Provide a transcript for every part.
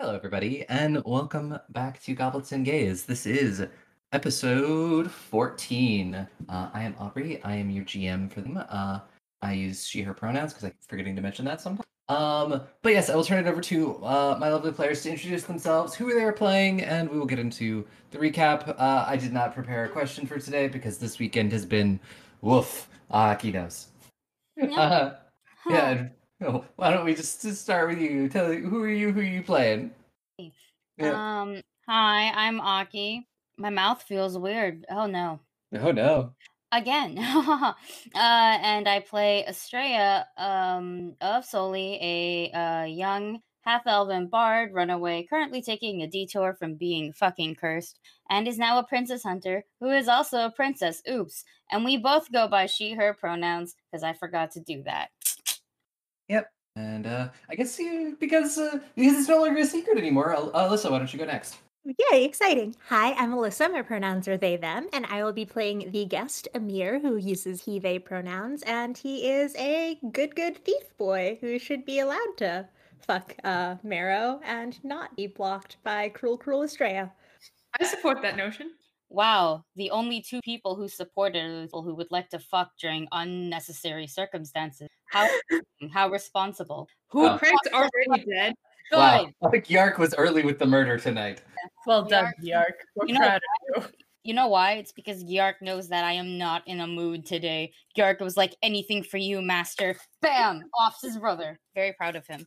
Hello, everybody, and welcome back to Goblets and Gays. This is episode 14. Uh, I am Aubrey. I am your GM for them. Uh, I use she, her pronouns because I'm forgetting to mention that sometimes. Um, but yes, I will turn it over to uh, my lovely players to introduce themselves, who they are playing, and we will get into the recap. Uh, I did not prepare a question for today because this weekend has been woof. Ah, he knows. Yeah. Uh, yeah, Huh. and- oh, why don't we just, just start with you? Tell who are you, who are you playing? Me. Yeah. Um. Hi, I'm Aki. My mouth feels weird. Oh no. Oh no. Again. uh, and I play Estrella um, of Soli, a uh, young half elven bard runaway currently taking a detour from being fucking cursed and is now a princess hunter who is also a princess. Oops. And we both go by she, her pronouns because I forgot to do that. And uh, I guess you, because uh, because it's no longer a secret anymore. Al- Uh, Alyssa, why don't you go next? Yay, exciting. Hi, I'm Alyssa. My pronouns are they, them, and I will be playing the guest, Amir, who uses he, they pronouns, and he is a good, good thief boy who should be allowed to fuck uh, Marrow and not be blocked by cruel, cruel Estrella. I support that notion. Wow, the only two people who supported are the people who would like to fuck during unnecessary circumstances. How how responsible? Who Oh. Wow. Craig's already dead. God, Wow, I think Yark was early with the murder tonight. Well done, Yark. We're You know- proud you know why? It's because Yark knows that I am not in a mood today. Yark was like, "Anything for you, master." Bam, off his brother. Very proud of him.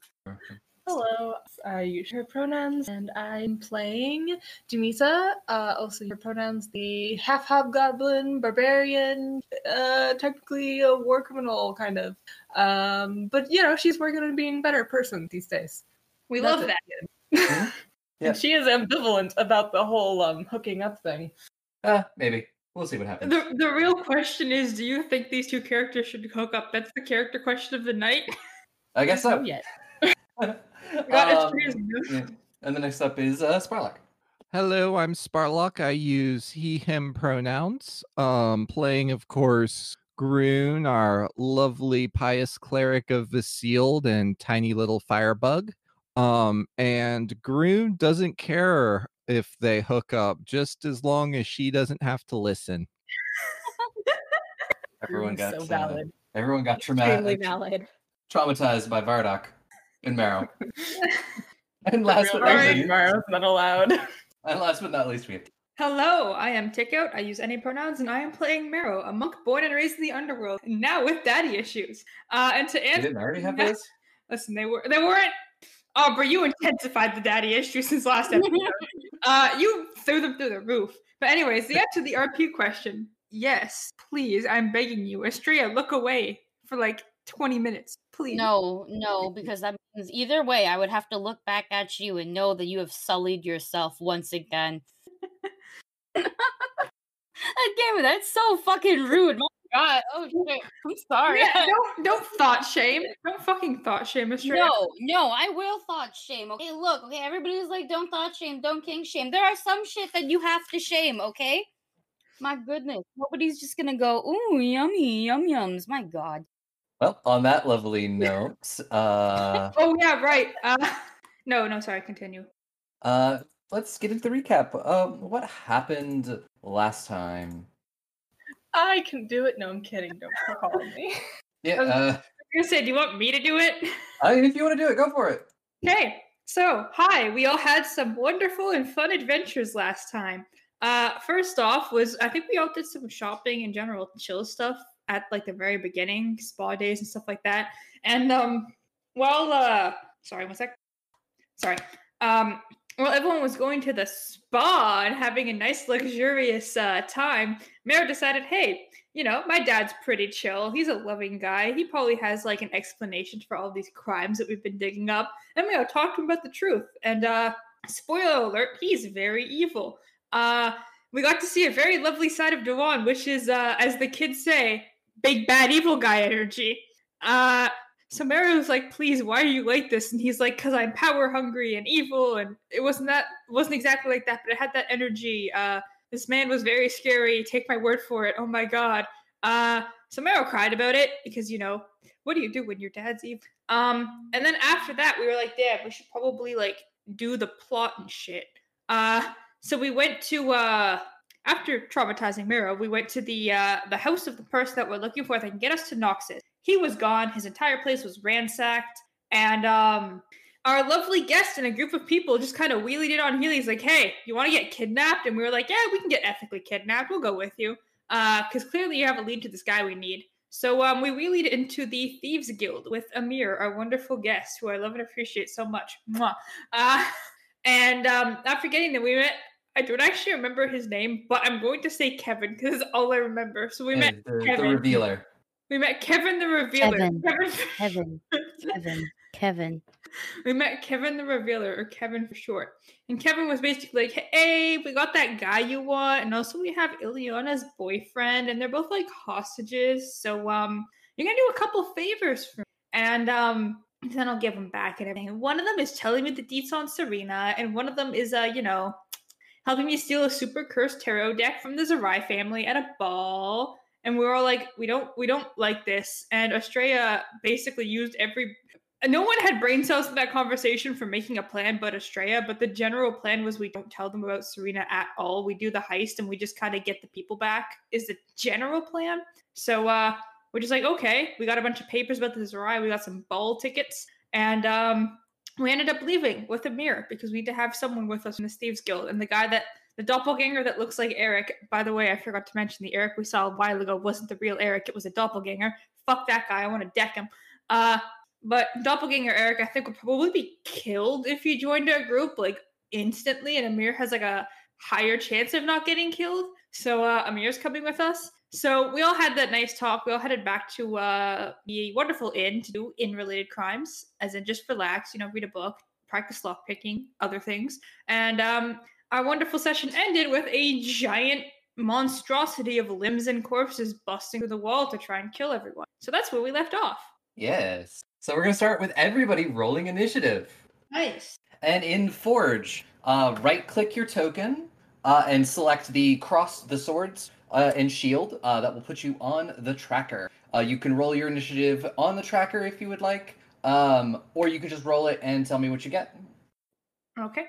Hello, uh, I use her pronouns, and I'm playing Demisa, uh, also her pronouns, the half hobgoblin, barbarian, uh, technically a war criminal, kind of. Um, but, you know, she's working on being a better person these days. We love that. Mm-hmm. Yeah. She is ambivalent about the whole um, hooking up thing. Uh, maybe we'll see what happens. The the real question is, do you think these two characters should hook up? That's the character question of the night. I guess so. Yes. Not if Um, she is- yeah. And the next up is uh, Sparlock. Hello, I'm Sparlock. I use he, him pronouns. Um, playing, of course, Groon, our lovely pious cleric of the sealed and tiny little firebug. Um, and Groon doesn't care if they hook up, just as long as she doesn't have to listen. Everyone got so uh, valid. everyone got Extremely traumatic, valid. traumatized by Vardoc and Marrow. and last but not Vardoc. least, Tomorrow's not allowed. and last but not least, we have Hello, I am Tickout. I use any pronouns, and I am playing Marrow, a monk born and raised in the underworld, now with daddy issues. Uh, and to we answer, didn't already have Yeah. this. listen, they were they weren't. Aubrey, you intensified the daddy issue since last episode. uh, you threw them through the roof. But anyways, the answer to the RP question: Yes, please. I'm begging you, Estrella, look away for like 20 minutes, please. No, no, because that means either way, I would have to look back at you and know that you have sullied yourself once again. Again, that's so fucking rude. My God. Oh shit. I'm sorry. Yeah, don't don't thought shame. Don't fucking thought shame, Australia. No, no, I will thought shame. Okay, look, okay, everybody was like, don't thought shame, don't king shame. There are some shit that you have to shame, okay? My goodness, nobody's just gonna go, ooh, yummy, yum yums. My God. Well, on that lovely note, uh, Oh yeah, right. Uh, no, no, sorry. Continue. Uh, let's get into the recap. Um, what happened last time? I can do it. No, I'm kidding. Don't call me. Yeah, Um, uh, I was gonna say, do you want me to do it? I mean, if you want to do it, go for it. Okay, so hi, we all had some wonderful and fun adventures last time. Uh, first off, was I think we all did some shopping and general chill stuff at like the very beginning, spa days and stuff like that. And um, while uh, sorry, one sec, sorry. Um, while everyone was going to the spa and having a nice luxurious uh, time, Mara decided, hey, you know, my dad's pretty chill. He's a loving guy. He probably has like an explanation for all these crimes that we've been digging up and we gotta talk to him about the truth. And uh spoiler alert, he's very evil. Uh we got to see a very lovely side of Dewan, which is uh as the kids say, big bad evil guy energy. Uh so Mary was like, please, why are you like this? And he's like, because I'm power hungry and evil, and it wasn't that wasn't exactly like that, but it had that energy. Uh this man was very scary, take my word for it. Oh my god. Uh so Mero cried about it because you know, what do you do when your dad's evil? Um, and then after that, we were like, damn, we should probably like do the plot and shit. Uh, so we went to uh, after traumatizing Mira, we went to the uh, the house of the person that we're looking for that can get us to Noxus. He was gone. His entire place was ransacked, and um, our lovely guest and a group of people just kind of wheelied it on Healy's like, "Hey, you want to get kidnapped?" And we were like, "Yeah, we can get ethically kidnapped. We'll go with you, because clearly you have a lead to this guy we need." So um, we wheelied into the Thieves Guild with Amir, our wonderful guest, who I love and appreciate so much. Mwah. Uh, and um, after getting there, we met. I don't actually remember his name, but I'm going to say Kevin because it's all I remember. So we Yeah, met the, the Kevin. revealer. we met Kevin the Revealer. Kevin. Kevin Kevin, Kevin, Kevin. we met Kevin the Revealer, or Kevin for short. And Kevin was basically like, hey, we got that guy you want. And also we have Ileana's boyfriend, and they're both like hostages. So um, you're gonna do a couple favors for me. And um, then I'll give them back and everything. And one of them is telling me the deets on Serena, and one of them is uh, you know, helping me steal a super cursed tarot deck from the Zerai family at a ball. And we were all like, we don't we don't like this. And Australia basically used every and no one had brain cells in that conversation for making a plan but Estrella, but the general plan was we don't tell them about Serena at all. We do the heist and we just kind of get the people back is the general plan. So uh we're just like, okay, we got a bunch of papers about the Zerai, we got some ball tickets, and um we ended up leaving with a mirror because we need to have someone with us in the Thieves Guild. And the guy that the doppelganger that looks like Eric, by the way, I forgot to mention the Eric we saw a while ago wasn't the real Eric, it was a doppelganger. Fuck that guy, I want to deck him. Uh but doppelganger Eric, I think would probably be killed if he joined our group like instantly, and Amir has like a higher chance of not getting killed. So uh, Amir's coming with us. So we all had that nice talk. We all headed back to uh, the wonderful inn to do inn-related crimes, as in just relax, you know, read a book, practice lockpicking, other things. And um, our wonderful session ended with a giant monstrosity of limbs and corpses busting through the wall to try and kill everyone. So that's where we left off. Yes. So we're gonna start with everybody rolling initiative. Nice. And in Forge, uh, right click your token uh, and select the cross, the swords, uh, and shield. Uh, that will put you on the tracker. Uh, you can roll your initiative on the tracker if you would like, um, or you can just roll it and tell me what you get. Okay.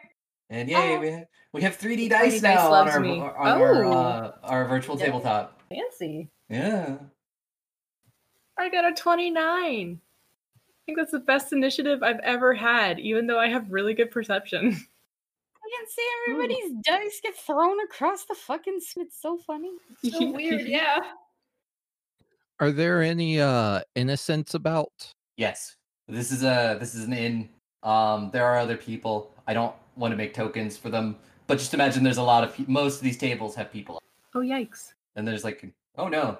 And yay, Oh. we have, we have 3D 3D dice dice now on loves our, me. on our, Oh. uh, our virtual Yeah. tabletop. Fancy. Yeah. I got a 29. I think that's the best initiative I've ever had, even though I have really good perception. I can see Hmm. everybody's dice get thrown across the fucking. s- It's so funny. So weird, yeah. Are there any uh innocents about? Yes. This is a this is an inn. Um, there are other people. I don't want to make tokens for them, but just imagine there's a lot of pe- most of these tables have people, Oh, yikes. and there's like, oh no,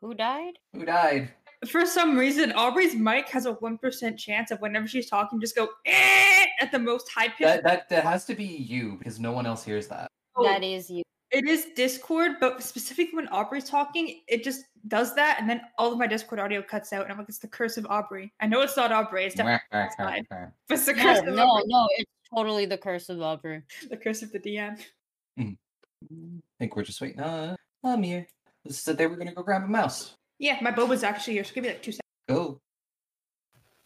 Who died? who died? For some reason, Aubrey's mic has a one percent chance of whenever she's talking, just go eh! at the most high pitch. That that that has to be you because no one else hears that. Oh, That is you. It is Discord, but specifically when Aubrey's talking, it just does that, and then all of my Discord audio cuts out, and I'm like, it's the curse of Aubrey. I know it's not Aubrey, it's definitely outside. but it's the curse No, of no, Aubrey, no. It's totally the curse of Aubrey. the curse of the DM. Mm. I think we're just waiting. Uh, I'm here. They said they were gonna go grab a mouse. Yeah, my boba's actually here, so give me like two seconds. Go.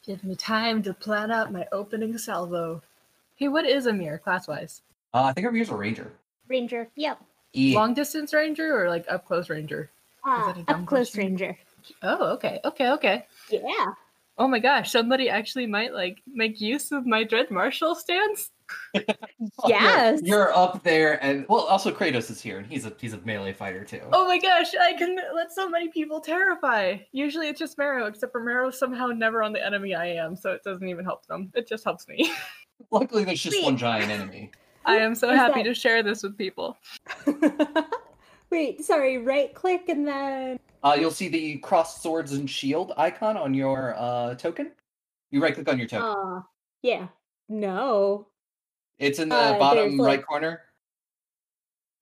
Give me time to plan out my opening salvo. Hey, what is a mirror class wise? Uh, I think our here's a ranger. Ranger. Yep. E. Long distance ranger or like up close ranger? Ah, that a dumb up close question? ranger. Oh, okay, okay, okay. Yeah. Oh my gosh, somebody actually might like make use of my dread marshal stance. Oh, Fuck yeah. Yes. You're up there, and well, also Kratos is here, and he's a he's a melee fighter too. Oh my gosh, I can let so many people terrify. Usually it's just Marrow, except for Marrow's somehow never on the enemy I am, so it doesn't even help them. It just helps me. Luckily, there's just one Wait. giant enemy. I am so Who's happy that? to share this with people. Wait, sorry, right click and then Uh, you'll see the cross swords and shield icon on your uh, token. You right click on your token. uh yeah. No. it's in the uh, bottom there's, right like- corner.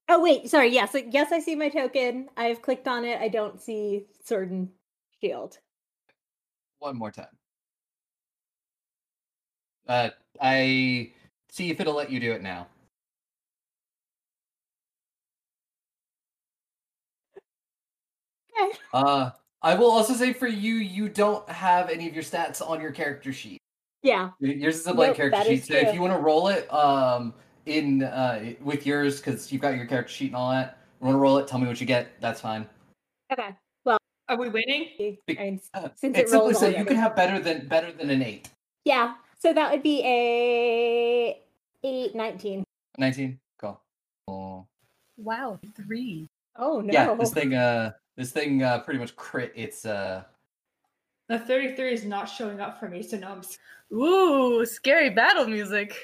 Oh wait, sorry, yes, like, yes, I see my token. I've clicked on it. I don't see sword and shield. One more time. Uh, I see if it'll let you do it now. Okay. Uh, I will also say for you, you don't have any of your stats on your character sheet. Yeah. Y- Yours is a blank Nope, character that sheet. is So if true. you want to roll it um in uh with yours because you've got your character sheet and all that, you want to roll it. Tell me what you get. That's fine. Okay. Are we winning? Be- And Uh, Since it's it simply rolls said all you the can other- have better than better than an eight. yeah. So that would be a eight nineteen. Nineteen. Cool. Cool. Wow, three. Oh no. Yeah, this thing uh this thing uh pretty much crit its uh The 33 is not showing up for me, so now I'm. Ooh, scary battle music.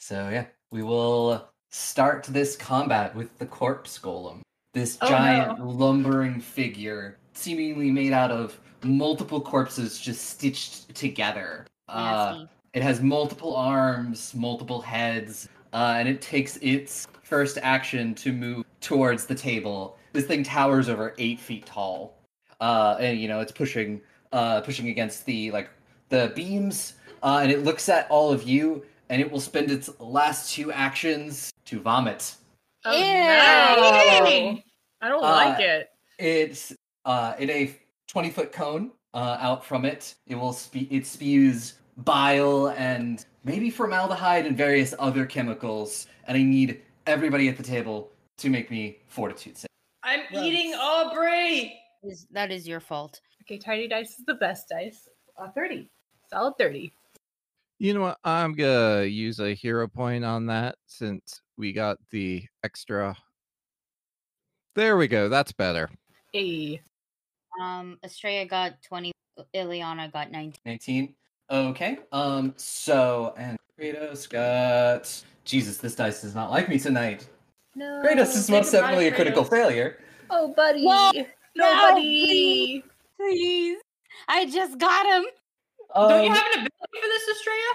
So yeah, we will start this combat with the corpse golem. This Oh, giant lumbering figure, seemingly made out of multiple corpses just stitched together. Ah. Uh, Nasty. it has multiple arms, multiple heads, uh, and it takes its first action to move towards the table. This thing towers over eight feet tall, uh, and you know it's pushing, uh, pushing against the like the beams, uh, and it looks at all of you, and it will spend its last two actions to vomit. Oh, Ew. no. I don't Uh, like it. It's uh, in a 20 foot cone uh, out from it. It will spe- it spews bile and maybe formaldehyde and various other chemicals. And I need everybody at the table to make me fortitude save. I'm Well- eating Aubrey! Is- that is your fault. Okay, tiny dice is the best dice. Uh, 30. Solid 30. You know what? I'm gonna use a hero point on that since we got the extra. There we go. That's better. Hey. Um, Estrella got twenty. Ileana got nineteen. 19. Okay. Um. So and Kratos got Jesus. This dice does not like me tonight. No. Kratos is say most goodbye, definitely a critical Oh, Kratos. failure. Oh, buddy. Whoa, no, Nobody. Please, I just got him. Don't Oh, you Um, have an ability for this, Estrella?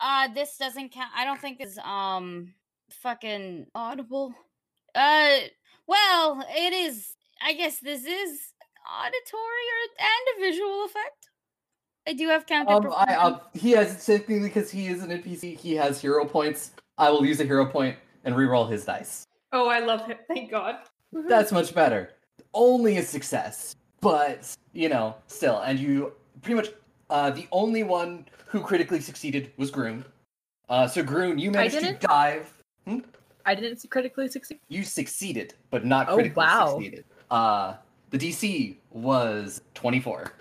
Uh, this doesn't count. I don't think it's um fucking audible. Uh, well, it is. I guess this is auditory or and a visual effect. I do have counted. Um, I, performance. um, he has simply because he is an NPC. He has hero points. I will use a hero point and reroll his dice. Oh, I love him. Thank God. That's much better. Only a success, but you know, still. And you pretty much uh, the only one who critically succeeded was Groon. Uh, so Groon, you managed to didn't? dive. I didn't critically succeed. You succeeded, but not Oh, critically wow. succeeded. Uh, the DC was twenty four.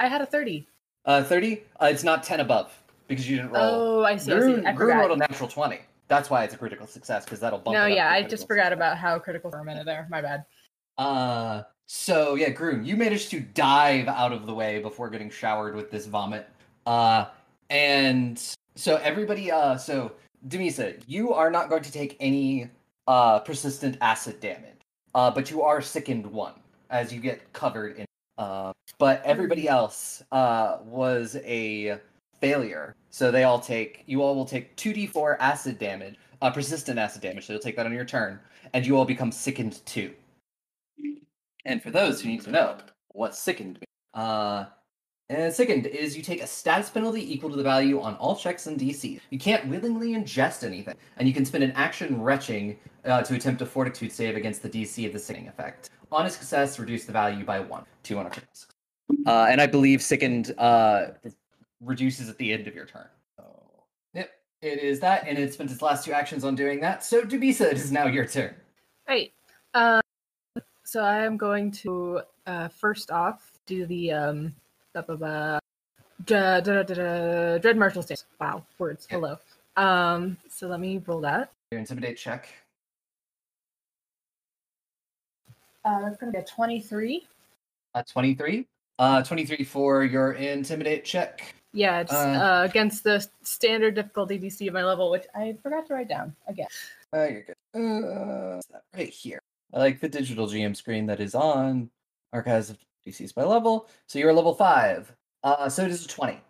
I had a 30. Uh, thirty. Uh, it's not ten above because you didn't roll. Oh, I see. I, see. Groon, I Groon rolled a forgot. natural 20. That's why it's a critical success, because that'll bump it No, up yeah, to I critical just forgot success. about how critical for a minute there. My bad. Uh, so, yeah, Groon, you managed to dive out of the way before getting showered with this vomit. Uh, and so everybody, uh, so, Demisa, you are not going to take any uh, persistent acid damage, uh, but you are sickened one as you get covered in. Uh, but everybody else uh, was a failure. So they all take, you all will take 2d4 acid damage, uh, persistent acid damage. So you'll take that on your turn, and you all become sickened too. And for those who need to know what sickened means, uh, and sickened is you take a status penalty equal to the value on all checks and DCs. You can't willingly ingest anything, and you can spend an action retching uh, to attempt a fortitude save against the DC of the sickening effect. On a success, reduce the value by one. Two on a critical success. Uh, and I believe sickened uh, reduces at the end of your turn. So, yep, it is that, and it spent its last two actions on doing that. So, Dubisa, it is now your turn. Right. Um, so I am going to uh, first off do the um, ba ba ba, da, da, da, da, da, dread martial stance. Wow, words. Yeah. Hello. Um, so let me roll that. Your intimidate check. Uh, that's gonna be a twenty-three. Uh, 23. Uh, 23 for your intimidate check. Yeah, it's Uh. uh, against the s- standard difficulty DC of my level, which I forgot to write down again. Uh, you're good. Uh, is that right here. I like the digital GM screen that is on Archives of DCs by level. So you're level 5. Uh, so it is a 20.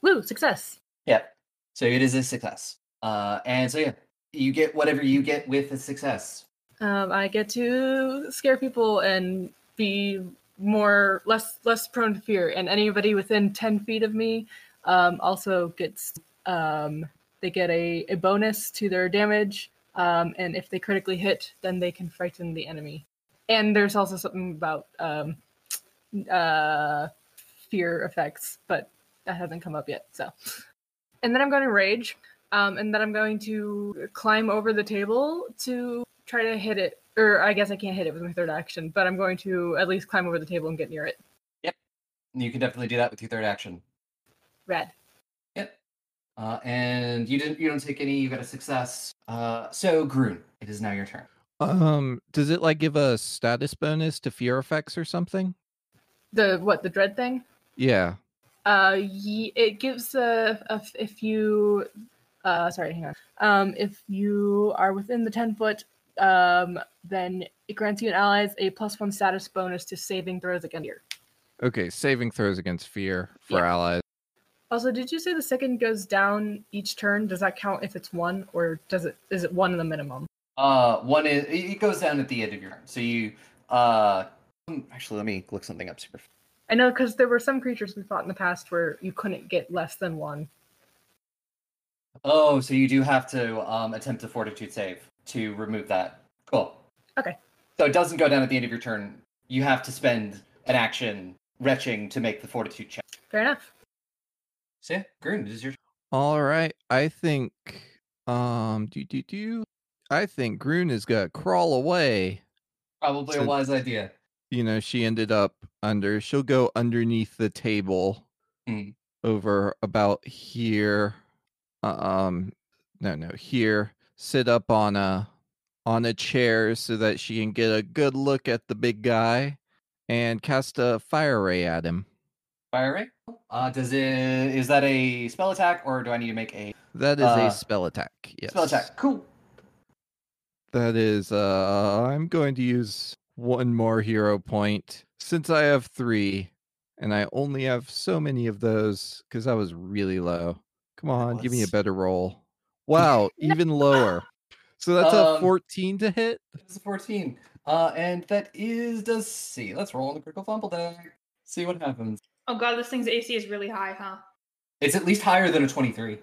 Woo, success. Yep. So it is a success. Uh, and so, yeah, you get whatever you get with a success. Um, I get to scare people and be more less less prone to fear, and anybody within ten feet of me um, also gets um, they get a, a bonus to their damage, um, and if they critically hit, then they can frighten the enemy. And there's also something about um, uh, fear effects, but That hasn't come up yet. So, and then I'm going to rage, um, and then I'm going to climb over the table to try to hit it. Or I guess I can't hit it with my third action, but I'm going to at least climb over the table and get near it. You can definitely do that with your third action. Red. Uh, and you didn't. You don't take any. You got a success. Uh, so Groon, it is now your turn. Um, does it like give a status bonus to fear effects or something? The what? The dread thing. Yeah. Uh, ye- it gives a, a f- if you, uh, sorry, hang on. Um, if you are within the ten foot, um, then it grants you and allies a plus one status bonus to saving throws against fear. Okay, saving throws against fear for Yeah. allies. Also, did you say the second goes down each turn? Does that count if it's one, or does it is it one the minimum? Uh, one is it it goes down at the end of your turn. So you uh, hmm, actually let me look something up super. f- I know because there were some creatures we fought in the past where you couldn't get less than one. Oh, so you do have to um attempt a fortitude save to remove that. Cool. Okay. So it doesn't go down at the end of your turn. You have to spend an action retching to make the fortitude check. Fair enough. So yeah, Groon, it is your All right. I think um do do do I think Groon is gonna crawl away. probably a So- wise idea. You know, she ended up under she'll go underneath the table Mm. over about here. Um no no here. Sit up on a on a chair so that she can get a good look at the big guy and cast a fire ray at him. Fire ray. Uh, does it is that a spell attack or do I need to make a That is Uh, a spell attack. Yes. spell attack? Cool. That is, uh, I'm going to use one more hero point since I have three and I only have so many of those because I was really low. Come on, give me a was. better roll. Wow, even lower. So that's a Um, 14 to hit. It's a 14. Uh, and that is does see. Let's roll on the critical fumble deck. See what happens. Oh god, this thing's AC is really high, huh? It's at least higher than a 23.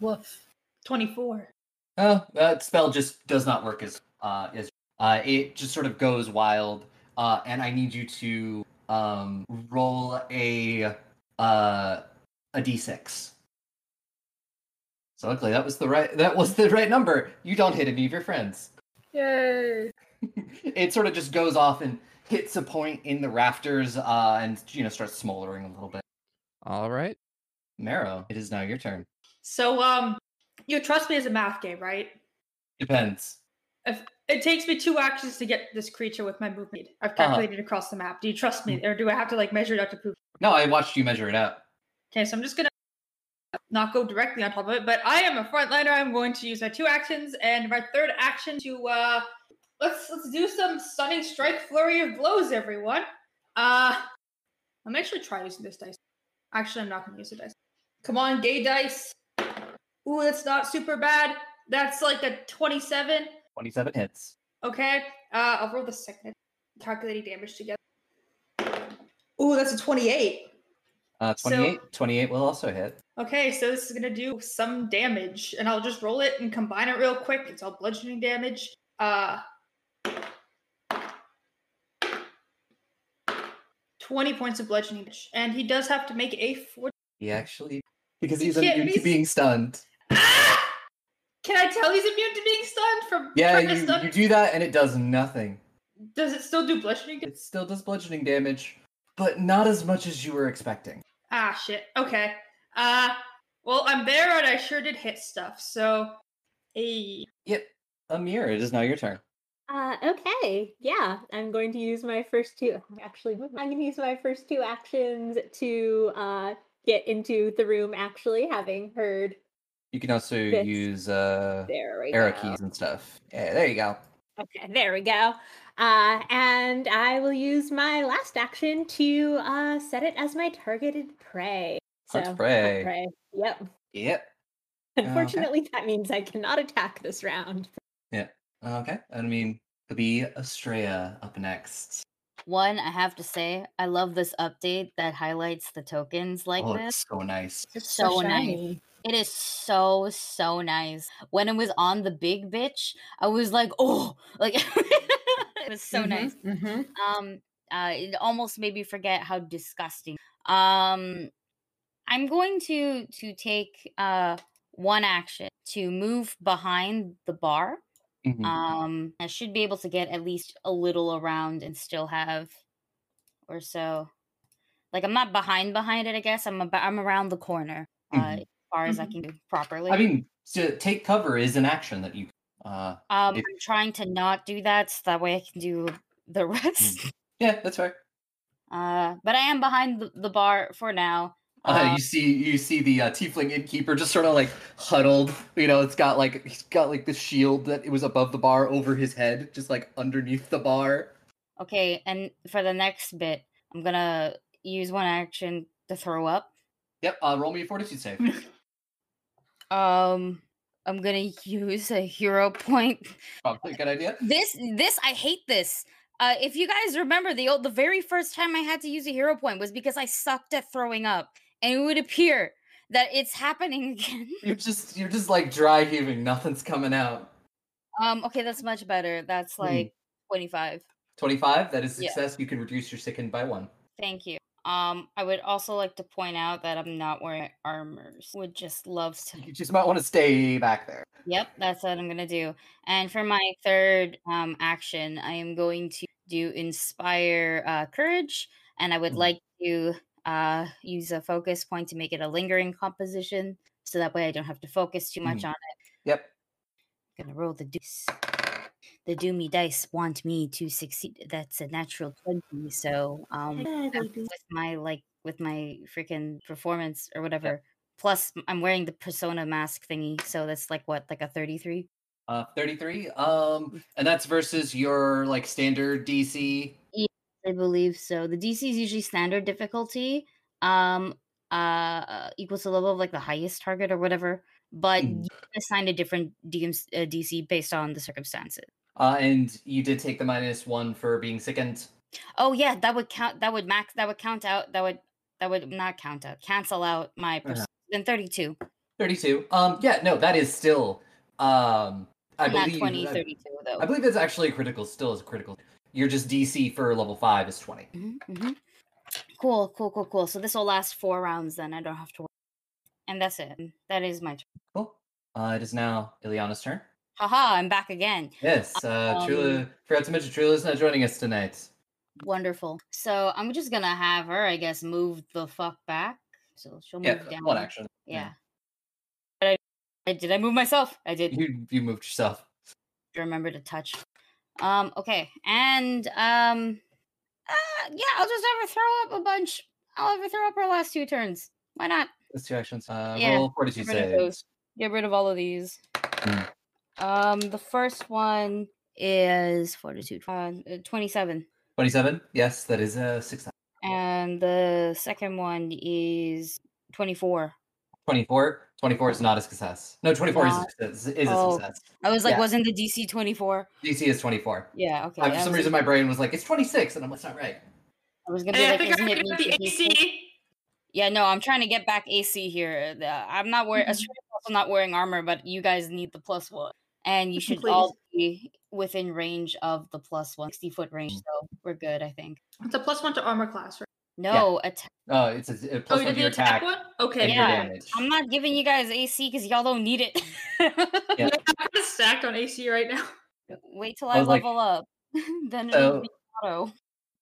Woof. 24. Oh, that spell just does not work as uh as uh it just sort of goes wild. Uh and I need you to um roll a uh a d6. So luckily that was the right that was the right number. You don't hit any of your friends. Yay. it sort of just goes off and hits a point in the rafters uh, and you know starts smoldering a little bit. All right. Marrow, it is now your turn. So, um, you trust me as a math game, right? Depends. It takes me two actions to get this creature with my movement. I've calculated across the map. Do you trust me, or do I have to like measure it out to prove? No, I watched you measure it out. Okay, so I'm just gonna not go directly on top of it, but I am a frontliner. I'm going to use my two actions and my third action to uh let's let's do some stunning strike flurry of blows, everyone. Uh I'm actually try using this dice. Actually, I'm not gonna use the dice. Come on, gay dice. Ooh, that's not super bad. That's like a 27. Twenty-seven hits. Okay. Uh I'll roll the second calculating damage together. Ooh, that's a 28. Uh, So- 28, 28 will also hit. Okay, so this is gonna do some damage, and I'll just roll it and combine it real quick. It's all bludgeoning damage. Uh, twenty points of bludgeoning damage, and he does have to make a four. He actually because He he's can't immune be to s- being stunned. Ah! Can I tell he's immune to being stunned from? Yeah, from the you, stun? you do that and it does nothing. Does it still do bludgeoning? damage? It still does bludgeoning damage, but not as much as you were expecting. Ah, shit. Okay. Uh, well, I'm there, and I sure did hit stuff. So, a Yep. Amir, it is now your turn. Uh, okay, yeah, I'm going to use my first two. Actually, I'm going to use my first two actions to uh, get into the room. Actually, having heard You can also This. use uh there we arrow go. keys and stuff. Yeah, there you go. Okay, there we go. Uh, and I will use my last action to uh, set it as my targeted prey. Hunt hunt prey. Yep. Yep. okay. Unfortunately, that means I cannot attack this round. Oh, Okay. I mean, it'll be Estrella up next. One, I have to say, I love this update that highlights the tokens like oh, this. it's so nice. It's so nice. It is so so nice. When it was on the big bitch, I was like, oh, like it was so nice. Mm-hmm. Um, uh, it almost made me forget how disgusting. Um, I'm going to to take uh one action to move behind the bar. Mhm. Um, I should be able to get at least a little around and still have, or so. Like I'm not behind behind it. I guess I'm about, I'm around the corner uh, Mhm. as far as I can do properly. I mean, to take cover is an action that you. Uh, um, if- I'm trying to not do that so that way I can do the rest. yeah, that's right. Uh, but I am behind the, the bar for now. Uh, Uh, you see, you see the uh, tiefling innkeeper just sort of like huddled. You know, it's got like he's got like the shield that it was above the bar over his head, just like underneath the bar. Okay, and for the next bit, I'm gonna use one action to throw up. Yep. Uh, roll me a fortitude save. Um, I'm gonna use a hero point. Probably a good idea. This, this, I hate this. Uh, if you guys remember, the old, the very first time I had to use a hero point was because I sucked at throwing up, and it would appear that it's happening again. You're just you're just like dry heaving. Nothing's coming out. Um, okay, that's much better. That's Hmm. like 25. Twenty five. That is Yeah. success. You can reduce your sickened by one. Thank you. Um, I would also like to point out that I'm not wearing armors. Would just love to. You just might want to stay back there. Yep, that's what I'm gonna do. And for my third um, action, I am going to do inspire uh, courage, and I would Mhm. like to uh, use a focus point to make it a lingering composition, so that way I don't have to focus too much Mhm. on it. Yep. gonna roll the dice. The doomy dice want me to succeed. That's a natural twenty. So Mm. um, Yeah, um, baby. with my like with my freaking performance or whatever. Plus, m- I'm wearing the persona mask thingy, so that's like what, like a 33. Uh, thirty three. Um, Mm. and that's versus your like standard DC. I believe so. The DC is usually standard difficulty, um, uh, uh, equals to level of like the highest target or whatever. But Mm. you can assign a different DMs, uh, DC based on the circumstances. Uh, and you did take the minus one for being sickened. Oh yeah, that would count. That would max. That would count out. That would that would not count out. Cancel out my Uh-huh. persona. Then 32. 32. Um, yeah, no, that is still. Um, I not believe. 20, I- 32 though. I, believe that's actually a critical. Still is a critical. Your just DC for level five is 20. Mhm, mhm. Cool, cool, cool, cool. So this will last four rounds then. I don't have to worry. And that's it. That is my turn. Cool. Uh, it is now Ileana's turn. Haha, I'm back again. Yes. Uh, Trula. Um, Forgot to mention Trula's not joining us tonight. Wonderful. So I'm just gonna have her, I guess, move the fuck back. So she'll Yeah. move down. One action. Yeah. But I, I did I move myself? I did You you moved yourself. Mm-hmm. remember to touch. Um, okay. And um uh, yeah, I'll just have her throw up a bunch. I'll have her throw up her last two turns. Why not? That's two actions. Uh, Yeah, roll fortitude get rid of saves. those. get rid of all of these. Mm. Um, the first one is fortitude, uh, twenty-seven, 27. Yes, that is a success. and the second one is twenty-four. 24. 24 is not a success. No, 24 Not- is a success. Is a Oh. success. I was like, Yeah. wasn't the DC twenty-four? DC is 24. Yeah, okay. I- I for some was- reason, my brain was like, it's 26. And I'm like, that's not right. I was gonna be And I like, think isn't I'm it gonna meant be to be equal? AC. Yeah, no, I'm trying to get back AC here. Uh, I'm not wearing. Mhm. also not wearing armor, but you guys need the plus one, and you should Please. all be within range of the plus one, 60 foot range. Mm. So we're good, I think. It's a plus one to armor class, right? No, attack. Oh, it's a, a Oh, plus one you did to the your attack. attack one? and Okay. your Yeah, damage. I'm not giving you guys AC because y'all don't need it. Yeah. I'm kinda stacked on AC right now. Wait till I I, was like- level up. then it'll So be auto.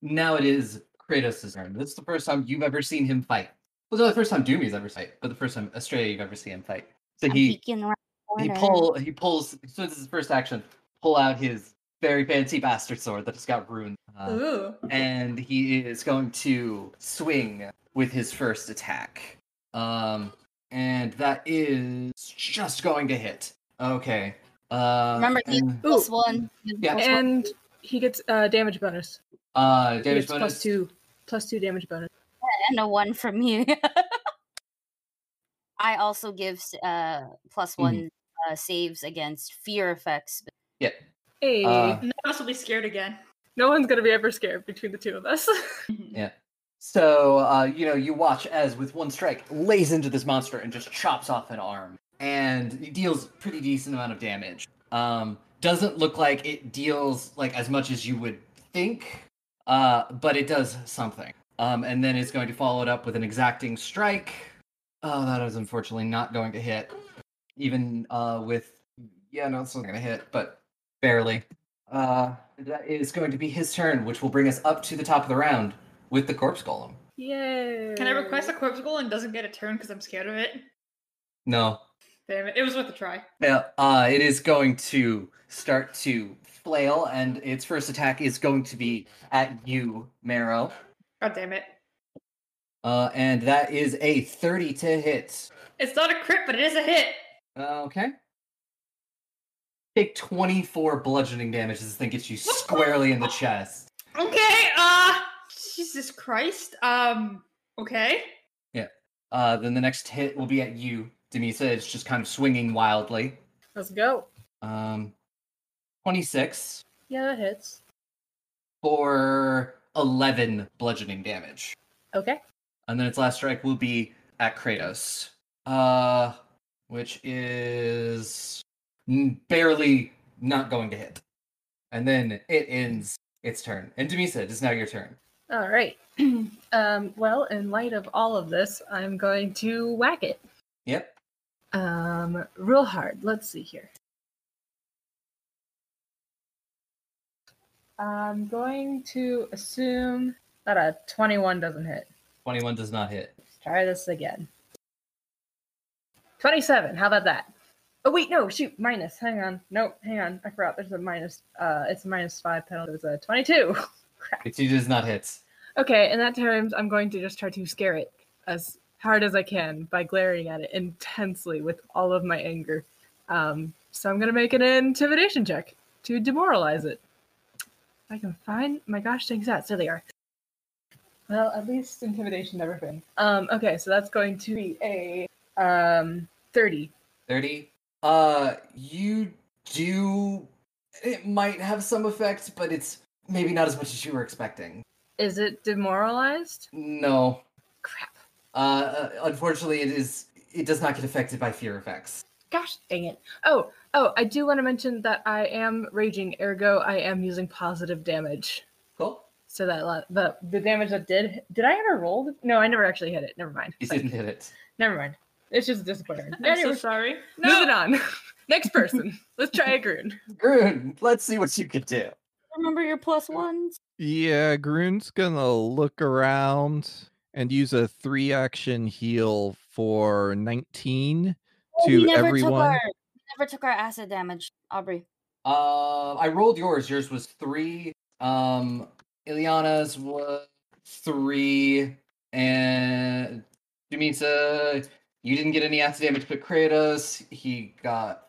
now it is Kratos' turn. This is the first time you've ever seen him fight. Well, not the first time Doomy's ever fight, but the first time Australia you've ever seen him fight. So I'm he peeking around the he corner. pull he pulls. So this is his first action. Pull out his very fancy bastard sword that just got ruined, uh, Ooh. and he is going to swing with his first attack. Um, and that is just going to hit. Okay. Uh, Remember, he has and- plus one. he has Yeah. plus one. And he gets uh, damage bonus. Uh, He damage gets bonus. plus two, plus two damage bonus. and a one from you. I also give s- uh, plus Mhm. Mm-hmm. one uh, saves against fear effects. Hey, Uh, None of us will be scared again. no one's gonna be ever scared between the two of us. So, uh, you know, you watch as with one strike lays into this monster and just chops off an arm, and it deals pretty decent amount of damage. Um, doesn't look like it deals like as much as you would think, uh, but it does something. Um, and then it's going to follow it up with an exacting strike. Oh, that is unfortunately not going to hit. Even uh with yeah, no, it's not gonna hit, but barely. Uh that is going to be his turn, which will bring us up to the top of the round with the corpse golem. Yay. Can I request a corpse goal and doesn't get a turn because I'm scared of it? No. Damn it. It was worth a try. Yeah, uh it is going to start to flail and its first attack is going to be at you, Marrow. God damn it. Uh and that is a 30 to hit. It's not a crit, but it is a hit. Uh, okay. Take 24 bludgeoning damage as this thing gets you squarely in the chest. Okay, uh Jesus Christ. Um okay. Uh, then the next hit will be at you, Demisa. It's just kind of swinging wildly. Let's go. Um, 26 Yeah, that hits. for 11 bludgeoning damage. Okay. And then its last strike will be at Kratos, uh, which is n- barely not going to hit. And then it ends its turn. And Demisa, it is now your turn. All right. um, well, in light of all of this, I'm going to whack it. Yep. Um, real hard. Let's see here. I'm going to assume that a 21 doesn't hit. 21 does not hit. Let's try this again. 27. How about that? Oh wait, no, shoot, minus. Hang on. Nope, hang on. I forgot. There's a minus. Uh, it's a minus five penalty. It's a 22. It does not hit. Okay, in that terms, I'm going to just try to scare it as hard as I can by glaring at it intensely with all of my anger. Um, so I'm going to make an intimidation check to demoralize it. If I can find my gosh dang stats. There they are. Well, at least intimidation never fails. Um, okay, so that's going to be a um, 30. 30 uh you do it might have some effect but it's maybe not as much as you were expecting Is it demoralized? no Crap. uh, uh unfortunately it is it does not get affected by fear effects Gosh dang it. Oh, oh, I do want to mention that I am raging, ergo, I am using positive damage. cool So that la- the the damage that did did I ever roll? the- No, I never actually hit it. Never mind. you didn't hit it Never mind. It's just disappointing. I'm so Anyway, sorry. Moving on. Next person. Let's try a Groon. Grun, let's see what you can do Remember your plus ones? Yeah, Groon's gonna look around and use a three action heal for 19 to Oh, Took everyone. our, we never took our acid damage, Aubrey. uh i rolled yours yours was three um iliana's was three and Dumita, you didn't get any acid damage, but Kratos, he got.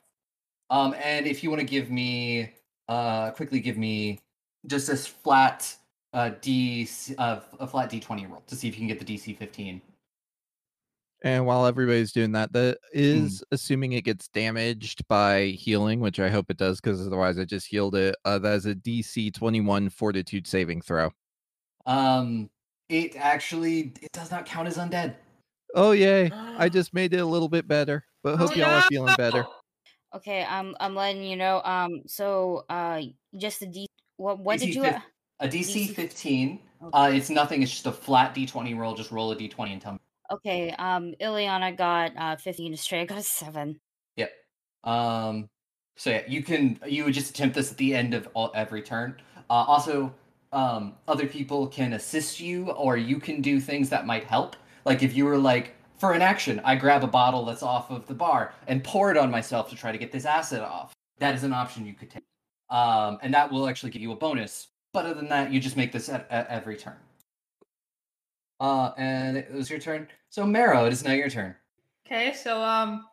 Um, and if you want to give me, uh, quickly give me just this flat uh D uh, a flat D twenty roll to see if you can get the DC fifteen. And while everybody's doing that, that is assuming it gets damaged by healing, which I hope it does, because otherwise I just healed it. Uh, that is a DC 21 Fortitude saving throw. Um, it actually it does not count as undead. Oh yay! I just made it a little bit better, but hope Oh, y'all are no! feeling better. Okay, um, I'm letting you know. Um, so uh, just the D. What what did DC you? fif- uh, A DC DC fifteen. Uh, it's nothing. It's just a flat D twenty roll. Just roll a D twenty and tell me. Okay, um, Ileana got uh 15. Estrella got a seven. Yep. Um. So yeah, you can you would just attempt this at the end of all, every turn. Uh, also, um, other people can assist you, or you can do things that might help. Like if you were like, for an action, I grab a bottle that's off of the bar and pour it on myself to try to get this acid off. That is an option you could take, um, and that will actually give you a bonus. But other than that, you just make this at, at every turn. Uh, and it was your turn. So Marrow, it is now your turn. Okay, so um,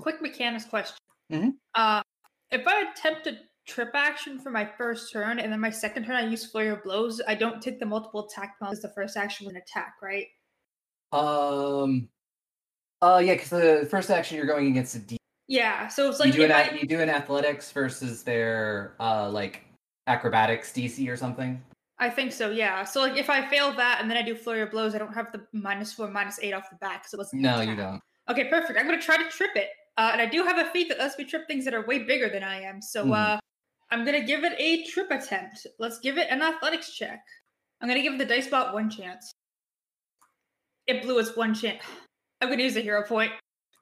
quick mechanics question. Mhm. Uh, if I attempt a trip action for my first turn and then my second turn I use flurry of blows, I don't take the multiple attack because the first action was an attack, right? Um. Uh, yeah, because the first action you're going against a D. Yeah. So it's you like do if an I, ath- you do an athletics versus their uh like acrobatics DC or something. I think so. Yeah. So like if I fail that and then I do flurry of blows, I don't have the minus four, minus eight off the back. So it wasn't an No, you attack. don't. Okay, perfect. I'm gonna try to trip it, uh, and I do have a feat that lets me trip things that are way bigger than I am. So Mhm. uh, I'm gonna give it a trip attempt. Let's give it an athletics check. I'm gonna give the dice bot one chance. It blew its one chance. I'm gonna use a hero point.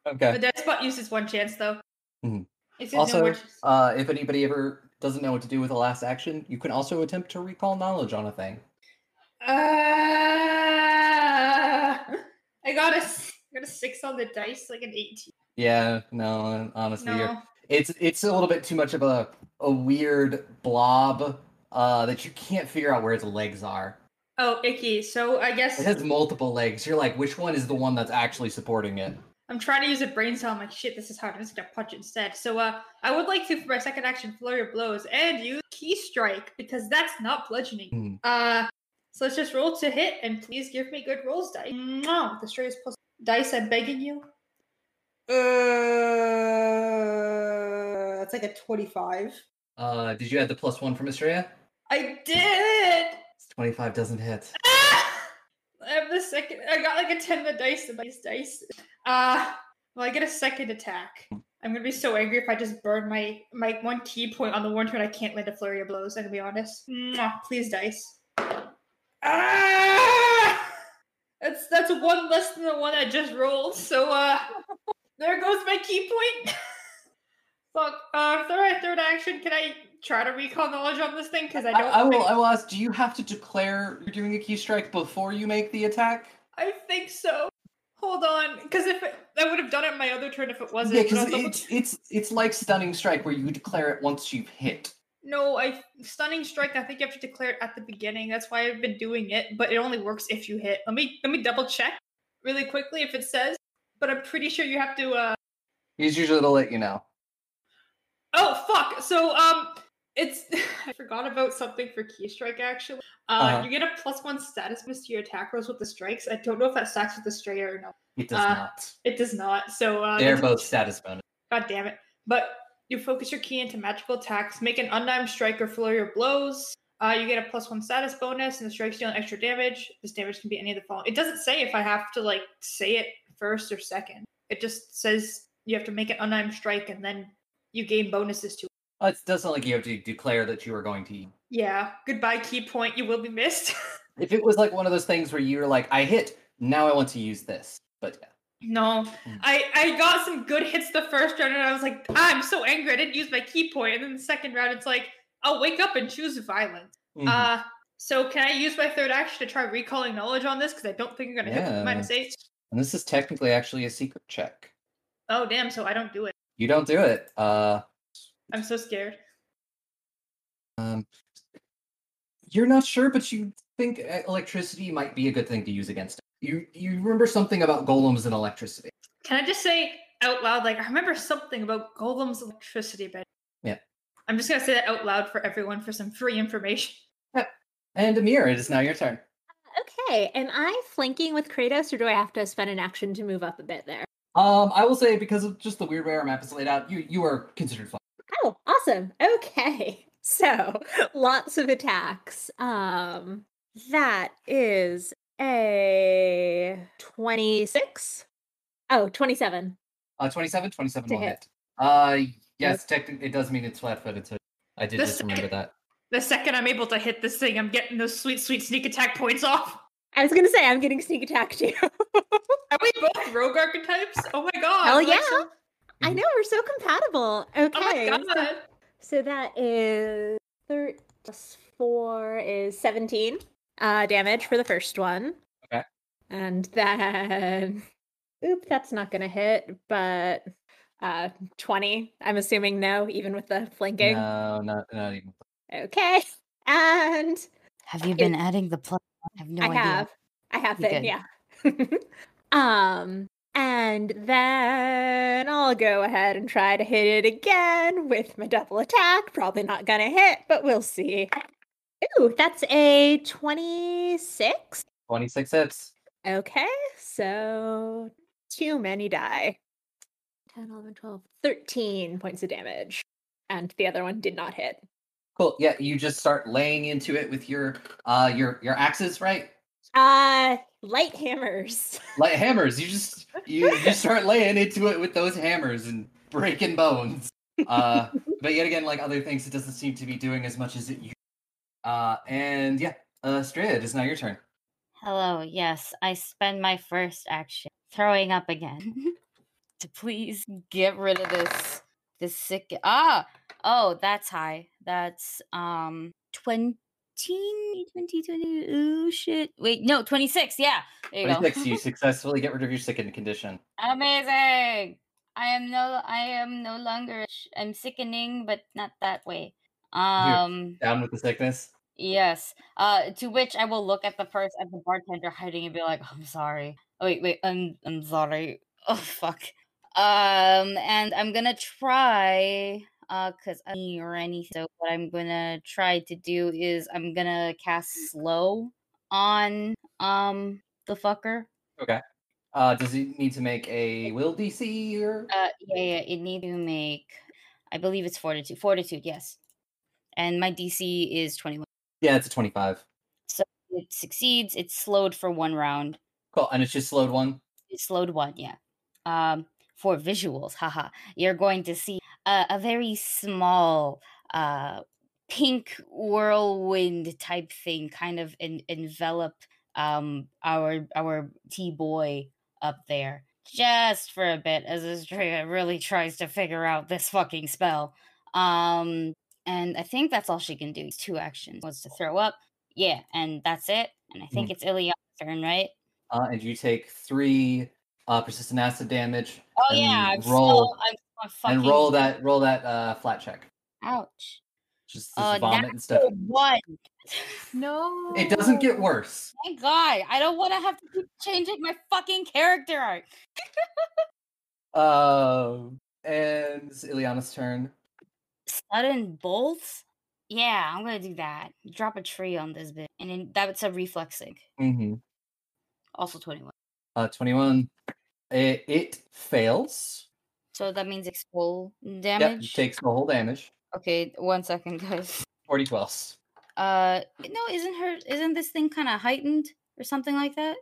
Okay. But that spot uses one chance though. Mhm. It's Also, one chance. Uh, if anybody ever doesn't know what to do with a last action, you can also attempt to recall knowledge on a thing. Uh, I got a s- I got a six on the dice, like an eighteen. Yeah, no, honestly, you're- No, it's it's a little bit too much of a a weird blob uh, that you can't figure out where its legs are. oh icky. So I guess It has multiple legs. You're like, which one is the one that's actually supporting it? I'm trying to use a brain cell. I'm like, shit, this is hard. I'm just gonna punch instead. So uh, I would like to, for my second action, flurry of blows and use key strike because that's not bludgeoning. Hmm. Uh, so let's just roll to hit and please give me good rolls dice. Mwah! The straight is plus dice. I'm begging you. Uh, that's like a twenty-five. Uh, did you add the plus one from Estrella? I did. Twenty five doesn't hit. Ah! I have the second. I got like a ten on the dice. The dice dice. Uh well, I get a second attack. I'm gonna be so angry if I just burn my my one key point on the one turn. I can't land a flurry of blows. I'm gonna be honest. Mwah, please dice. Ah! That's that's one less than the one I just rolled. So uh, there goes my key point. Fuck. Uh, third third action. Can I try to recall knowledge on this thing? Because I I, don't. I will. think- I will ask. Do you have to declare you're doing a key strike before you make the attack? I think so. Hold on, because if it, I would have done it my other turn if it wasn't. Yeah, but I because was like, it's it's it's like stunning strike where you declare it once you've hit. no, I stunning strike. I think you have to declare it at the beginning. That's why I've been doing it, but it only works if you hit. Let me let me double check really quickly if it says. But I'm pretty sure you have to. uh He's usually to let you know. Oh fuck! So um, it's I forgot about something for key strike actually. Uh, Uh-huh. you get a plus one status boost to your attack rolls with the strikes. I don't know if that stacks with the stray or not. It does Uh, not. It does not. So uh, They're that's- both status bonus. God damn it. But you focus your key into magical attacks, make an unarmed strike or flurry of blows. Uh, you get a plus one status bonus, and the strikes deal an extra damage. This damage can be any of the following. It doesn't say if I have to like say it first or second. It just says you have to make an unarmed strike, and then you gain bonuses to. it. Uh, It doesn't like you have to declare that you are going to. eat. Yeah. Goodbye, key point. You will be missed. If it was like one of those things where you're like, I hit, now I want to use this, but No, Mm. I I got some good hits the first round, and I was like, "Ah, I'm so angry. I didn't use my key point, and then the second round, it's like I'll wake up and choose violence. Mhm. Uh, so can I use my third action to try recalling knowledge on this? Because I don't think I'm gonna hit with minus eight. and this is technically actually a secret check. Oh damn! So I don't do it. You don't do it. Uh, I'm so scared. um, you're not sure, but you think e- electricity might be a good thing to use against it. You you remember something about golems and electricity? Can I just say out loud? Like I remember something about Golem's electricity, but Yeah. I'm just gonna say that out loud for everyone for some free information. And Amir, it is now your turn. Okay, am I flanking with Kratos or do I have to spend an action to move up a bit there? Um, I will say because of just the weird way our map is laid out, you you are considered flank. Oh, awesome. Okay. So, lots of attacks. Um that is a 26. Oh, 27. Uh, 27, 27 To will hit. hit. Uh, yes, technically it does mean it's flat footed. So I did The just remember second- that. The second I'm able to hit this thing, I'm getting those sweet, sweet sneak attack points off. I was going to say I'm getting sneak attack too. Are we both rogue archetypes? Oh my god! Hell we're yeah. so- I Mhm. know we're so compatible. Okay. Oh my so- god! So that is thir- plus four is seventeen uh, damage for the first one. Okay. And then, oop, that's not gonna hit, but uh, twenty. I'm assuming no, even with the flanking. No, not not even. Okay. And Have you been adding the plus? I have no I idea. have, I have You been, good. yeah. um, and then I'll go ahead and try to hit it again with my double attack. Probably not gonna hit, but we'll see. Ooh, that's a 26. 26 hits. Okay, so too many die. 10, 11, 12, 13 points of damage. And the other one did not hit. Cool. Yeah, you just start laying into it with your uh your your axes, right? Uh, light hammers. Like hammers. You just you you start laying into it with those hammers and breaking bones. Uh, but yet again, like other things, it doesn't seem to be doing as much as it. u- Uh, and yeah, uh, Straya, it is now your turn. Hello. Yes, I spend my first action throwing up again. to please get rid of this this sick ah oh that's high. That's um 20 20 20 ooh shit. Wait, no, 26. Yeah. There you go. 26, you successfully get rid of your sickened condition. Amazing. I am no I am no longer sh- I'm sickening but not that way. Um Down with the sickness. yes. Uh to which I will look at the purse at the bartender hiding and be like, "I'm sorry." Oh, wait, wait. I'm I'm sorry. Oh fuck. Um and I'm going to try uh cuz I'm new or anything. So what I'm going to try to do is I'm going to cast slow on um the fucker. Uh, does he need to make a will DC or? Uh, yeah, yeah, it need to make. I believe it's fortitude. Fortitude, yes. And my DC is twenty-one. Yeah, it's a 25. It succeeds. It's slowed for one round. Cool. And it's just slowed one. It's slowed one, yeah. Um, for visuals, haha, you're going to see a, a very small, uh, pink whirlwind type thing kind of en- envelop um our our T boy up there just for a bit as Astrea really tries to figure out this fucking spell. Um, and I think that's all she can do. is Two actions was to throw up, yeah, and that's it. And I think it's Ilya's turn, right? Uh, and you take three uh, persistent acid damage. Oh and yeah, I'm roll still, I'm, I'm fucking and roll that roll that uh, flat check. Ouch! Just, just Uh, vomit and stuff. Oh, What? No. It doesn't get worse. Thank God, I don't want to have to keep changing my fucking character art. Um, and it's Ileana's turn. Sudden bolts. Yeah, I'm gonna do that. Drop a tree on this bit, and then that's a reflex save. Mm-hmm. Also twenty-one. Uh, twenty-one. It, it fails. So that means it's full Yep, damage. takes the whole damage. okay, one second, guys. Forty twelves. Uh, no, isn't her? Isn't this thing kind of heightened or something like that?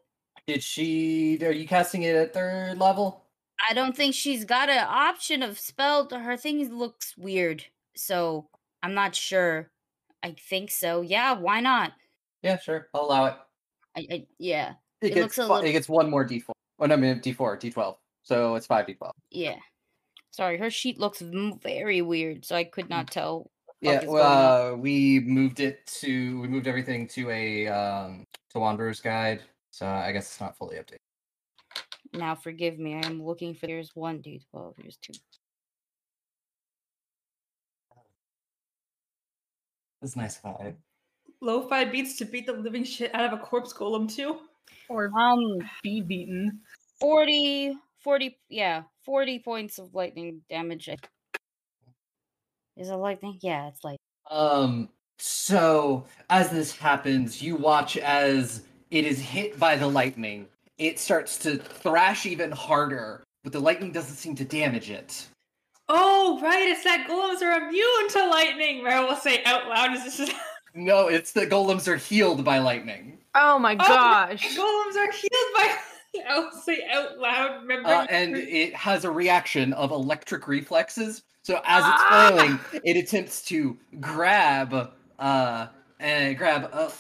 Did she? Are you casting it at third level? I don't think she's got an option of spell. Her thing looks weird, so I'm not sure. I think so. Yeah, why not? Yeah, sure. I'll allow it. I, I yeah, It, It gets looks a fi- little- it gets one more d4. Oh no, I mean d4, d12. So it's five d12. yeah. Sorry, her sheet looks m- very weird, so I could not tell. what the fuck Mm. Yeah, is going on. well, uh, we moved it to we moved everything to a um to Wanderer's Guide. So I guess it's not fully updated. Now forgive me. I am looking for. Here's one d12. Here's two. It's nice about it. Lo-fi beats to beat the living shit out of a corpse golem too. Or Um, be beaten. 40 40 yeah 40 points of lightning damage I- is it lightning yeah it's like Um, so as this happens, you watch as it is hit by the lightning. It starts to thrash even harder, but the lightning doesn't seem to damage it. Oh right, it's that golems are immune to lightning. I will say out loud as this is No, it's the golems are healed by lightning. Oh my gosh. golems are healed by. I will say out loud. Remember, Uh, and it has a reaction of electric reflexes. So as it's Ah! flailing, it attempts to grab, uh, and grab, uh,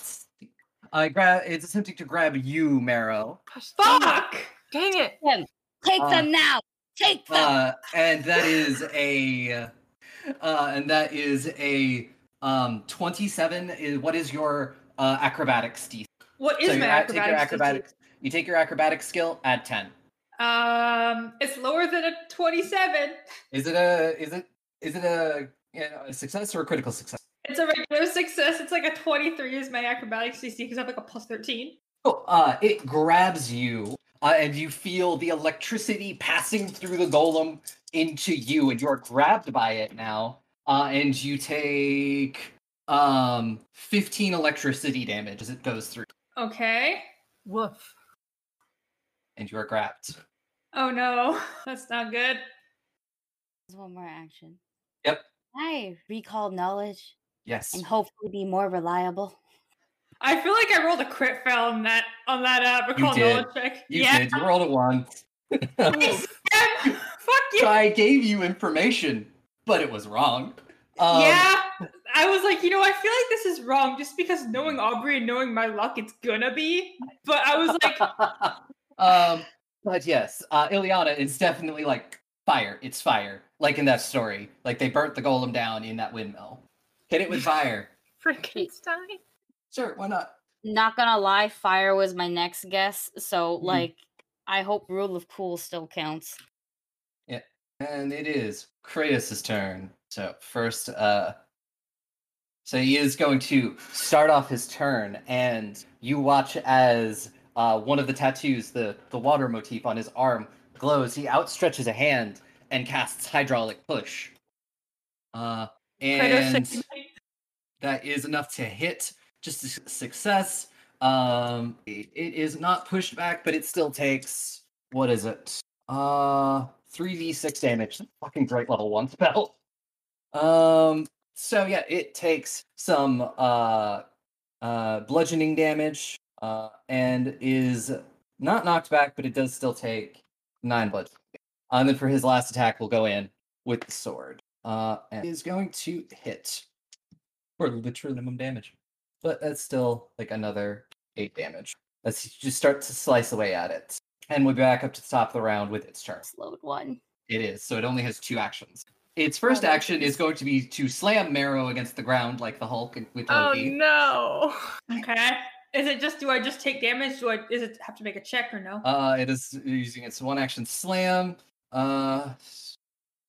uh, grab. It's attempting to grab you, Marrow. Gosh, dang it. fuck. Dang it. take Uh, them now take them Uh, and that is a, uh, and that is a um twenty-seven. Is what is your uh, acrobatics DC? What is so my your ac- take your acrobatics? DC? acrobatics. You take your acrobatic skill. Add ten. Um, it's lower than a twenty-seven. Is it a? Is it? Is it a? You know, a success or a critical success? It's a regular success. It's like a twenty-three is my acrobatics DC because I'm like a plus thirteen. Oh, uh, it grabs you, uh, and you feel the electricity passing through the golem into you, and you are grabbed by it now. Uh, and you take um 15 electricity damage as it goes through, Okay. Woof. and you are grabbed. Oh no, that's not good. There's one more action Yep. i recall knowledge Yes. and hopefully be more reliable I feel like I rolled a crit fail on that on that uh, recall did. knowledge check. You yeah. did. You rolled a one. Yes, Sam! Fuck you. So I gave you information, but it was wrong. Um, yeah. I was like, you know, I feel like this is wrong just because knowing Aubrey and knowing my luck, it's gonna be. But I was like, um, But yes, uh, Ileana is definitely like fire. It's fire, like in that story. Like they burnt the golem down in that windmill. Hit it with fire. Frankenstein. sure, why not? Not gonna lie, fire was my next guess. So Mm-hmm. like, I hope rule of cool still counts. And it is Kratos' turn. So first, uh, so he is going to start off his turn, and you watch as uh, one of the tattoos, the the water motif on his arm, glows. He outstretches a hand and casts hydraulic push. Uh, and that is enough to hit, just a s- success. Um, i- it is not pushed back, but it still takes what is it? Uh, 3d6 damage. Fucking great level one spell. Um, so yeah, it takes some uh, uh, bludgeoning damage uh, and is not knocked back, but it does still take nine bludgeoning. And then for his last attack, we'll go in with the sword. Uh, and is going to hit for literal minimum damage, but that's still like another eight damage. As you just start to slice away at it, and we'll be back up to the top of the round with its turn. Slowed one. It is. So it only has two actions. Its Oh, first action is going to be to slam Marrow against the ground like the Hulk and- with Oh Loki. no. Okay. Is it just do I just take damage? Do I is it have to make a check or no? Uh, it is using its one action slam. Uh, s-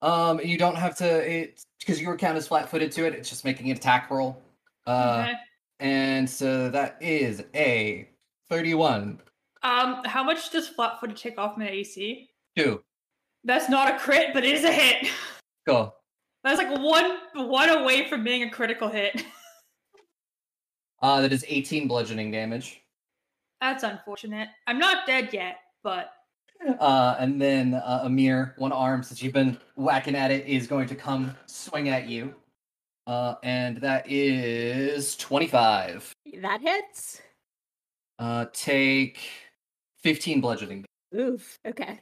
um, you don't have to it because your count is flat-footed to it. It's just making an attack roll. Uh, okay. and so that is a thirty-one. Um, how much does flat footed take off my AC? Two. That's not a crit, but it is a hit. Go. That's like one one away from being a critical hit. Uh, that is eighteen bludgeoning damage. That's unfortunate. I'm not dead yet, but Uh, and then uh, Amir, one arm, since you've been whacking at it, is going to come swing at you. Uh, and that is 25. That hits. Uh, take 15 bludgeoning. Oof. Okay.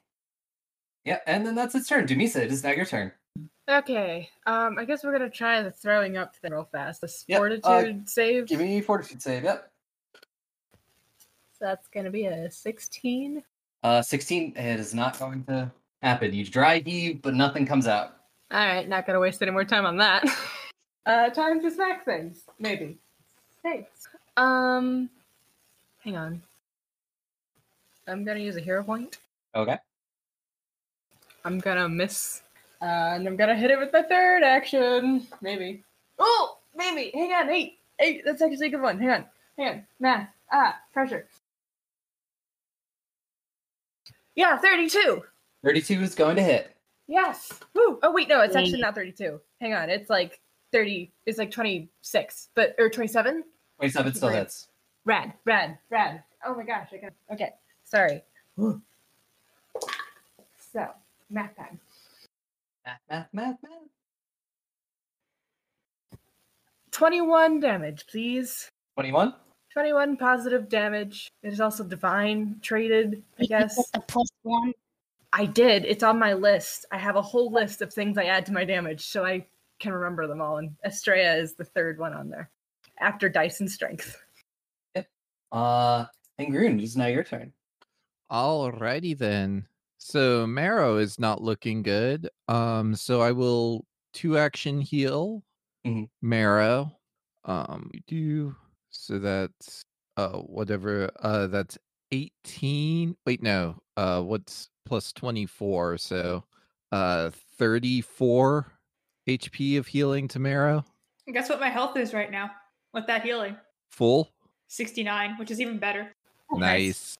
Yeah, and then that's its turn. Dumisa, it is now your turn. Okay. Um, I guess we're gonna try the throwing up thing real fast. This Yep, uh, fortitude save. Give me fortitude save. Yep. That's gonna be a sixteen. Uh, 16. It is not going to happen. You dry heave, but nothing comes out. All right, not gonna waste any more time on that. uh, time to smack things, maybe. Thanks. Um, hang on. I'm gonna use a hero point. Okay. I'm gonna miss, uh, and I'm gonna hit it with my third action. Maybe. Oh, maybe. Hang on, eight, eight. That's actually a good one. Hang on, hang on. Math. Ah, pressure. Yeah, thirty-two. 32 is going to hit. Yes. Woo. Oh wait, no, it's actually Yay. not 32. Hang on, it's like 30. It's like 26, but or 27. 27 still Right. hits. Rad, rad, rad. Oh my gosh, I got. Okay, sorry. so math time. Math, math, math, math. 21 damage, please. 21. 21 positive damage. It is also divine traded, I guess. A plus one. I did. It's on my list. I have a whole list of things I add to my damage, so I can remember them all. And Estrella is the third one on there, after dice and strength. Uh, and Groon, it is now your turn. Alrighty then. So Marrow is not looking good. Um, so I will two action heal Mhm. Marrow. Um, we do so that's uh whatever. Uh, that's eighteen. Wait, no. Uh, what's plus twenty four? So, uh, thirty four HP of healing to Marrow. guess what my health is right now with that healing? Full. 69, which is even better. Nice.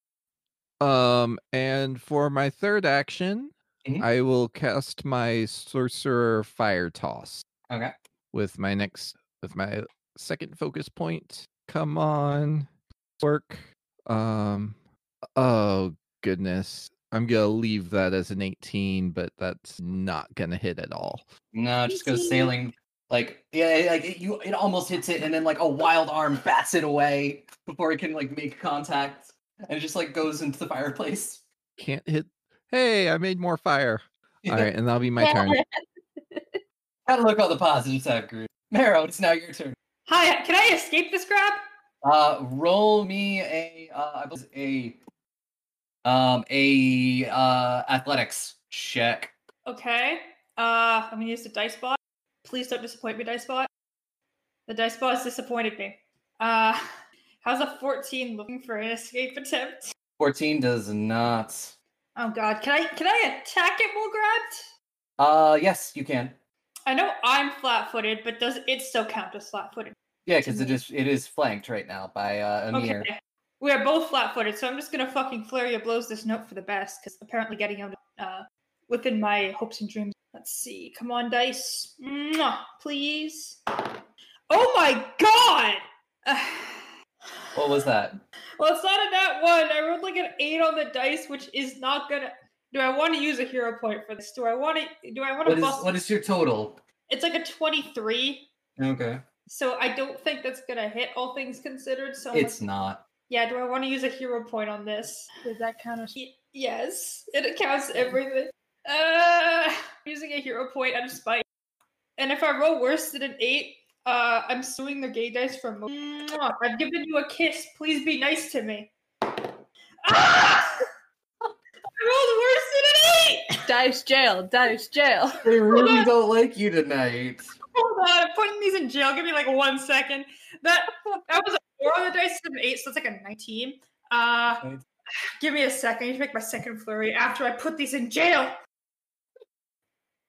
Um, and for my third action, Mhm. I will cast my sorcerer fire toss Okay. with my next with my second focus point. Come on, work. Um, oh goodness, I'm gonna leave that as an 18, but that's not gonna hit at all. No, it just goes Easy. sailing. Like yeah, it- like it, you, it almost hits it, and then like a wild arm bats it away before it can like make contact, and it just like goes into the fireplace. Can't hit. Hey, I made more fire. All right, and that'll be my turn. Gotta look on the positive side, Groot. Marrow, it's now your turn. Hi, can I escape this grab? Uh, roll me a uh, I believe it's a Um, a uh, athletics check. Okay. Uh, I'm gonna use the dice bot. Please don't disappoint me, dice bot. The dice bot has disappointed me. Uh, how's a 14 looking for an escape attempt? Fourteen does not. Oh God, can I can I attack it while grabbed? Uh, yes, you can. I know I'm flat-footed, but does it still count as flat-footed? Yeah, because it is it is flanked right now by uh, Amir. Okay. We are both flat-footed, so I'm just gonna fucking flare your blows this note for the best, because apparently getting him uh, within my hopes and dreams. Let's see. Come on, dice, Mwah, please. Oh my god! What was that? well, it's not a that one. I rolled like an eight on the dice, which is not gonna. Do I want to use a hero point for this? Do I want to? Do I want What to is bust? what is your total? It's like a twenty-three. Okay, So I don't think that's gonna hit. All things considered, so I'm like, it's not. yeah. Do I want to use a hero point on this? Does that count as Y- yes, it counts everything. Uh, using a hero point out of spite. And if I roll worse than an eight, uh, I'm suing the gay dice for. Mo- Mwah, I've given you a kiss. Please be nice to me. Ah! I rolled worse than an eight. dice jail? Dice jail. They really on. don't like you tonight. Hold on, I'm putting these in jail. Give me like one second. That that was a four on the dice, it's an eight, so it's like a nineteen. Uh, Right. give me a second. I need to make my second flurry after I put these in jail.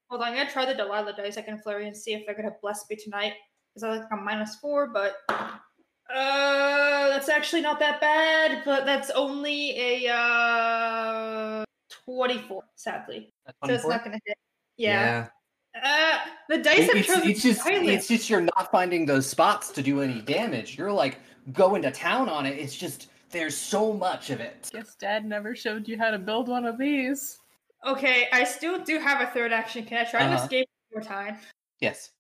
Hold on, I'm gonna try the Delilah dice second flurry and see if they're gonna bless me tonight. Is that like a minus four? But uh, that's actually not that bad. But that's only a uh twenty-four, sadly. So it's 24? not gonna hit. yeah. Uh, the dice It- have it's, chosen it's just silence. it's just you're not finding those spots to do any damage. You're like going to town on it. It's just there's so much of it. Guess Dad never showed you how to build one of these. Okay, I still do have a third action. Can I try to Uh-huh. escape one more time? Yes.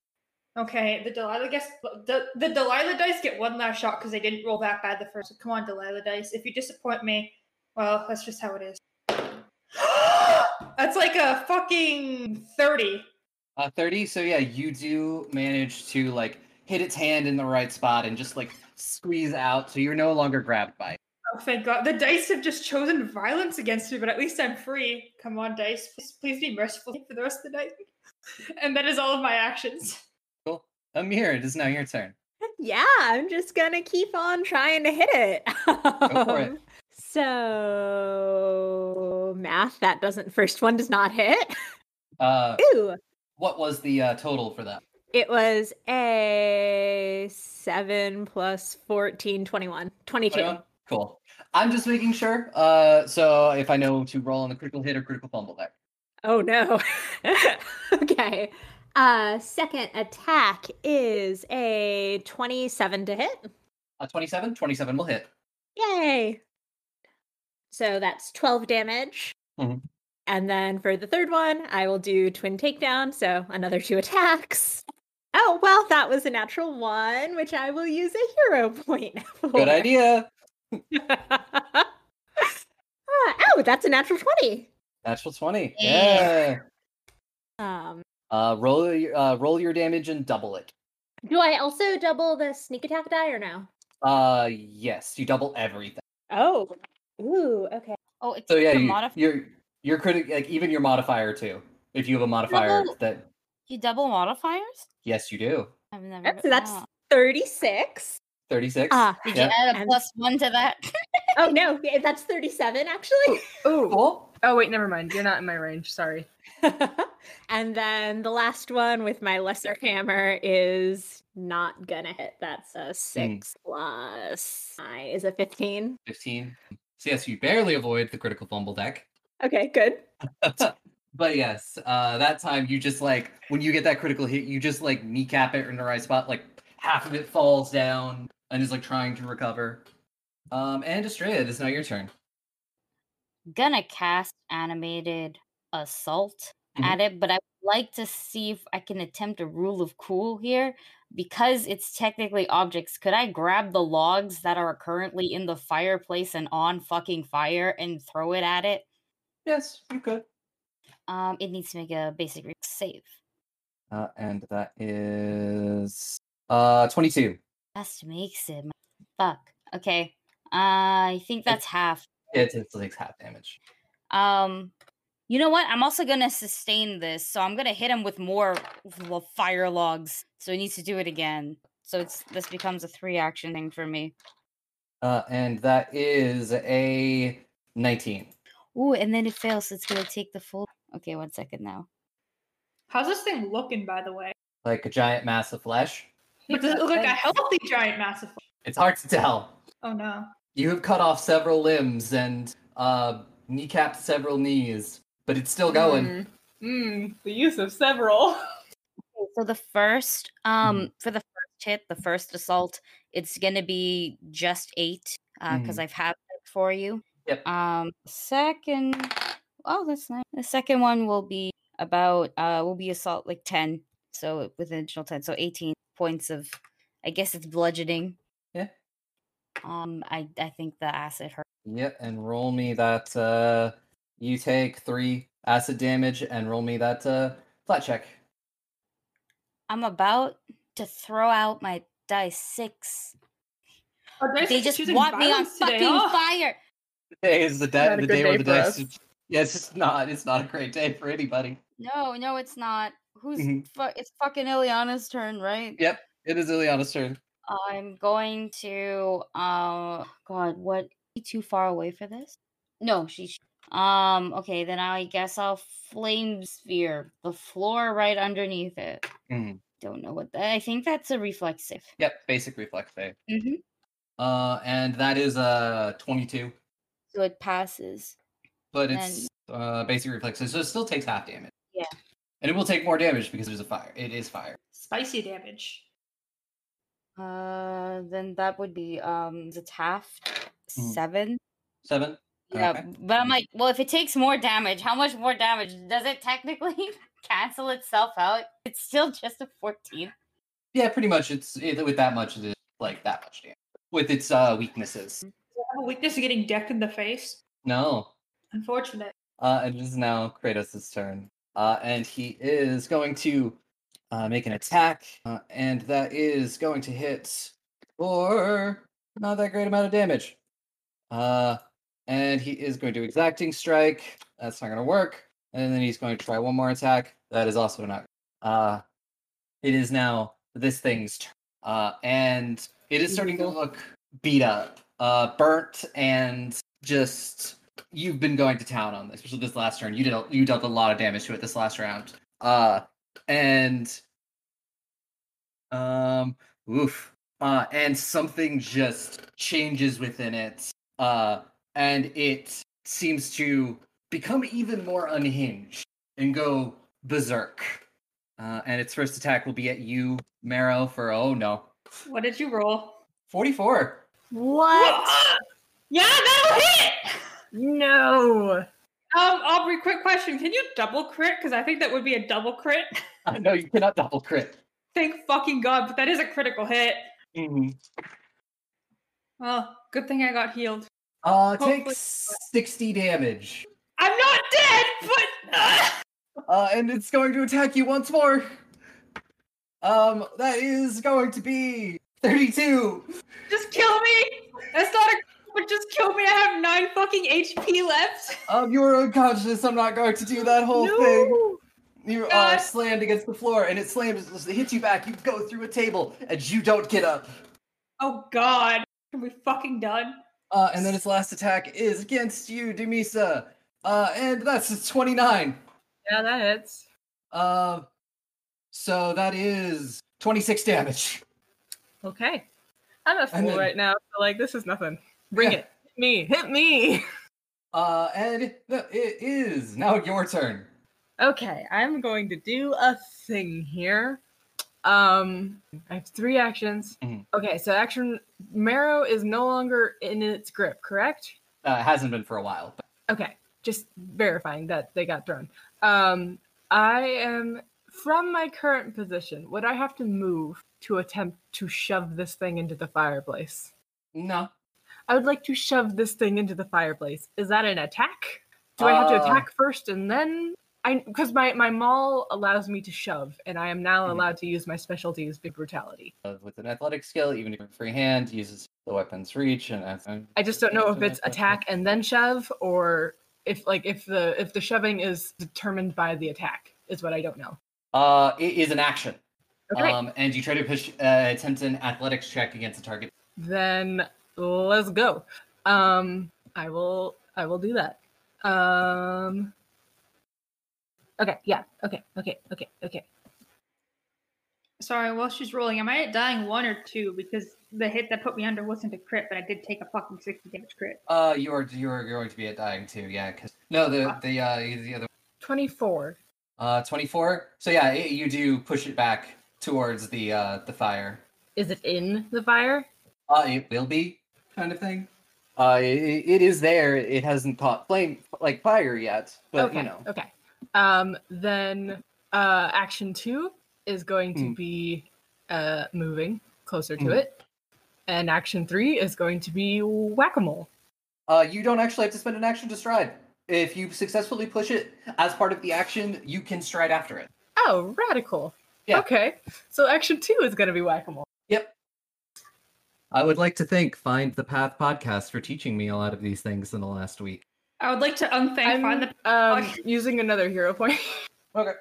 Okay, the Delilah guess the, the Delilah dice get one last shot because they didn't roll that bad the first. So come on, Delilah dice. If you disappoint me, well, that's just how it is. that's like a fucking thirty. Uh, 30. So yeah, you do manage to like hit its hand in the right spot and just like squeeze out, so you're no longer grabbed by. It. Oh, thank God. The dice have just chosen violence against me, but at least I'm free. Come on, dice. Please, please be merciful for the rest of the night. and that is all of my actions. Cool. Amir, it is now your turn. Yeah, I'm just gonna keep on trying to hit it. for it. Um, So math, that doesn't first one does not hit. Uh, Ooh. what was the uh, total for that? It was a seven plus 14, 21, Oh, 22. 21? Cool. I'm just making sure. Uh, so if I know to roll on the critical hit or critical fumble there. Oh no. okay. Uh second attack is a 27 to hit. Uh, 27. 27 will hit. Yay. So that's 12 damage. Mhm. And then for the third one, I will do twin takedown. So another two attacks. Oh, well, that was a natural one, which I will use a hero point. Good for. idea. Ah, oh, that's a natural 20. Natural 20. Yeah. Yeah. Um, Uh, roll your- uh, roll your damage and double it. do I also double the sneak attack die or no? Uh, yes, you double everything. Oh, ooh, okay. Oh, it's So yeah, the you, modif- your your critic like even your modifier too. If you have a modifier Double- that you double modifiers. yes you do. I've never. Yep, been- so that's wow. 36. Thirty six. Ah, Did yep. you add a and- plus one to that? oh no, yeah, that's 37 actually. Oh, Cool. oh wait, never mind. You're not in my range. Sorry. and then the last one with my lesser hammer is not gonna hit. That's a six plus nine is a fifteen. Fifteen. So yes, you barely avoid the critical fumble deck. Okay, good. But yes, uh, that time you just like when you get that critical hit, you just like kneecap it in the right spot. Like half of it falls down and is like trying to recover. Um, and Estrella, it is now your turn. gonna cast animated assault Mhm. at it, but I would like to see if I can attempt a rule of cool here because it's technically objects. Could I grab the logs that are currently in the fireplace and on fucking fire and throw it at it? Yes, you could. Um, it needs to make a basic re- save. Uh, and that is uh twenty two. Just makes it. my- Fuck. Okay. I uh, think that's half. It's, it's like half damage. Um, you know what? I'm also gonna sustain this, so I'm gonna hit him with more l- fire logs. So he needs to do it again. So it's this becomes a three action thing for me. Uh, and that is a 19. Ooh, and then it fails. So it's gonna take the full. Okay, one second now. How's this thing looking, by the way? Like a giant mass of flesh. But does it look like a healthy giant massive? It's hard to tell. Oh no. You have cut off several limbs and uh, kneecapped several knees, but it's still going. Mm. Mm, the use of several. Okay, So the first, um, for the first hit, the first assault, it's gonna be just eight, uh, because I've halved it for you. Yep. Um, second, oh, that's nice. The second one will be about, uh, will be assault like ten, so with an additional ten, so eighteen points of, I guess it's bludgeoning. Yeah. Um, I I think the acid hurt. Yep, and roll me that. Uh, you take three acid damage and roll me that uh, flat check. I'm about to throw out my dice six. Are They guys just choosing want me on violence today? fucking Oh. fire. Today is the day. Not a The good day where day the for dice. us. is- Yeah, it's just not. It's not a great day for anybody. No, no, it's not. Who's Mhm. fu- it's fucking Ileana's turn, right? Yep. It is Ileana's turn. I'm going to um God, what too far away for this? No, she um okay, then I guess I'll flame sphere the floor right underneath it. Mhm. Don't know what that I think that's a reflexive. Yep. Basic reflex save. Mm-hmm. Uh, and that is uh 22, So it passes. but And- it's uh basic reflex save, so it still takes half damage. Yeah. And it will take more damage because there's a fire. It is fire. Spicy damage. Uh then that would be um the taft Mm. seven. Seven. Yeah, Okay. but I'm like, well, if it takes more damage, how much more damage does it technically cancel itself out? It's still just a 14. Yeah, pretty much. It's it, with that much. It is like that much damage with its uh weaknesses. I have a weakness of getting decked in the face. Mm-hmm. No. Unfortunate. Uh, it is now Kratos' turn. Uh, and he is going to uh, make an attack. Uh, and that is going to hit for not that great amount of damage. Uh, and he is going to exacting strike. That's not going to work. And then he's going to try one more attack. That is also not. Uh, it is now this thing's turn. Uh, and it is starting to look beat up, uh, burnt, and just you've been going to town on this, especially this last turn. You did a, you dealt a lot of damage to it this last round. Uh, and um, oof. Uh, and something just changes within it. Uh, and it seems to become even more unhinged and go berserk. Uh, and its first attack will be at you, Marrow, for oh no, What did you roll? forty-four. What? Wha- Yeah, that'll hit! No. Um, Aubrey, quick question. Can you double crit? Because I think that would be a double crit. Uh, no, you cannot double crit. Thank fucking God, but that is a critical hit. Well, good thing I got healed. Uh, Hopefully- take sixty damage. I'm not dead, but Uh, and it's going to attack you once more. Um, that is going to be 32. just kill me. That's not a but just kill me. I have nine fucking HP left. Um, you are unconscious. I'm not going to do that whole thing. You are God. slammed against the floor, and it slams, it hits you back. You go through a table, and you don't get up. Oh God, are we fucking done? Uh, and then its last attack is against you, Demisa. Uh, and that's a 29. Yeah, that hits. Uh, so that is 26 damage. Okay. I'm a And fool then- right now, so like this is nothing. Bring Yeah. it. Hit me. Hit me. Uh, and th- it is now your turn. Okay, I'm going to do a thing here. Um, I have three actions. Mm-hmm. Mhm. Okay, so action Marrow is no longer in its grip, correct? Uh, it hasn't been for a while. But Okay, just verifying that they got thrown. Um, I am from my current position. Would I have to move to attempt to shove this thing into the fireplace? no. I would like to shove this thing into the fireplace. Is that an attack? Do I have to Uh, attack first and then? I because my my maul allows me to shove, and I am now Mhm. allowed to use my specialties, big brutality. uh, with an athletic skill, even if you're free hand, uses the weapon's reach, and as I'm- I just don't know if it's attack and then shove or if like if the if the shoving is determined by the attack is what I don't know. Uh, it is an action. Okay. Um, and you try to push uh, attempt an athletics check against the target. then let's go. Um I will I will do that. Um Okay, yeah. Okay, okay, okay, okay. Sorry, while she's rolling, am I dying one or two? Because the hit that put me under wasn't a crit, but I did take a fucking 60 damage crit. Uh, you are you are going to be at dying too. Yeah, 'cause- no, the the uh the other 24. uh twenty four. So yeah, i you do push it back towards the uh the fire. Is it in the fire? Uh, it will be kind of thing. Uh, i i- it is there. It hasn't caught flame like fire yet, but okay. you know. Okay. Um then uh action 2 is going to Mm. be uh moving closer to Mm. it. And action 3 is going to be whack-a-mole. Uh, you don't actually have to spend an action to stride. If you successfully push it as part of the action, you can stride after it. Oh, radical. Yeah. Okay. So action 2 is going to be whack-a-mole. I would like to thank Find the Path podcast for teaching me a lot of these things in the last week. I would like to unthank I'm find the um, Oh, using another hero point. I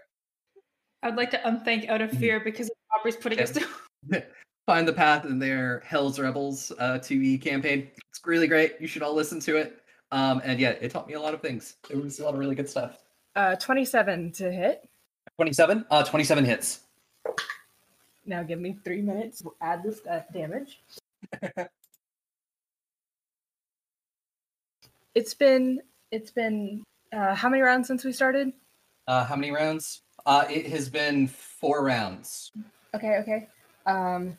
would like to unthank out of Mhm. fear because of Aubrey's putting us Okay. down. Find the Path and their Hell's Rebels uh, 2e campaign. It's really great. You should all listen to it. Um, and yeah, it taught me a lot of things. It was a lot of really good stuff. Uh, 27 to hit. 27? Uh, 27 hits. Now give me three minutes. We'll add this uh, damage. it's been it's been uh, how many rounds since we started? Uh, how many rounds? Uh, it has been four rounds. Okay, okay. Um,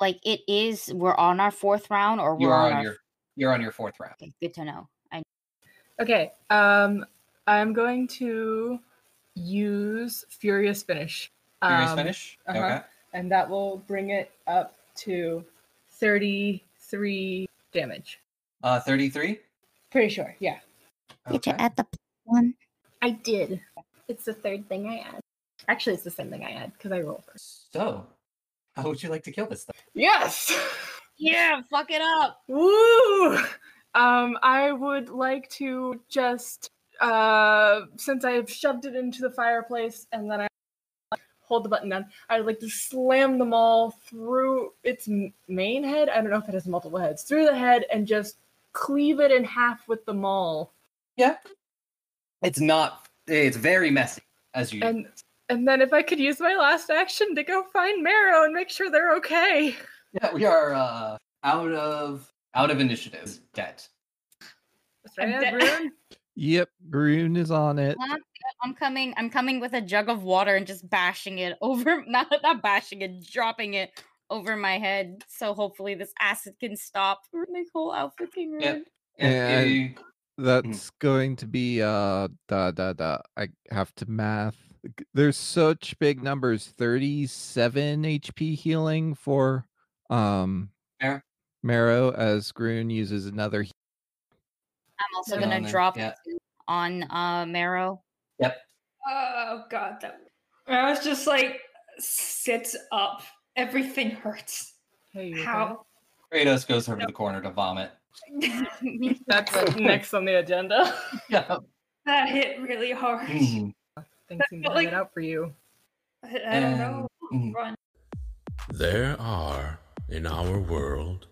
Like it is. We're on our fourth round, or You we're are on on our. your you're on your fourth round. Okay, good to know. I okay. Um, I'm going to use furious finish. Furious Um, finish. uh-huh. and that will bring it up to 33 damage. Uh, thirty-three. Pretty sure, yeah. Okay. add the one. I did. It's the third thing I add. Actually, it's the same thing I add because I roll first. So, how would you like to kill this thing? Yes! Yeah, fuck it up. Woo! Um, I would like to just, uh, since I've shoved it into the fireplace and then I hold the button down, I would like to slam them all through its m- main head. I don't know if it has multiple heads. Through the head and just cleave it in half with the maul. It's not. It's very messy, as you. And and then if I could use my last action to go find Marrow and make sure they're okay. yeah, we are uh, out of out of initiative. Debt. That's right, I'm dead. Bruin. Yep, Groon is on it. Huh? I'm coming. I'm coming with a jug of water and just bashing it over. Not not bashing it, dropping it over my head. So hopefully this acid can stop. My whole outfit can ruined. Yep. Yeah, you- Mm-hmm. That's going to be uh da da da. I have to math. G- There's such big numbers. Thirty-seven HP healing for um Mero. Marrow as Groon uses another. he- I'm also Yeah, gonna and then- drop yeah. two on uh Marrow. yep. Oh god, that I was just like sits up. Everything hurts. Hey, you okay? How? Kratos goes over to the corner to vomit. That's what's next on the agenda. Yeah. that hit really hard. Mhm, Things seem to But, like- like, out for you. I, I don't know. mhm. Run. There are, in our world,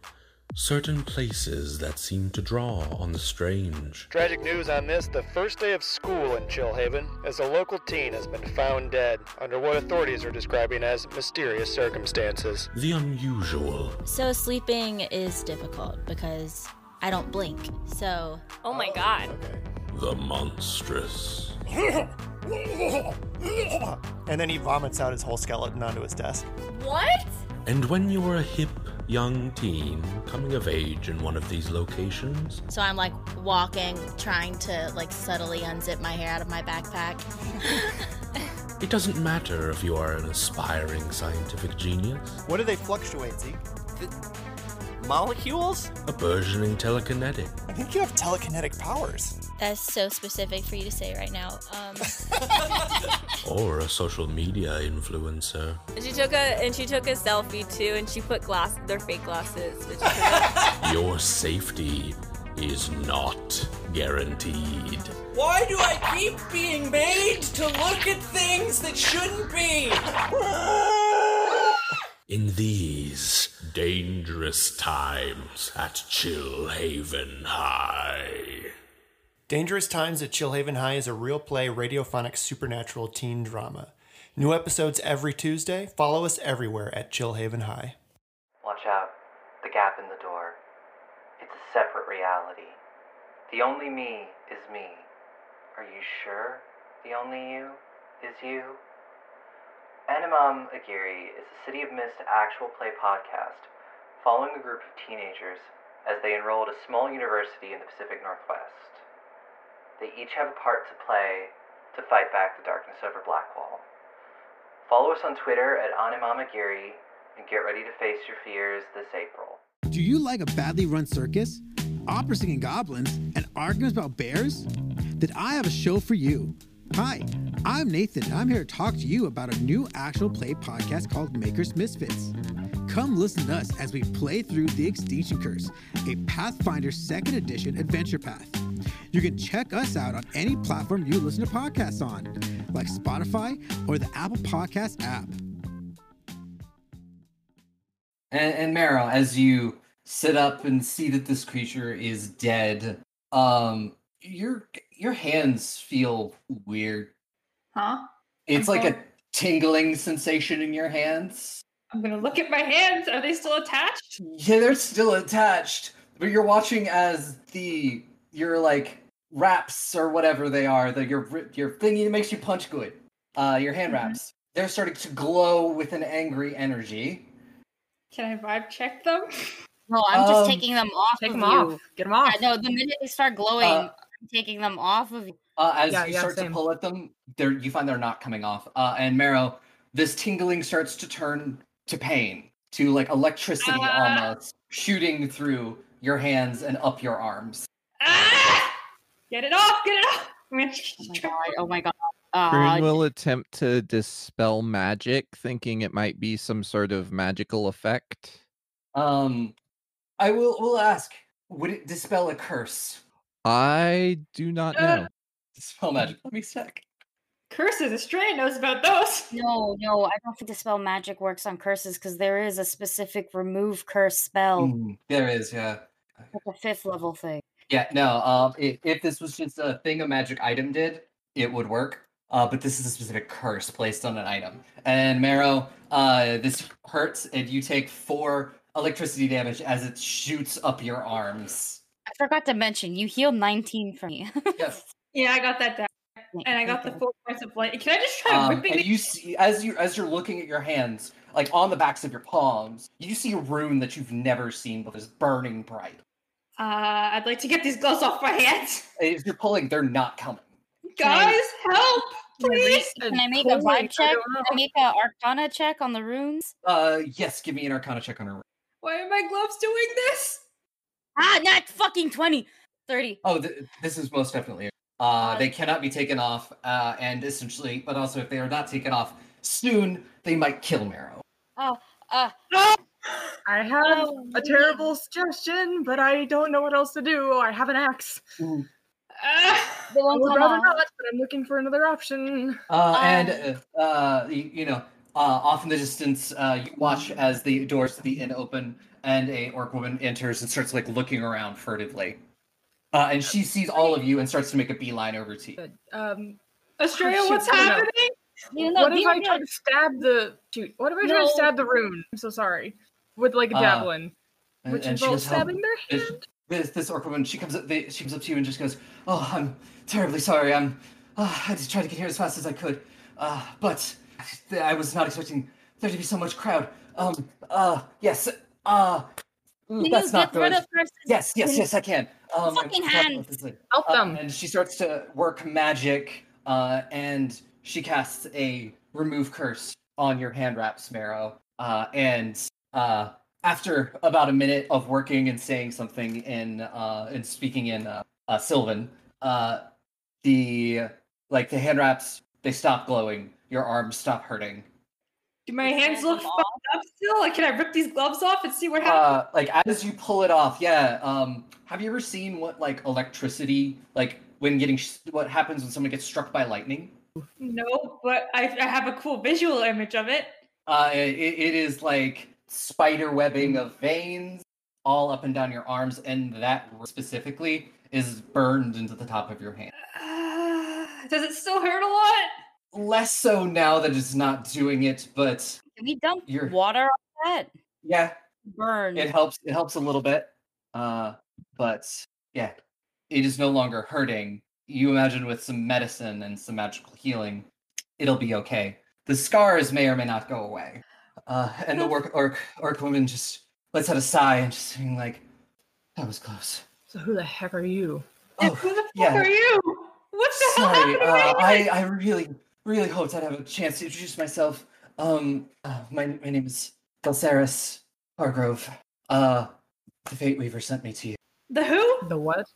certain places that seem to draw on the strange. Tragic news on this the first day of school in Chillhaven, as a local teen has been found dead under what authorities are describing as mysterious circumstances. The unusual. So sleeping is difficult because I don't blink. So Oh my god. The monstrous. and then he vomits out his whole skeleton onto his desk. What? And when you were a hip, young teen coming of age in one of these locations, so I'm like walking, trying to like subtly unzip my hair out of my backpack. it doesn't matter if you are an aspiring scientific genius. What do they fluctuate, Zeke? molecules? A burgeoning telekinetic. I think you have telekinetic powers. That's so specific for you to say right now. Um, Or a social media influencer. And she took a and she took a selfie too, and she put glass their fake glasses. Which Your safety is not guaranteed. Why do I keep being made to look at things that shouldn't be? In these dangerous times at Chillhaven High. Dangerous Times at Chillhaven High is a real play radiophonic supernatural teen drama. New episodes every Tuesday. Follow us everywhere at Chillhaven High. Watch out. The gap in the door. It's a separate reality. The only me is me. Are you sure the only you is you? Animam Agiri is a City of Mist actual play podcast following a group of teenagers as they enroll at a small university in the Pacific Northwest. They each have a part to play to fight back the darkness over Blackwall. Follow us on Twitter at Animam Agiri and get ready to face your fears this April. Do you like a badly run circus, opera singing goblins, and arguments about bears? Then I have a show for you. Hi, I'm Nathan, and I'm here to talk to you about a new actual play podcast called Maker's Misfits. Come listen to us as we play through The Extinction Curse, a Pathfinder 2nd Edition adventure path. You can check us out on any platform you listen to podcasts on, like Spotify or the Apple Podcast app. And, and Meryl, as you sit up and see that this creature is dead, um, your your hands feel weird. Huh? It's I'm like a going- tingling sensation in your hands. I'm gonna look at my hands. Are they still attached? Yeah, they're still attached, but you're watching as the your like wraps or whatever they are, the your ri- your thingy that makes you punch good, uh, your hand Mhm. wraps. They're starting to glow with an angry energy. Can I vibe check them? No, I'm just Um, taking them off Take of 'em you. off. Get 'em off. Yeah, no, the minute they start glowing, Uh, I'm taking them off of you. Oh Uh, as you start to pull at them, they're, you find they're not coming off. Uh, and Marrow, this tingling starts to turn to pain, to like electricity almost shooting through your hands and up your arms. Ah! Get it off! Get it off! I'm gonna Oh my god! Grun will attempt to dispel magic, thinking it might be some sort of magical effect. Um, I will will ask, would it dispel a curse? I do not Uh, know. Dispel magic. Let me check. Curses, Estrella knows about those. No, no, I don't think dispel magic works on curses because there is a specific remove curse spell, Mm, there is, yeah. like a fifth level thing. Yeah, no. Um, if, if this was just a thing a magic item did, it would work. Uh, but this is a specific curse placed on an item. And Marrow, uh, this hurts, and you take four electricity damage as it shoots up your arms. I forgot to mention you heal 19 for me. Yes. Yeah, I got that down. And I got the four points of light. Can I just try Um, ripping and the you see, as you as you're looking at your hands, like on the backs of your palms, you see a rune that you've never seen before, is burning bright. Uh, I'd like to get these gloves off my hands. And If you're pulling, they're not coming. Guys, help! Please! Can I make a vibe check? Can I make a arcana check on the runes? Uh, yes, give me an Arcana check on her. Why are my gloves doing this? Ah, not fucking 20. 30. Oh, th- this is most definitely. Uh, they cannot be taken off, uh, and essentially, but also if they are not taken off soon, they might kill Marrow. Oh, uh, I have Oh, a terrible suggestion, but I don't know what else to do. Oh, I have an axe. Ah, They I won't would come rather off. not, but I'm looking for another option. Uh, and uh, uh, you, you know, uh, off in the distance, uh, you watch as the doors to the inn open, and a orc woman enters and starts like looking around furtively. Uh, and she sees all of you and starts to make a beeline over to you. Um, Australia, shoot, what's I don't know. happening? You know, what be if I real. try to stab the shoot? What if I try No. to stab the rune? I'm so sorry. With like a Uh, javelin, and- which and she involves goes, "Help." stabbing their This- This this orc woman, she comes up, they, she comes up to you and just goes, "Oh, I'm terribly sorry. I'm, ah, I just tried to get here as fast as I could, uh, but th- I was not expecting there to be so much crowd. Um, uh, yes, uh, ooh, Can that's you not get rid good. of curses? Yes, yes, Can- yes, I can. Um, I forgot Fucking about hands. this thing. Help Uh, them. And she starts to work magic, uh, and she casts a remove curse on your hand wraps, Marrow, uh, and uh, after about a minute of working and saying something in uh, and speaking in uh, uh, Sylvan, uh, the like the hand wraps they stop glowing. Your arms stop hurting. Do my hands look fucked up still? Can I rip these gloves off and see what happens? Uh, like as you pull it off, yeah. Um, have you ever seen what like electricity like when getting sh- what happens when someone gets struck by lightning? no, but I, I have a cool visual image of it. Uh, i it is like spider webbing of veins all up and down your arms, and that specifically is burned into the top of your hand. Uh, does it still hurt a lot? Less so now that it's not doing it, but Can we dump You're- water on that? yeah, Burn. Mm. it helps. It helps a little bit, uh, but yeah, it is no longer hurting. You imagine with some medicine and some magical healing, it'll be okay. The scars may or may not go away. Uh, and the orc, orc, orc woman just lets out a sigh and just being like, "That was close." So who the heck are you? Oh, yeah. Are you? What the hell Sorry, happened? uh, I, I really, really hoped I'd have a chance to introduce myself. Um, uh, my, my name is Galceris Hargrove. Uh, the Fate Weaver sent me to you. The who? The what?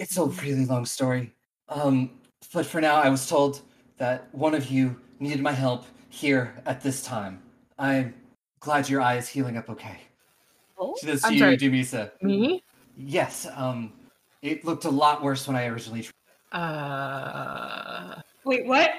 It's a really long story. Um, but for now, I was told that one of you needed my help here at this time. I'm glad your eye is healing up okay. Oh, To this, I'm you, sorry. Dumisa. Me? Yes, um, it looked a lot worse when I originally Mm-hmm. Uh, Wait, what?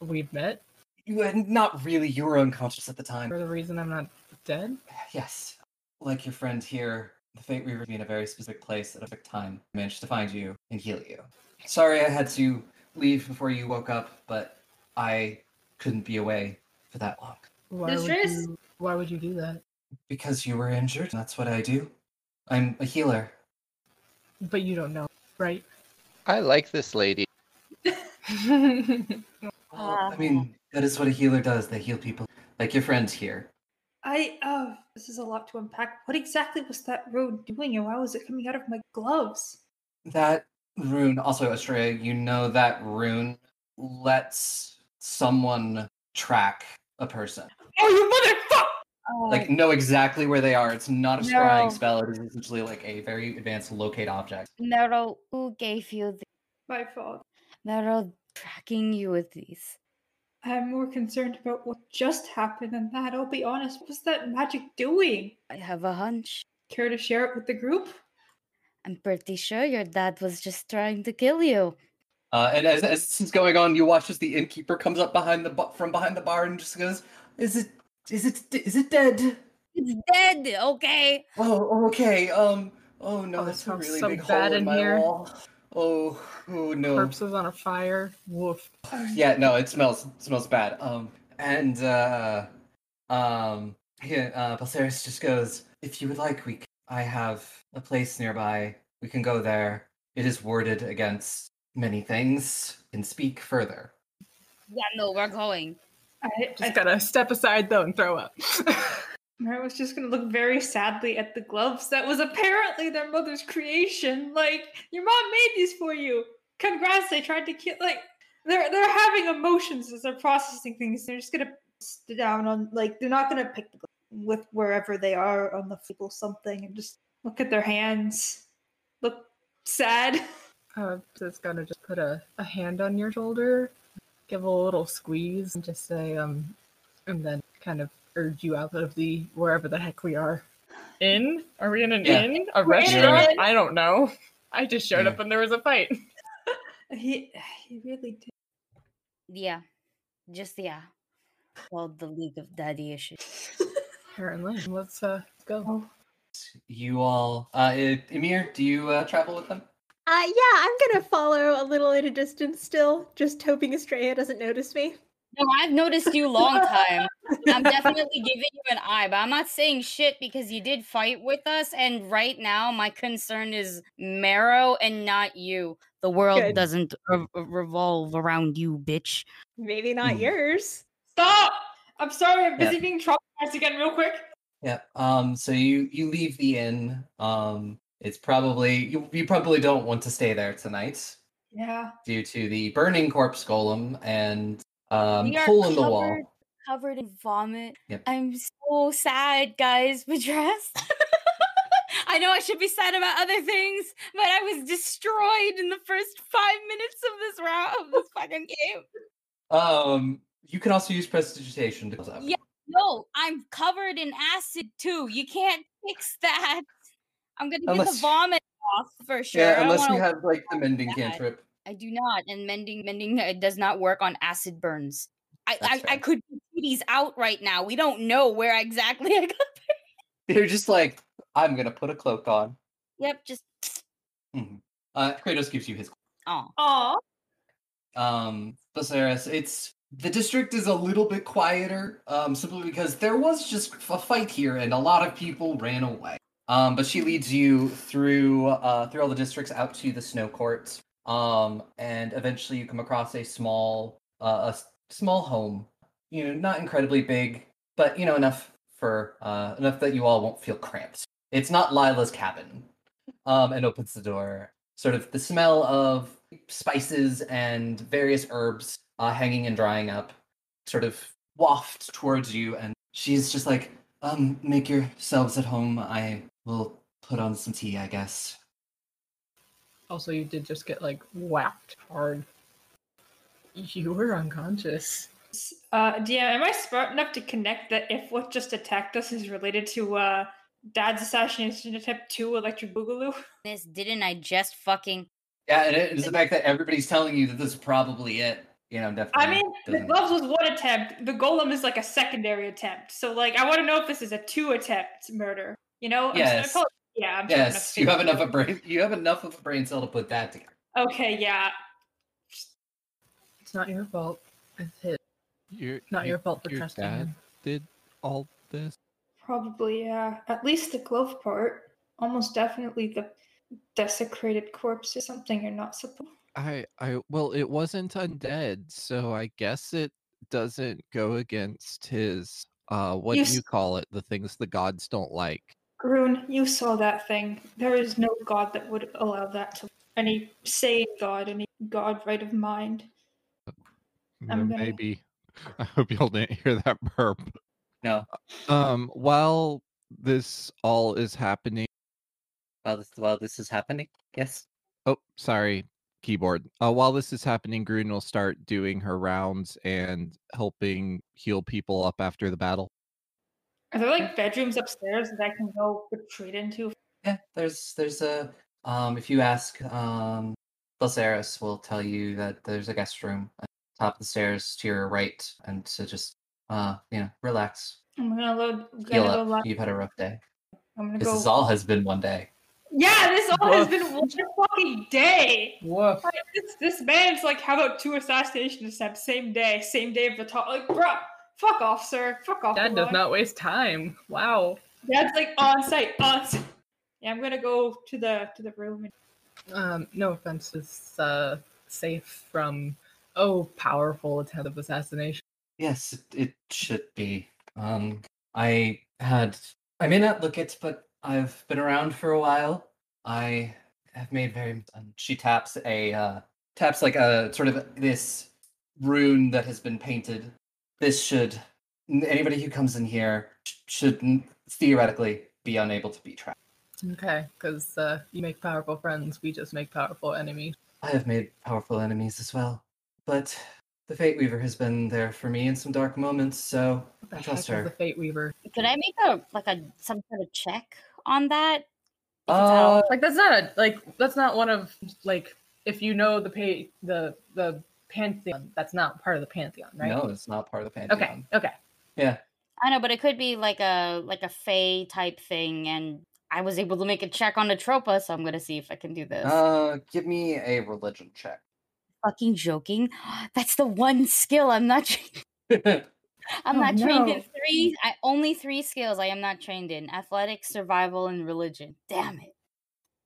We've met You were not really. You were unconscious at the time. for the reason I'm not dead. Yes, like your friend here, the Fate Weaver me in a very specific place at a specific time. I managed to find you and heal you. Sorry, I had to leave before you woke up, but I couldn't be away for that long Why Does would Trace- you? Why would you do that? because you were injured. and That's what I do. I'm a healer. But you don't know, right? I like this lady. Well, I mean, that is what a healer does. They heal people, like your friend here. I oh, this is a lot to unpack. What exactly was that road doing, and why was it coming out of my gloves? That rune, also Astrea, you know that rune lets someone track a person. Oh, you motherfucker! Oh, Like know exactly where they are. It's not a scrying No. spell. It is essentially like a very advanced locate object. Nero, who gave you the My fault. Nero tracking you with these? I'm more concerned about what just happened than that. I'll be honest. What was that magic doing? I have a hunch. Care to share it with the group? I'm pretty sure your dad was just trying to kill you. Uh, and as, as this is going on, you watch as the innkeeper comes up behind the bu- from behind the bar and just goes, "Is it? Is it? Is it dead? It's dead, okay? Oh, oh, okay. Um. Oh no, that's a smells really so big hole bad in, in my here. wall. Oh, oh no. Corpses on a fire. Woof. yeah no it smells it smells bad um and uh um yeah uh Balsaris just goes if you would like we c- i have a place nearby we can go there it is warded against many things can speak further Yeah, no, we're going. I, I, Just gotta step aside though and throw up. I was just gonna look very sadly at the gloves that was apparently their mother's creation. Like your mom made these for you. Congrats! They tried to kill. Like they're they're having emotions as they're processing things. They're just gonna sit down on like they're not gonna pick the gloves with wherever they are on the table something and just look at their hands. Look sad. Uh, just gonna just put a, a hand on your shoulder, give a little squeeze, and just say, um, and then kind of urge you out of the wherever the heck we are. In? Are we in an Yeah. inn? A We're in an restaurant? inn. I don't know. I just showed Yeah. up and there was a fight. He he really did. Yeah, just yeah. Called the League of Daddy Issues. Apparently. Let's uh let's go. Oh. you all uh I- emir do you uh, travel with them Uh, yeah, I'm gonna follow a little at a distance still, just hoping Estrella doesn't notice me. No, I've noticed you long time. I'm definitely giving you an eye, but I'm not saying shit because you did fight with us, and right now my concern is Marrow and not you. The world Good. doesn't re- revolve around you, bitch. Maybe not Hmm. yours. Stop! I'm sorry. I'm busy Yeah. being traumatized again, real quick. yeah um so you you leave the inn um it's probably you, you probably don't want to stay there tonight Yeah. due to the burning corpse golem and We um, are hole in the covered- wall. covered in vomit. Yep. I'm so sad, guys. Madras. I know I should be sad about other things, but I was destroyed in the first five minutes of this round of this fucking game. Um, you can also use prestidigitation to close up. Yeah, no, I'm covered in acid too. You can't fix that. I'm gonna get Unless- the vomit off for sure. I Yeah, don't unless you wanna- have like the mending cantrip. I do not, and mending mending uh, does not work on acid burns. I I, I could be titties out right now. We don't know where exactly I got. They're just like, I'm gonna put a cloak on. Yep, just Mhm. Uh, Kratos gives you his. oh oh. Um, Viserys, it's the district is a little bit quieter, um, simply because there was just a fight here and a lot of people ran away. Um, but she leads you through uh, through all the districts out to the snow courts, um, and eventually you come across a small uh, a s- small home. You know, not incredibly big, but you know enough for uh, enough that you all won't feel cramped. It's not Lila's cabin, um, and opens the door. Sort of the smell of spices and various herbs uh, hanging and drying up sort of wafts towards you, and she's just like, um, make yourselves at home. I will put on some tea, I guess. Also, you did just get like whacked hard. You were unconscious. Uh, DM, am I smart enough to connect that if what just attacked us is related to uh, Dad's assassination attempt two, Electric Boogaloo? this didn't I just fucking Yeah, and it's the fact that everybody's telling you that this is probably it. You know, definitely. I mean, the doesn't- gloves was one attempt. The golem is like a secondary attempt. So, like, I want to know if this is a two attempt murder. You know? I'm s- I Yes. probably- yeah. I'm smart enough yes, to you have figure enough of brain. You have enough of a brain cell to put that together. it out. Okay. Yeah. It's not your fault. It's his. Your, Not your fault for your trusting dad him. Did all this? Probably. Yeah. At least the glove part. Almost definitely the desecrated corpse is something you're not supposed. I I well, it wasn't undead, so I guess it doesn't go against his uh what You do you s- call it? The things the gods don't like. Grun, you saw that thing. There is no god that would allow that to any sane god, any god right of mind. I'm gonna- Maybe. I hope y'all didn't hear that burp. No. Um while this all is happening While this while this is happening, yes. Oh, sorry, keyboard. Uh, while this is happening, Grun will start doing her rounds and helping heal people up after the battle. Are there like bedrooms upstairs that I can go retreat into? Yeah, there's there's a um if you ask um Lazarus will tell you that there's a guest room at the top of the stairs to your right and to just uh you know relax. I'm gonna load. Heal Gonna go up. live. You've had a rough day. I'm gonna This go. is all has been one day. yeah, this all has Woof. been one fucking day. Woof. Like, this, this man's like, how about two assassination attempts, same day, same day of the top? Like, bruh, fuck off, sir. Fuck off. Dad does Elon. not waste time. Wow. Dad's like on site, on site. Yeah, I'm gonna go to the to the room. And... Um, no offense is uh, safe from oh powerful attempt of assassination. Yes, it, it should be. Um, I had. I may not look it, but I've been around for a while. I have made very. And she taps a uh, taps like a sort of this rune that has been painted. This should n- anybody who comes in here sh- should n- theoretically be unable to be trapped. Okay, because uh, you make powerful friends, we just make powerful enemies. I have made powerful enemies as well, but the Fate Weaver has been there for me in some dark moments, so I heck trust is her. the Fate Weaver? could Mm. I make a like a some sort of check on that? Uh, like that's not a, like that's not one of like if you know the pay the the pantheon that's not part of the pantheon, right? No, it's not part of the Pantheon. Okay. Okay. Yeah. I know, but it could be like a like a fey type thing, and I was able to make a check on Atropa, so I'm gonna see if I can do this. Uh, give me a religion check. Fucking joking. That's the one skill I'm not. Tra- I'm Oh, not trained in no. three. I only three skills I am not trained in: athletics, survival, and religion. Damn it.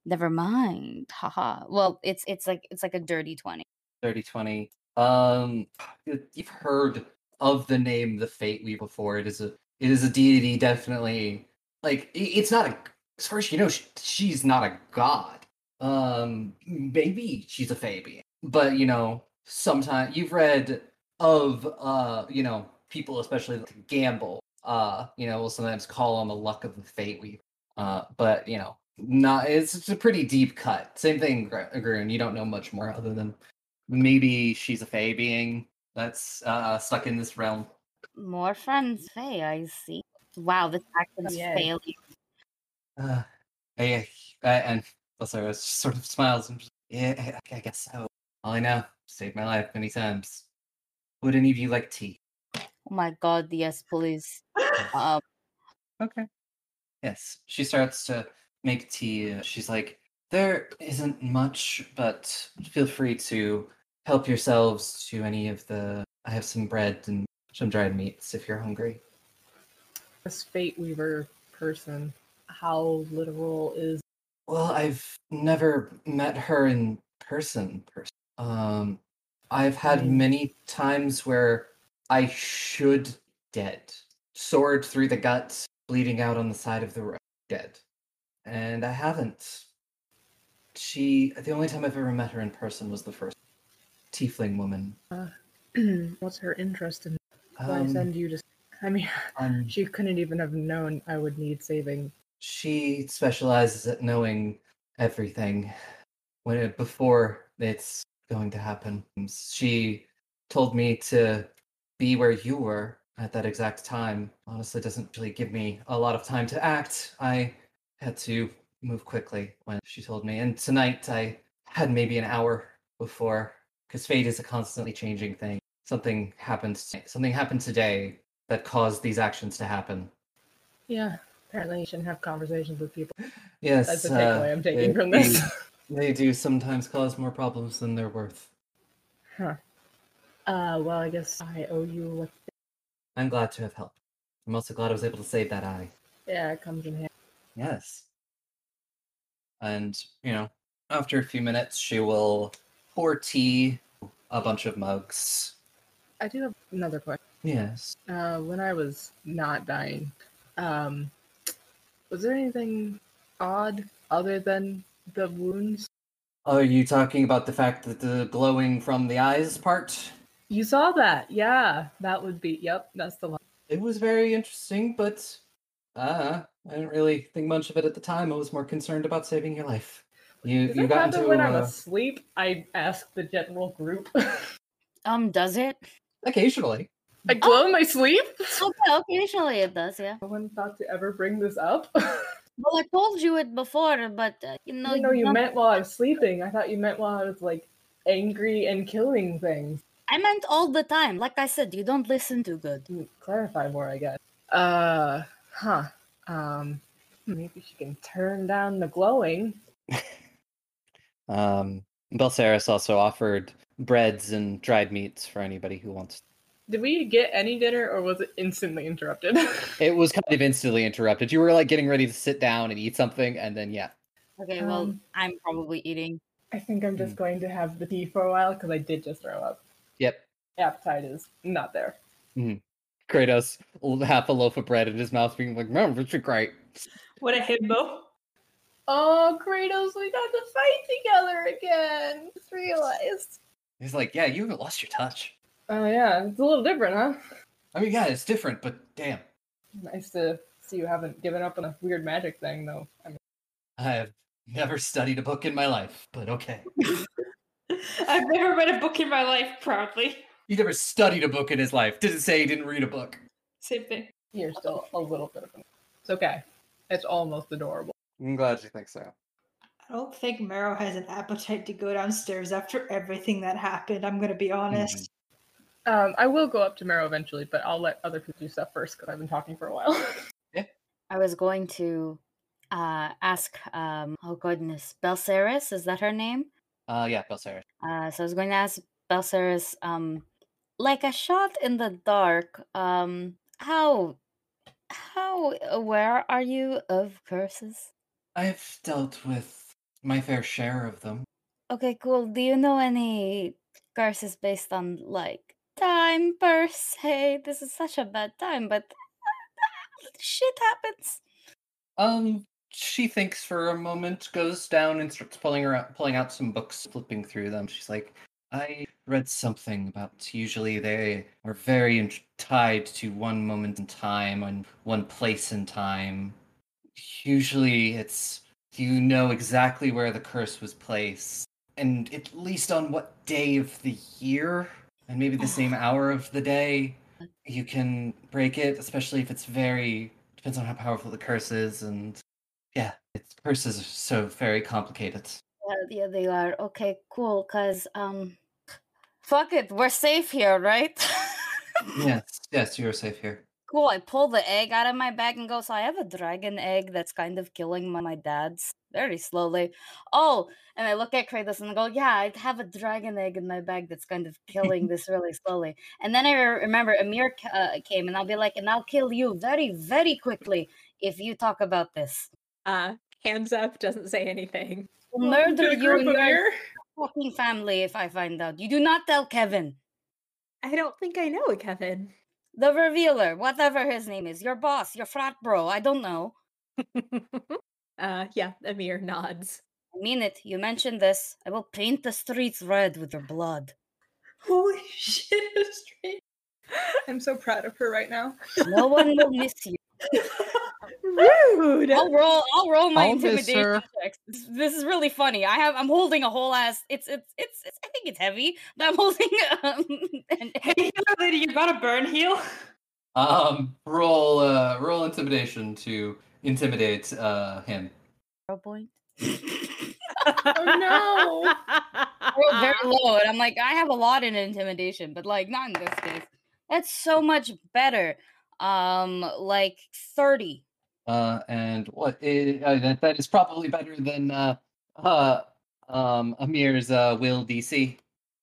Never mind. Haha. Well, it's it's like it's like a dirty twenty. 30 20. Um, you- you've heard of the name the Fate Weaver before. It is a it is a deity, definitely. Like i- it's not a as far as you know, sh she's not a god. Um, maybe she's a fae being, but you know, sometimes you've read of uh, you know, people, especially that gamble, uh, you know, will sometimes call on the luck of the fate weaver. Uh, but you know, not it's, it's a pretty deep cut. Same thing, Gr- Groon. You don't know much more other than maybe she's a fae being that's uh, stuck in this realm. More friends, Faye, I see. Wow, this accent is Yay. failing. Uh, yeah, uh, and also it just sort of smiles and just, yeah, I I guess so. All I know, saved my life many times. Would any of you like tea? Oh my god, yes, please. Um, okay. Yes. She starts to make tea. uh, She's like, there isn't much, but feel free to help yourselves to any of the. I have some bread and some dried meats if you're hungry. This fate weaver person, how literal is Well, I've never met her in person. Person. Um, I've had Mm. many times where I should dead, sword through the gut, bleeding out on the side of the road, dead, and I haven't. She, the only time I've ever met her in person was the first tiefling woman. uh, what's her interest in? Why Um, send you to? I mean, Um, she couldn't even have known I would need saving. she specializes at knowing everything when it, before it's going to happen. She told me to be where you were at that exact time. Honestly, doesn't really give me a lot of time to act. I had to move quickly when she told me. And tonight I had maybe an hour before because fate is a constantly changing thing. Something happened. Something happened today that caused these actions to happen. Yeah, apparently you shouldn't have conversations with people. Yes, that's the uh, takeaway I'm taking they- from this. They do sometimes cause more problems than they're worth. huh. Uh, well, I guess I owe you. a- I'm glad to have helped. I'm also glad I was able to save that eye. Yeah, it comes in hand. Yes. And, you know, after a few minutes, she will pour tea, a bunch of mugs. I do have another question. Yes. Uh, when I was not dying, um, was there anything odd other than the wounds? Are you talking about the fact that the glowing from the eyes part? You saw that, yeah. That would be. Yep, that's the one. It was very interesting, but uh, I didn't really think much of it at the time. I was more concerned about saving your life. You Does you it got happen into when I'm uh, asleep? I ask the general group. um, does it? occasionally. I glow in my sleep. Okay, Oh, occasionally it does, yeah. No one thought to ever bring this up. Well, I told you it before, but uh, you know, No, no, you not- meant while I was sleeping. I thought you meant while I was like angry and killing things. I meant all the time. Like I said, you don't listen too good. Clarify more, I guess. Uh, huh. Um, maybe she can turn down the glowing. Um, Belsaris also offered breads and dried meats for anybody who wants. Did we get any dinner, or was it instantly interrupted? It was kind of instantly interrupted. You were like getting ready to sit down and eat something, and then yeah. Okay, well, Um, I'm probably eating. I think I'm just going to have the tea for a while because I did just throw up. Yep. Appetite is not there. Mm. Kratos l- half a loaf of bread in his mouth, being like, "Mm, "This is great." What a himbo. Oh, Kratos, we got to fight together again. Just realized. He's like, "Yeah, you haven't lost your touch." Oh yeah, it's a little different, huh? I mean, yeah, it's different, but damn, Nice to see you haven't given up on a weird magic thing, though. I mean, I have never studied a book in my life, but okay. I've never read a book in my life proudly. He never studied a book in his life. Didn't say he didn't read a book. Same thing. you're still a little bit of a. It's okay. It's almost adorable. I'm glad you think so. I don't think Marrow has an appetite to go downstairs after everything that happened. I'm gonna be honest. Um, I will go up to Marrow eventually, but I'll let other people do stuff first because I've been talking for a while. I was going to uh, ask, um, oh goodness, Belsaris, is that her name? Uh, yeah, Belsaris. Uh, so I was going to ask Belsaris, um, like a shot in the dark, um, how, how aware are you of curses? I've dealt with my fair share of them. Okay, cool. Do you know any curses based on like time per se? This is such a bad time, but shit happens. Um, she thinks for a moment, goes down and starts pulling her out, pulling out some books, flipping through them. She's like, I read something about usually they are very in- tied to one moment in time and one place in time. Usually it's you know exactly where the curse was placed and at least on what day of the year and maybe the same hour of the day you can break it, especially if it's very depends on how powerful the curse is and yeah, it's curses are so very complicated. Uh, yeah, they are. Okay, cool. Cause um, fuck it, we're safe here, right? yes, yes, you're safe here. cool. I pull the egg out of my bag and go. So I have a dragon egg that's kind of killing my, my dad's very slowly. Oh, and I look at Kratos and I go, yeah, I have a dragon egg in my bag that's kind of killing this really slowly. And then I re- remember Amir ca- uh, came and I'll be like, and I'll kill you very, very quickly if you talk about this. Uh, hands up, doesn't say anything. will murder you and your fucking family if I find out. You do not tell Kevin. I don't think I know a Kevin. The revealer, whatever his name is, your boss, your frat bro, I don't know. uh, yeah, Amir nods. I mean it. You mentioned this. I will paint the streets red with your blood. Holy shit, Astrid. I'm so proud of her right now. No one will miss you. Rude. I'll roll. I'll roll my I'll miss intimidation her. checks. This, this is really funny. I have. I'm holding a whole ass. It's. It's. It's. it's I think it's heavy. But I'm holding. Um, an, hey, lady, you got a burn heal? Um, roll, uh, roll intimidation to intimidate uh him. Zero point. oh I rolled Ah. very low, and I'm like, I have a lot in intimidation, but like not in this case. That's so much better. Um, like thirty. Uh, and what is uh, that, that is probably better than uh uh um Amir's uh will DC.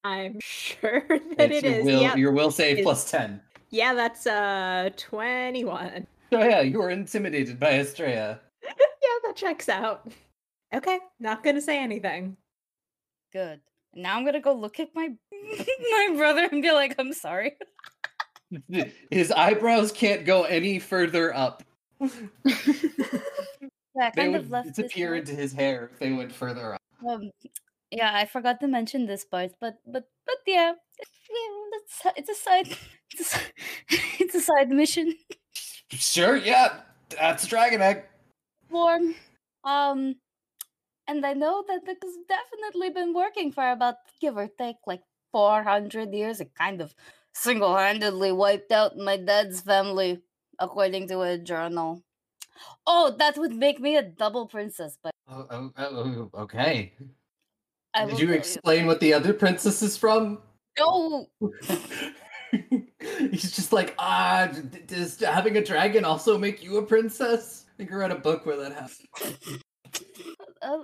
Uh, I'm sure that it It's your is. will yep. your will save It's- plus ten. Yeah, that's uh 21. Oh yeah, you were intimidated by Estrella. yeah, that checks out. Okay, not gonna say anything. Good. Now I'm gonna go look at my my brother and be like, I'm sorry. His eyebrows can't go any further up. Yeah, I They kind would of left this disappear out. into his hair if they went further up. Um, yeah, I forgot to mention this part, but but but yeah, yeah that's, it's a side, it's a, si- it's a side mission. Sure, yeah, that's a dragon egg. Warm, um, and I know that this has definitely been working for about give or take like four hundred years. It kind of single-handedly wiped out my dad's family, according to a journal. Oh, that would make me a double princess, but Oh, oh, oh, oh, okay. I will Did you tell explain what the other princess is from? No, He's just like, ah, d- d- does having a dragon also make you a princess? I think I read a book where that happened. uh,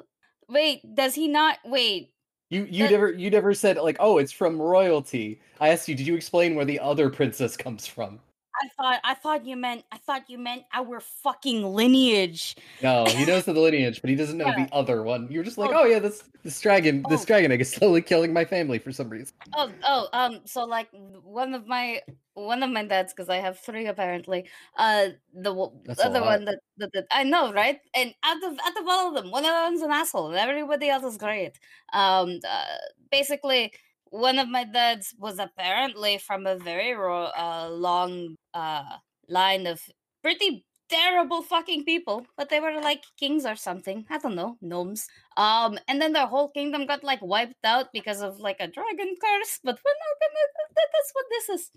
wait, does he not? Wait, You you never you never said like, oh, it's from royalty. I asked you, did you explain where the other princess comes from? I thought I thought you meant I thought you meant our fucking lineage. No, he knows the lineage, but he doesn't know Yeah. the other one. You're just like, Oh. oh yeah, this this dragon, this dragon egg is slowly killing my family for some reason. Oh, oh, um, so like one of my one of my dads, because I have three apparently. Uh, the w- That's a other lot. one that, that that I know, right? And out of out of all of them, one of them's an asshole, and everybody else is great. Um, uh, basically, one of my dads was apparently from a very ro- uh, long uh line of pretty terrible fucking people, but they were like kings or something. I don't know, gnomes. Um, and then their whole kingdom got like wiped out because of like a dragon curse. But we're not gonna. that- that- That's what this is.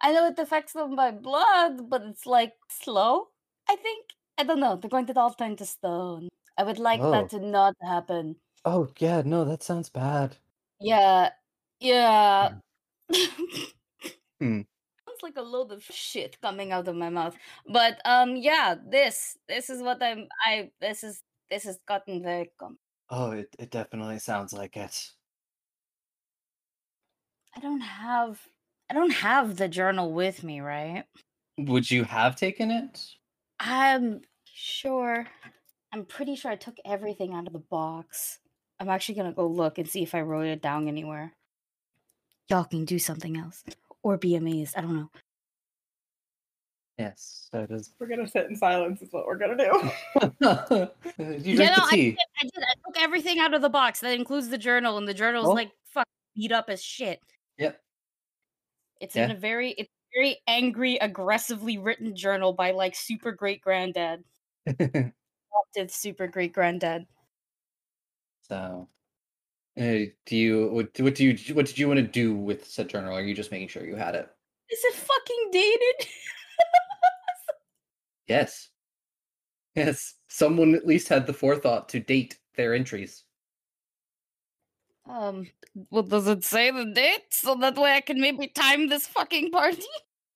I know it affects them by blood, but it's like slow. I think I don't know. They're going to all turn to stone. I would like Oh. that to not happen. Oh yeah, no, that sounds bad. Yeah, yeah. Hmm. sounds like a load of shit coming out of my mouth. But um, yeah, this this is what I'm. I this is this has gotten very com. Oh, it, it definitely sounds like it. I don't have. I don't have the journal with me, right? Would you have taken it? I'm sure. I'm pretty sure I took everything out of the box. I'm actually gonna go look and see if I wrote it down anywhere. Y'all can do something else or be amazed. I don't know. Yes, that is. We're gonna sit in silence, is what we're gonna do. You Yeah, drink no, the I tea. did, I did. I took everything out of the box. That includes the journal, and the journal's Oh. like fuck beat up as shit. Yep. It's in Yeah. a very it's a very angry, aggressively written journal by like super great granddad. Adopted super great granddad. So, uh, do you what, what do you what did you want to do with said journal? Or are you just making sure you had it? Is it fucking dated? Yes. Yes. Someone at least had the forethought to date their entries. Um well does it say the date? So that way I can maybe time this fucking party?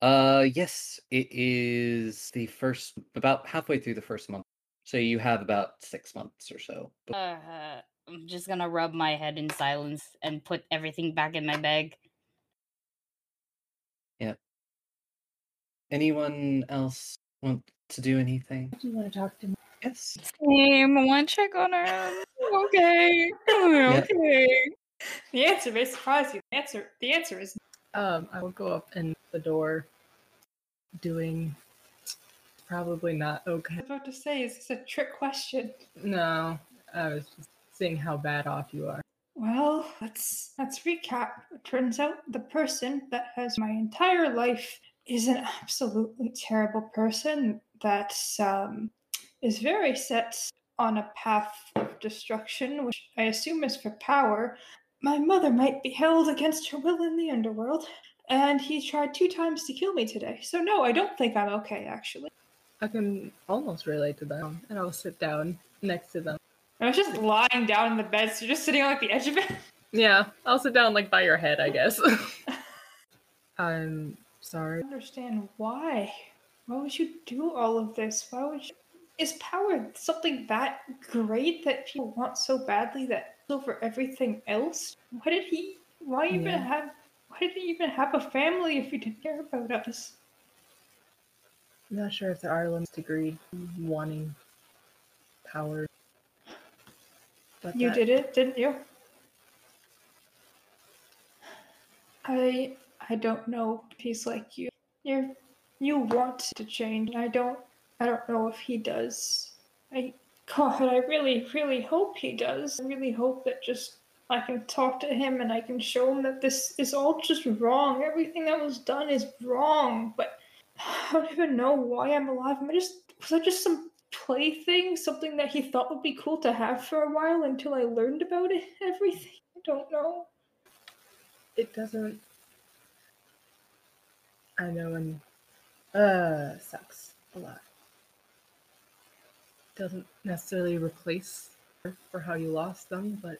Uh yes, it is the first about halfway through the first month. So you have about six months or so. Uh, I'm just gonna rub my head in silence and put everything back in my bag. Anyone else want to do anything? Do you want to talk to me? Yes. Same. I want to check on her. okay. Okay. The answer may surprise you. The answer. The answer is. Um, I will go up and the door. Doing probably not I okay. was about to say, is this a trick question? No, I was just seeing how bad off you are. Well, let's let's recap. It turns out the person that has my entire life is an absolutely terrible person that um, is very set on a path of destruction, which I assume is for power. My mother might be held against her will in the underworld, and he tried two times to kill me today. So no, I don't think I'm okay. Actually, I can almost relate to them, and I'll sit down next to them. I was just lying down in the bed, so you're just sitting on like the edge of it. Yeah, I'll sit down like by your head, I guess. I'm sorry. understand why. Why would you do all of this? Why would you? Is power something that great that people want so badly that it's over everything else? Why did he? Why even Yeah. have? Why did he even have a family if he didn't care about us? I'm not sure if there are limits to greed, wanting power. But You that- did it, didn't you? I I don't know if he's like you. You you want to change. and I don't I don't know if he does. I God, I really really hope he does. I really hope that just I can talk to him and I can show him that this is all just wrong. Everything that was done is wrong. But I don't even know why I'm alive. Am I just was I just some plaything, something that he thought would be cool to have for a while until I learned about it? Everything. I don't know. It doesn't. I know, and uh, sucks a lot. Doesn't necessarily replace for how you lost them, but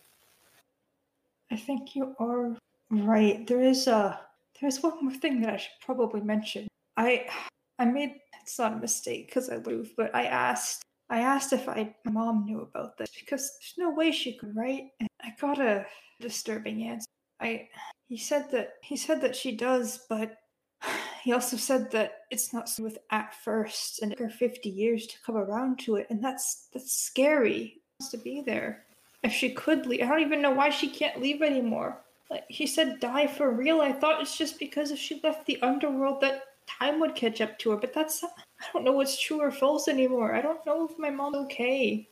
I think you are right. There is a there's one more thing that I should probably mention. I I made it's not a mistake because I moved, but I asked I asked if I my mom knew about this because there's no way she could, right? And I got a disturbing answer. I he said that he said that she does, but he also said that it's not so with at first and it took her 50 years to come around to it and that's that's scary It has to be there if she could leave i don't even know why she can't leave anymore like he said die for real i thought it's just because if she left the underworld that time would catch up to her but that's i don't know what's true or false anymore i don't know if my mom's okay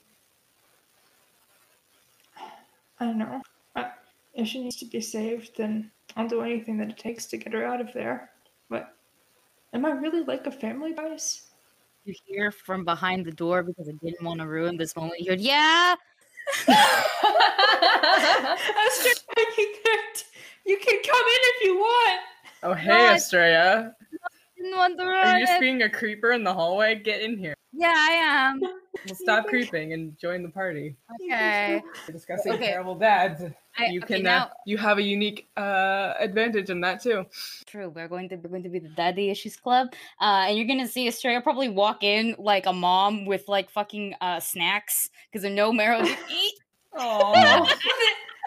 i don't know I, if she needs to be saved then i'll do anything that it takes to get her out of there but am i really like a family bias You hear from behind the door because I didn't want to ruin this moment. You heard, yeah. I was just like, you could, you can come in if you want. oh God. hey, Estrella, Didn't want to are ruin you it. just being a creeper in the hallway? Get in here. yeah, I am. Well, stop creeping and join the party. Okay. We're discussing Okay. terrible dads. I- you okay, can uh, now- you have a unique uh, advantage in that too. True. We're going to we're going to be the daddy issues club, uh, and you're gonna see Estrella probably walk in like a mom with like fucking uh, snacks because I know Meryl didn't eat. Oh.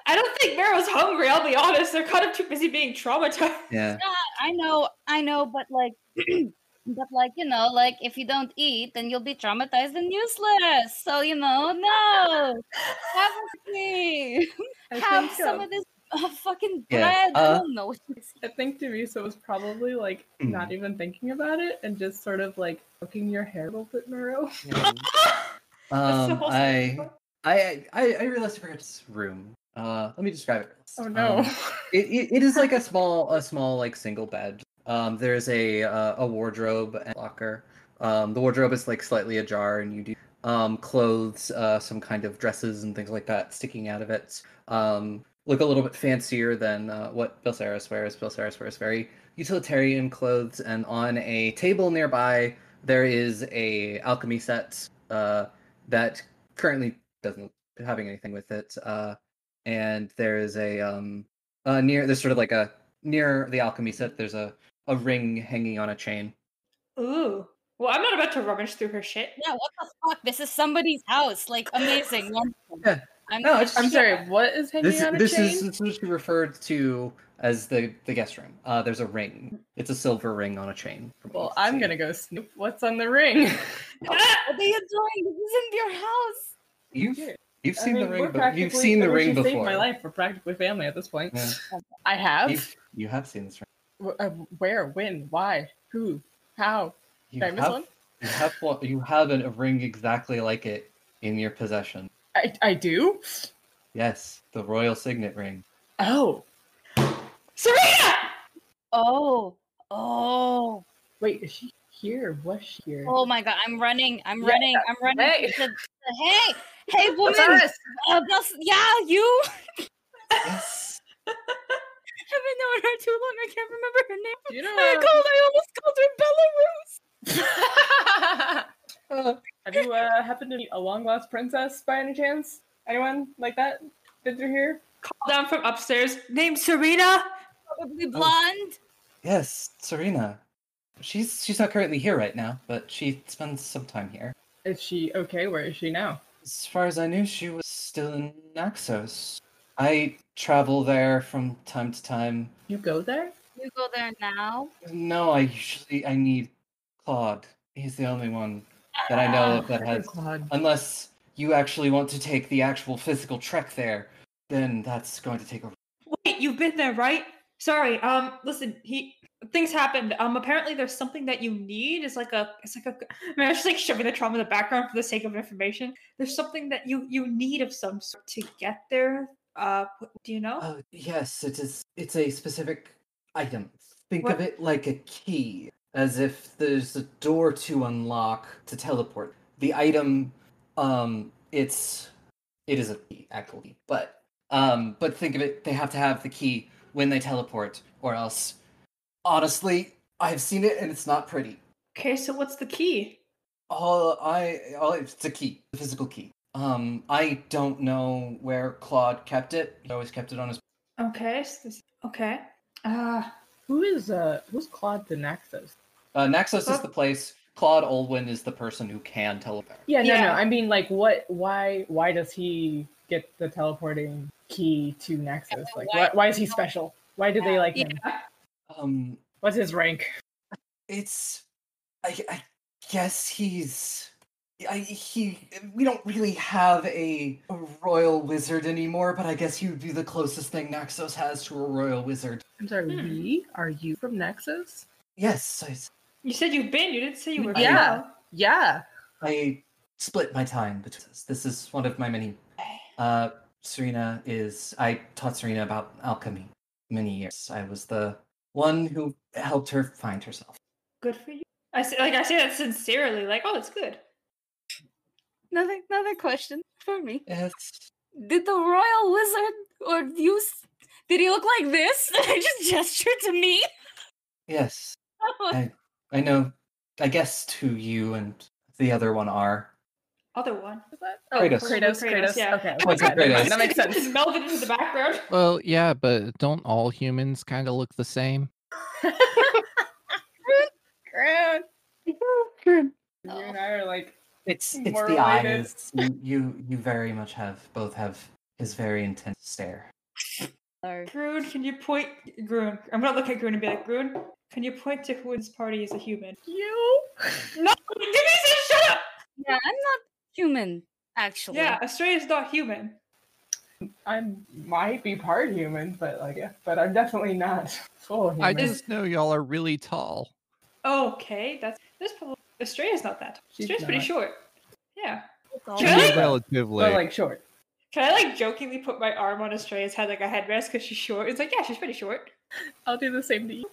I don't think Meryl's hungry, I'll be honest. They're kind of too busy being traumatized. Yeah. Yeah, I know, I know, but like, but like you know, like if you don't eat, then you'll be traumatized and useless. So you know, no, have a cookie. I have think, some uh, of this uh, fucking Yeah, bread. I uh, don't know. what this I think Teresa was probably like Mm. not even thinking about it and just sort of like poking your hair a little bit, Miro. Um, whole I, I, I, I realized I forgot this room. Uh, let me describe it. Oh no. Um, it, it, it is like a small a small like single bed. Um, there's a uh, a wardrobe and locker. Um, the wardrobe is like slightly ajar, and you do um, clothes, uh, some kind of dresses and things like that sticking out of it. Um, look a little bit fancier than uh, what Bill Saris wears. Bill Saris wears very utilitarian clothes, and on a table nearby there is a alchemy set uh, that currently doesn't having anything with it. Uh, and there is a um uh, near there's sort of like a near the alchemy set there's a a ring hanging on a chain. Ooh. Well, I'm not about to rummage through her shit. Yeah, what the fuck? This is somebody's house. Like, amazing. wonderful. Yeah. I'm, No, it's- I'm sorry, what is hanging Um, This on a this chain? is this is referred to as the the guest room. Uh, there's a ring. It's a silver ring on a chain. Well, I'm gonna go snoop what's on the ring. What are you doing? This isn't your house. You've you've I seen mean, the we're ring. Be- you've practically- seen I the mean, ring she saved before. My life, we're practically family at this point. Yeah. I have. You've- you have seen this ring. Wh- uh, Where? When? Why? Who? How? You Did I miss have, one? You have one- you have an- a ring exactly like it in your possession. I, I do. Yes, the royal signet ring. Oh. Serena! Oh. Oh. Wait, is she here? Was she here? Oh my god, I'm running. I'm Yeah, running. I'm running. hey. to- to- hey. Hey, woman. Osiris. Uh, Bels- yeah, you. Yes. haven't known her too long. I can't remember her name. You know, I uh, called. I almost called her Belarus. Have you uh, happened to meet a long lost princess by any chance? Anyone like that? Been through here? Call down from upstairs. Name Serena. Probably blonde. Yes, Serena. She's she's not currently here right now, but she spends some time here. Is she okay? Where is she now? As far as I knew, she was still in Naxos. I travel there from time to time. You go there? You go there now. No, I usually I need Claude. He's the only one that I know of that has. Claude. Unless you actually want to take the actual physical trek there, then that's going to take a. Wait, you've been there, right? Sorry. Um, listen, he things happened. Um, apparently there's something that you need. It's like a, it's like a. I mean, I was just like shoving the trauma in the background for the sake of information. There's something that you you need of some sort to get there. Uh, wh- do you know? Oh yes, it is. It's a specific item. Think of What- it like a key, as if there's a door to unlock to teleport. The item, um, it's it is a key, actual key, but um, but think of it. They have to have the key when they teleport, or else. Honestly, I've seen it and it's not pretty. Okay, so what's the key? All I, all it's a key, a physical key. Um, I don't know where Claude kept it. He always kept it on his Okay. so this- okay. Uh, Who is uh who's Claude the Naxos? Uh, Naxos Huh? is the place. Claude Olwyn is the person who can teleport. Yeah, no, no. I mean, like, what? Why? Why does he get the teleporting key to Naxos? Like, why, why is he special? Why do they like him? Um, What's his rank? It's, I, I guess he's, I he. We don't really have a, a royal wizard anymore, but I guess he would be the closest thing Naxos has to a royal wizard. I'm sorry. We are you from Naxos? Yes, I, s- You said you've been. You didn't say you were. I- Yeah. Yeah. I split my time between this. This is one of my many. Uh, Serena is. I taught Serena about alchemy many years. I was the one who helped her find herself. Good for you. I say, like I say that sincerely. Like, oh, it's good. Another another question for me. Yes. Did the royal wizard or use? Did he look like this? I just gestured to me. Yes. I, I know. I guessed who you and the other one are. Other one. Oh, Kratos. Kratos, Kratos, okay. What's up, Kratos? That makes sense. Just melted into the background. Well, yeah, but don't all humans kind of look the same? Ground. You and I are like. It's it's more the related. eyes. You, you you very much have both have his very intense stare. Groon, can you point? Groon, I'm gonna look at Groon and be like, Groon, can you point to who in this party is a human? You. No, Denise, shut up. Yeah, I'm not human, actually. Yeah, Australia's not human. I might be part human, but like, yeah, but I'm definitely not full human. I just know y'all are really tall. Okay, that's that's probably Australia's not that. Australia's pretty not. short. Yeah. You're Really? Relatively. Well, like short. Should I like jokingly put my arm on Australia's head like a headrest because she's short? It's like, yeah, she's pretty short. I'll do the same to you.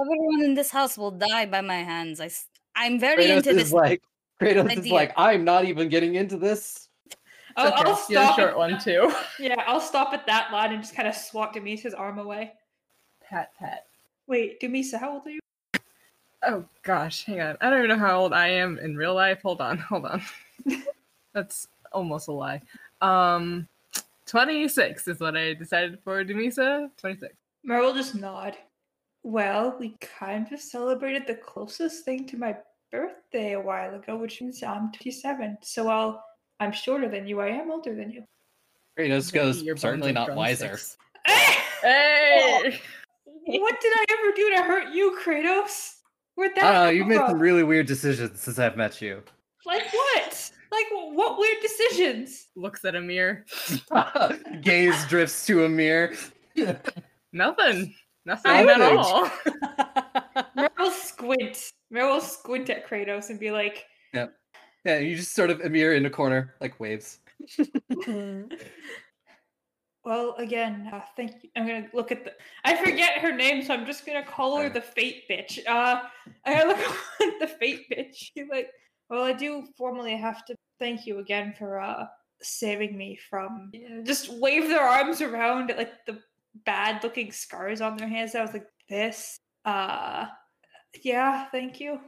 Everyone in this house will die by my hands. I, s- I'm very Kratos into is this. like Kratos is idea. like, I'm not even getting into this. Oh, I'll You're a stop. short one too. Yeah, I'll stop at that line and just kind of swat Demisa's arm away. Pat, pat. Wait, Demisa, how old are you? Oh gosh, hang on. I don't even know how old I am in real life. Hold on, hold on. That's almost a lie. Um, 26 is what I decided for Demisa. 26. Mer will just nod. Well, we kind of celebrated the closest thing to my birthday a while ago, which means I'm 27. So while I'm shorter than you, I am older than you. Kratos goes, certainly not wiser. Hey! What did I ever do to hurt you, Kratos? Where'd I that don't know, come you've made from? some really weird decisions since I've met you. Like what? Like wh- what weird decisions? Looks at a mirror. Gaze drifts to a mirror. Nothing. Nothing I at wouldn't. all. Mer will squint. Mer will squint at Kratos and be like, Yep. Yeah, you just sort of a mirror in a corner, like waves. Well, again, uh, thank you. I'm gonna look at the. I forget her name, so I'm just gonna call her the Fate Bitch. Uh, I gotta look at the Fate Bitch. She's like, well, I do formally have to thank you again for uh saving me from. Just wave their arms around at like the bad-looking scars on their hands. I was like, this. Uh, yeah, thank you.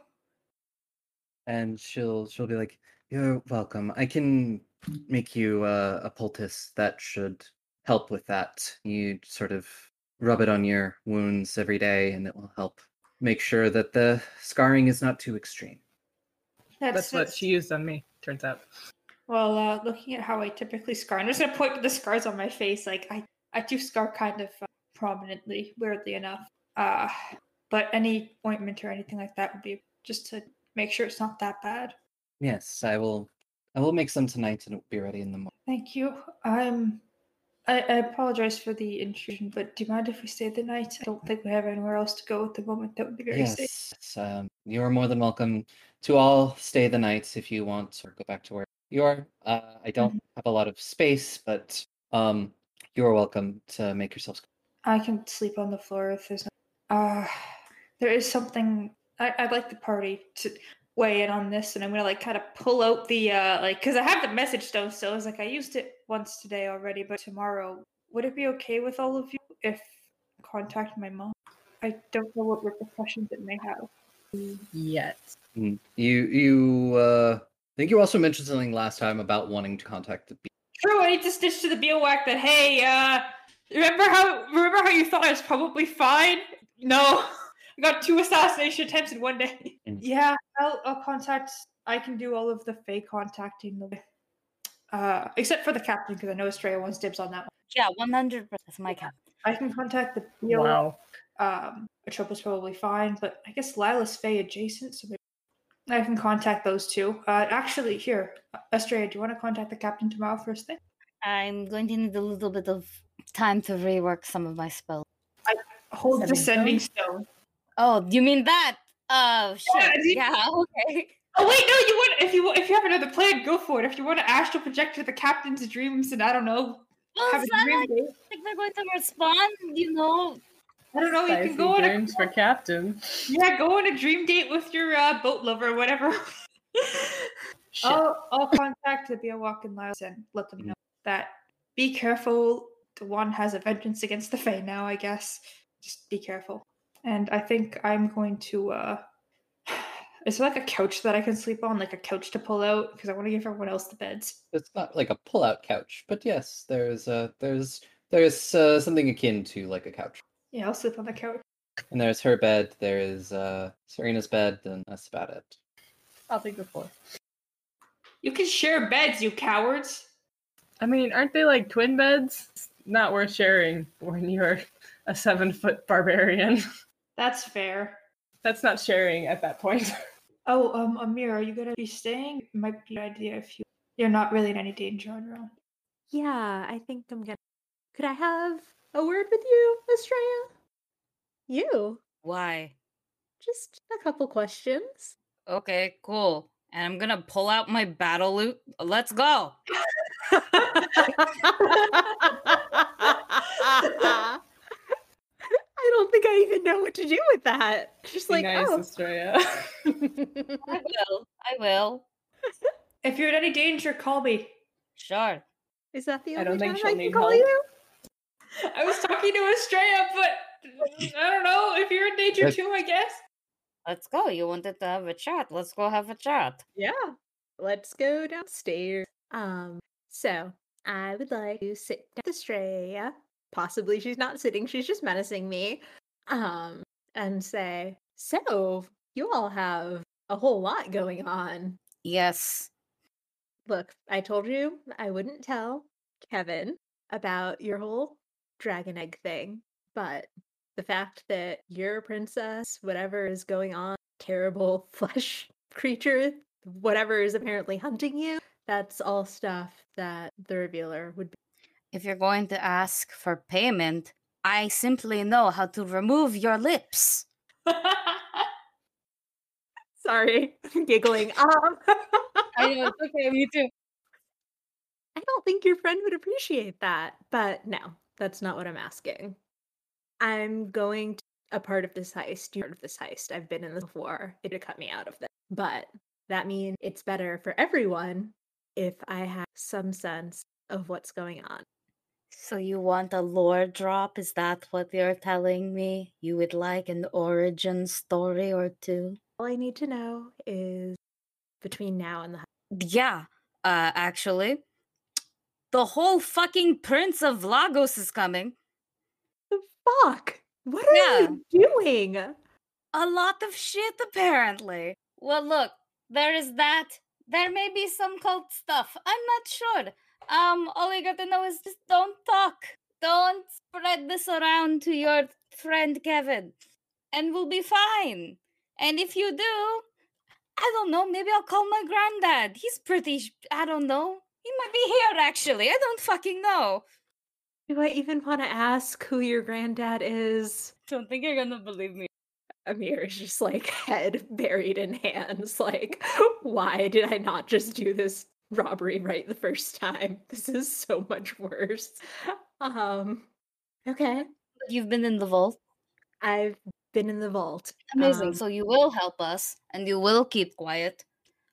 And she'll she'll be like, You're welcome. I can make you uh, a poultice that should help with that. You sort of rub it on your wounds every day and it will help make sure that the scarring is not too extreme. That's what she used on me, turns out. Well, uh, looking at how I typically scar, I'm just gonna point to the scars on my face. Like I, I do scar kind of uh, prominently, weirdly enough. Uh, but any ointment or anything like that would be just to make sure it's not that bad. Yes, I will I will make some tonight and it will be ready in the morning. Thank you. I'm. I, I apologize for the intrusion, but do you mind if we stay the night? I don't think we have anywhere else to go at the moment. That would be very safe. Yes, um, you are more than welcome to all stay the night if you want or go back to where you are. Uh, I don't Mm-hmm. have a lot of space, but um, you are welcome to make yourselves. I can sleep on the floor if there's no. Uh, there is something. I, I'd like the party to weigh in on this, and I'm gonna like kind of pull out the uh, like because I have the message stone still. It's like I used it once today already, but tomorrow would it be okay with all of you if I contact my mom? I don't know what repercussions it may have. Yet. Mm, You you uh, I think you also mentioned something last time about wanting to contact the. bee- True, I need to stitch to the beelwack that hey, uh remember how remember how you thought I was probably fine? No. I got two assassination attempts in one day. Yeah, I'll I'll contact I can do all of the fake contacting the uh except for the captain because I know Australia wants dibs on that one. Yeah, one hundred percent. That's my count. I can contact the beelwack. Wow. Um Atropa's probably fine, but I guess Lila's Fey adjacent, so maybe I can contact those two. Uh, actually, here, Estrella, do you want to contact the captain tomorrow first thing? I'm going to need a little bit of time to rework some of my spells. I hold the sending stone. Oh, you mean that? Oh shit! you- Yeah. Okay. Oh wait, no, you would if you wa- if you have another plan, go for it. If you want to astral project to the captain's dreams and I don't know, Oh, Well, have it's a not dream like, date. like they're going to respond. You know. I don't know. You Spicy can go on a dreams for captain. yeah, go on a dream date with your uh, boat lover, or whatever. I'll I'll contact the Beowalk and Lyles and let them know that be careful. The one has a vengeance against the Fae now. I guess just be careful. And I think I'm going to. uh Is there like a couch that I can sleep on, like a couch to pull out? Because I want to give everyone else the beds. It's not like a pull-out couch, but yes, there's a there's there's uh, something akin to like a couch. Yeah, I'll sleep on the couch. And there's her bed. There is uh, Serena's bed, and that's about it. I'll take the floor. You can share beds, you cowards. I mean, aren't they like twin beds? It's not worth sharing when you're a seven foot barbarian. That's fair. That's not sharing at that point. Oh, um, Amir, are you gonna be staying? Might be an idea if you you're not really in any danger on your own. Yeah, I think I'm gonna. Could I have a word with you, Estrella? You? Why? Just a couple questions. Okay. Cool. and I'm gonna pull out my battle loot. Let's go. I don't think I even know what to do with that. Just Be like, nice, oh, Estrella. I will. I will. If you're in any danger, call me. Sure. Is that the I only don't think time she'll I can need call help. you? I was talking to Estrella, but I don't know if you're in danger That's- too. I guess. Let's go. You wanted to have a chat. Let's go have a chat. Yeah. Let's go downstairs. Um, so I would like to sit down with Estrella. Possibly she's not sitting, she's just menacing me. Um, and say, So you all have a whole lot going on. Yes. Look, I told you I wouldn't tell Kevin about your whole dragon egg thing, but the fact that you're a princess, whatever is going on, terrible flesh creature, whatever is apparently hunting you, that's all stuff that the revealer would be. If you're going to ask for payment, I simply know how to remove your lips. Sorry, I'm giggling. Um, I know, it's okay, me too. I don't think your friend would appreciate that, but no, that's not what I'm asking. I'm going to a part of this heist. You're part of this heist. I've been in this before. It would cut me out of this. But that means it's better for everyone if I have some sense of what's going on. So you want a lore drop? Is that what you're telling me? You would like an origin story or two? All I need to know is between now and the Yeah, uh, actually. The whole fucking Prince of Lagos is coming. Fuck! What are you doing? A lot of shit, apparently. Well, look, there is that. There may be some cult stuff. I'm not sure. Um, all we gotta know is just don't talk. Don't spread this around to your friend Kevin, and we'll be fine. And if you do, I don't know. Maybe I'll call my granddad. He's pretty. sh- I don't know. He might be here actually. I don't fucking know. Do I even want to ask who your granddad is? Don't think you're gonna believe me. Amir is just like head buried in hands. Like, why did I not just do this robbery right the first time? This is so much worse. Um, okay. You've been in the vault. I've been in the vault. Amazing. Um, so you will help us, and you will keep quiet.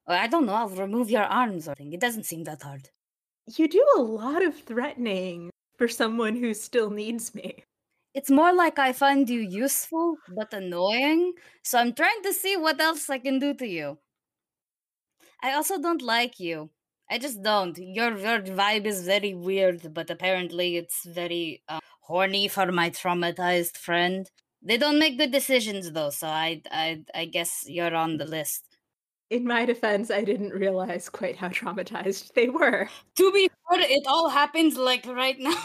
Or I don't know. I'll remove your arms or something. It doesn't seem that hard. you do a lot of threatening for someone who still needs me. It's more like I find you useful but annoying. So I'm trying to see what else I can do to you. I also don't like you. I just don't. Your your vibe is very weird, but apparently it's very uh, horny for my traumatized friend. They don't make good decisions though, so I I I guess you're on the list. In my defense, I didn't realize quite how traumatized they were. To be fair, it all happens like right now.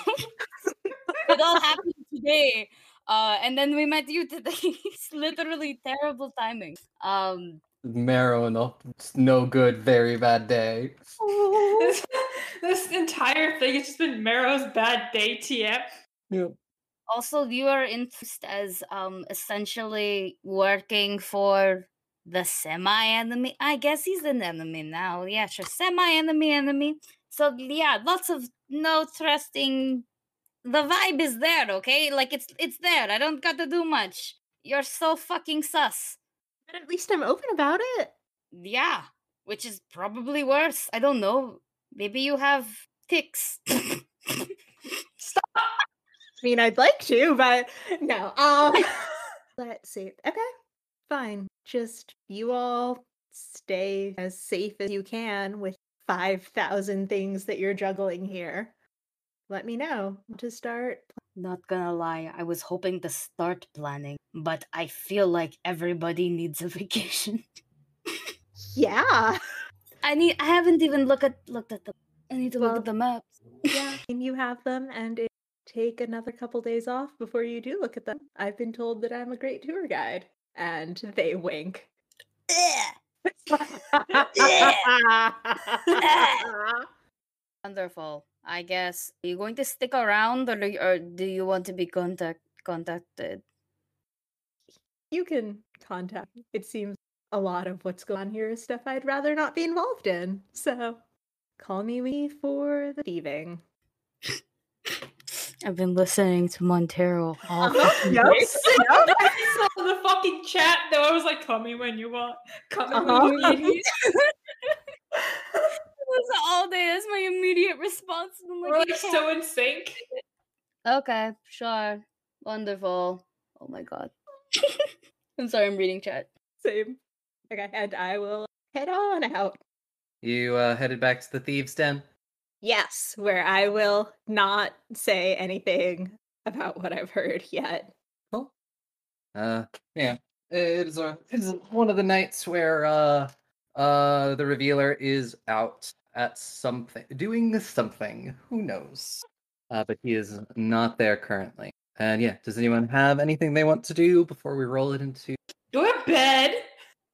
it all happened today. Uh, and then we met you today. it's literally terrible timing. Um, Marrow and all. oh, It's no good, very bad day. this, this entire thing has just been Marrow's bad day TM. also, you are enthused as um, essentially working for the semi enemy. I guess he's an enemy now. Yeah, sure. Semi enemy, enemy. So, yeah, lots of no trusting. The vibe is there, okay? Like it's it's there. I don't got to do much. You're so fucking sus. But at least I'm open about it. Yeah, which is probably worse. I don't know. Maybe you have ticks. I mean, I'd like to, but no. Um, let's see. Okay, fine. Just you all stay as safe as you can with five thousand things that you're juggling here. Let me know to start. Not gonna lie, I was hoping to start planning, but I feel like everybody needs a vacation. Yeah. I need. I haven't even looked at looked at the. I need to look Well, at the maps. Yeah, and you have them, and it, take another couple days off before you do look at them. I've been told that I'm a great tour guide, and they wink. Wonderful. I guess are you going to stick around, or, do- or do you want to be contact contacted? you can contact. It seems a lot of what's going on here is stuff I'd rather not be involved in. So call me me for the thieving. I've been listening to Montero all fucking Yep. day. I saw the fucking chat though. I was like, "Call me when you want. Call me when you Uh-huh. need me." was all day. That's my immediate response. I'm We're like "You so can't." in sync. Okay, sure. Wonderful. Oh my god. I'm sorry, I'm reading chat. Same. Okay, and I will head on out. You uh, headed back to the thieves' den. Yes, where I will not say anything about what I've heard yet. Uh, yeah, it is a, it is one of the nights where uh, uh, the revealer is out at something, doing something. Who knows? Uh, but he is not there currently. And yeah, does anyone have anything they want to do before we roll it into? Go to bed.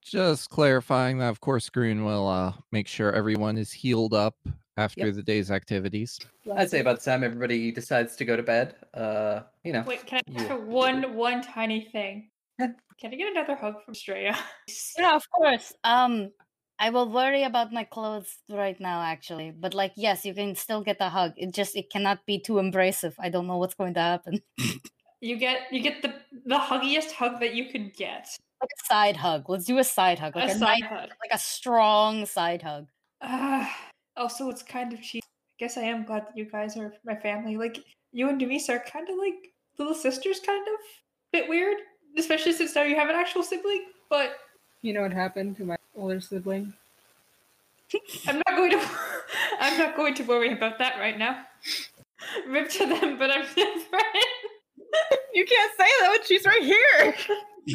Just clarifying that, of course, Green will uh, make sure everyone is healed up after the day's activities. I'd say about the time everybody decides to go to bed. Uh, you know. Wait, can I you- ask for one one tiny thing? Can I get another hug from Straya? Yeah, of course. Um, I will worry about my clothes right now, actually. But like, yes, you can still get the hug. It just it cannot be too embrasive. I don't know what's going to happen. You get you get the the huggiest hug that you could get. Like a side hug. Let's do a side hug. A Like a, side nice- hug. like a strong side hug. Uh, also, it's kind of cheap. I guess I am glad that you guys are my family. Like you and Demisa are kind of like little sisters, kind of bit weird, especially since now you have an actual sibling. But You know what happened to my older sibling? I'm not going to I'm not going to worry about that right now. Rip to them, but I'm different. You can't say that when she's right here.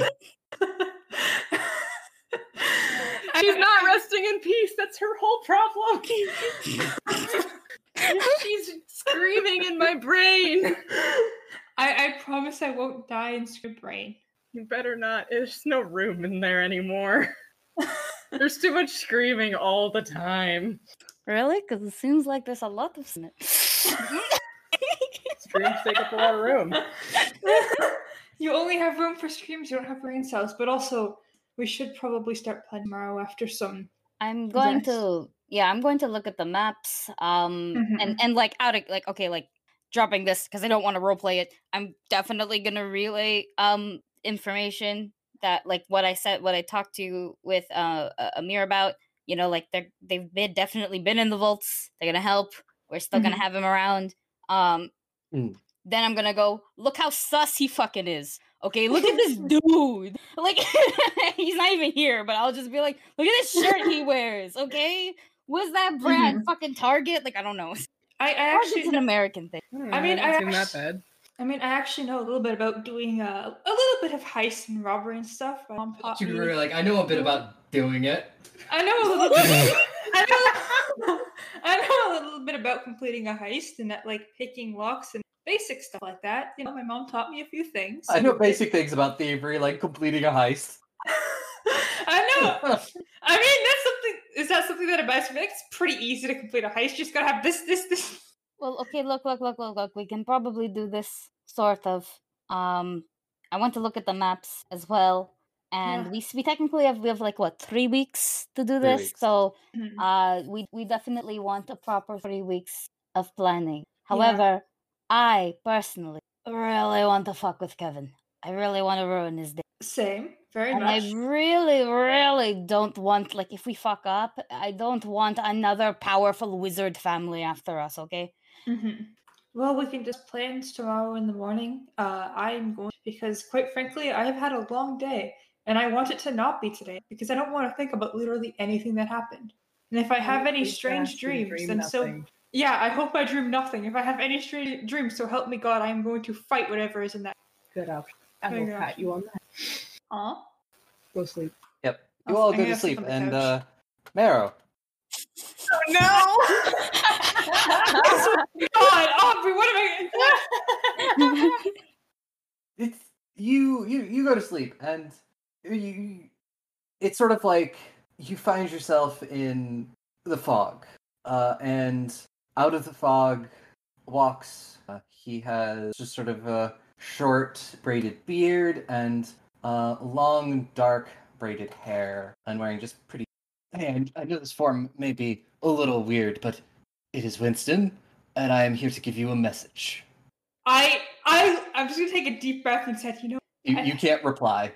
she's not resting in peace. That's her whole problem. she's screaming in my brain. I, I promise I won't die in your brain. You better not. There's no room in there anymore. There's too much screaming all the time. Really? Because it seems like there's a lot of snip. Screams take up a lot of room. You only have room for screams. You don't have brain cells. But also, we should probably start planning tomorrow after some. I'm going rest. to yeah, I'm going to look at the maps. Um and and like out of like okay, like dropping this because I don't want to roleplay it. I'm definitely gonna relay um information that like what I said, what I talked to with uh uh, Amir about. You know, like they're they've been definitely been in the vaults. They're gonna help. We're still Mhm. gonna have him around. Um, Mm. then I'm gonna go look how sus he fucking is. Okay, look at this dude. Like he's not even here, but I'll just be like, look at this shirt he wears. Okay, was that Brad fucking Target? Like I don't know. I, I Mm-hmm. Target's actually an kn- American thing. Hmm, I mean, I am actually, I mean, I actually know a little bit about doing uh, a little bit of heist and robbery and stuff. My mom taught You me. were like, I know a bit about doing it. I know a little bit. I know, I know a little bit about completing a heist and that, like picking locks and basic stuff like that. You know, my mom taught me a few things. I know basic things about thievery, like completing a heist. I know. I mean, that's something. Is that something that advice me? Like, it's pretty easy to complete a heist. You just gotta have this, this, this. Well, okay, look, look, look, look, look. We can probably do this sort of. Um, I want to look at the maps as well, and Yeah. we s- we technically have we have like what three weeks to do Three this, weeks. so Mhm. uh, we we definitely want a proper three weeks of planning. Yeah. However, I personally really want to fuck with Kevin. I really want to ruin his day. Same, very and much. I really, really don't want like if we fuck up, I don't want another powerful wizard family after us. Okay. Mhm. Well, we can just plan tomorrow in the morning. Uh, I'm going because, quite frankly, I have had a long day, and I want it to not be today because I don't want to think about literally anything that happened. And if I have any please strange ask you to dreams, dream then so nothing. yeah, I hope I dream nothing. If I have any strange dreams, so help me God, I am going to fight whatever is in that. Good option. I will pat you on that. Aw. Go sleep. Yep. You Also, all I go gotta to sleep sleep, on the and uh, couch. Marrow. Oh no! God, Aubrey, what am I? it's you you you go to sleep and you- you it's sort of like you find yourself in the fog uh and out of the fog walks uh, he has just sort of a short braided beard and uh long dark braided hair and wearing just pretty. Hey, I, I know this form may be a little weird, but it is Winston, and I am here to give you a message. I I I'm just gonna take a deep breath and said, you know, You, I- you can't reply.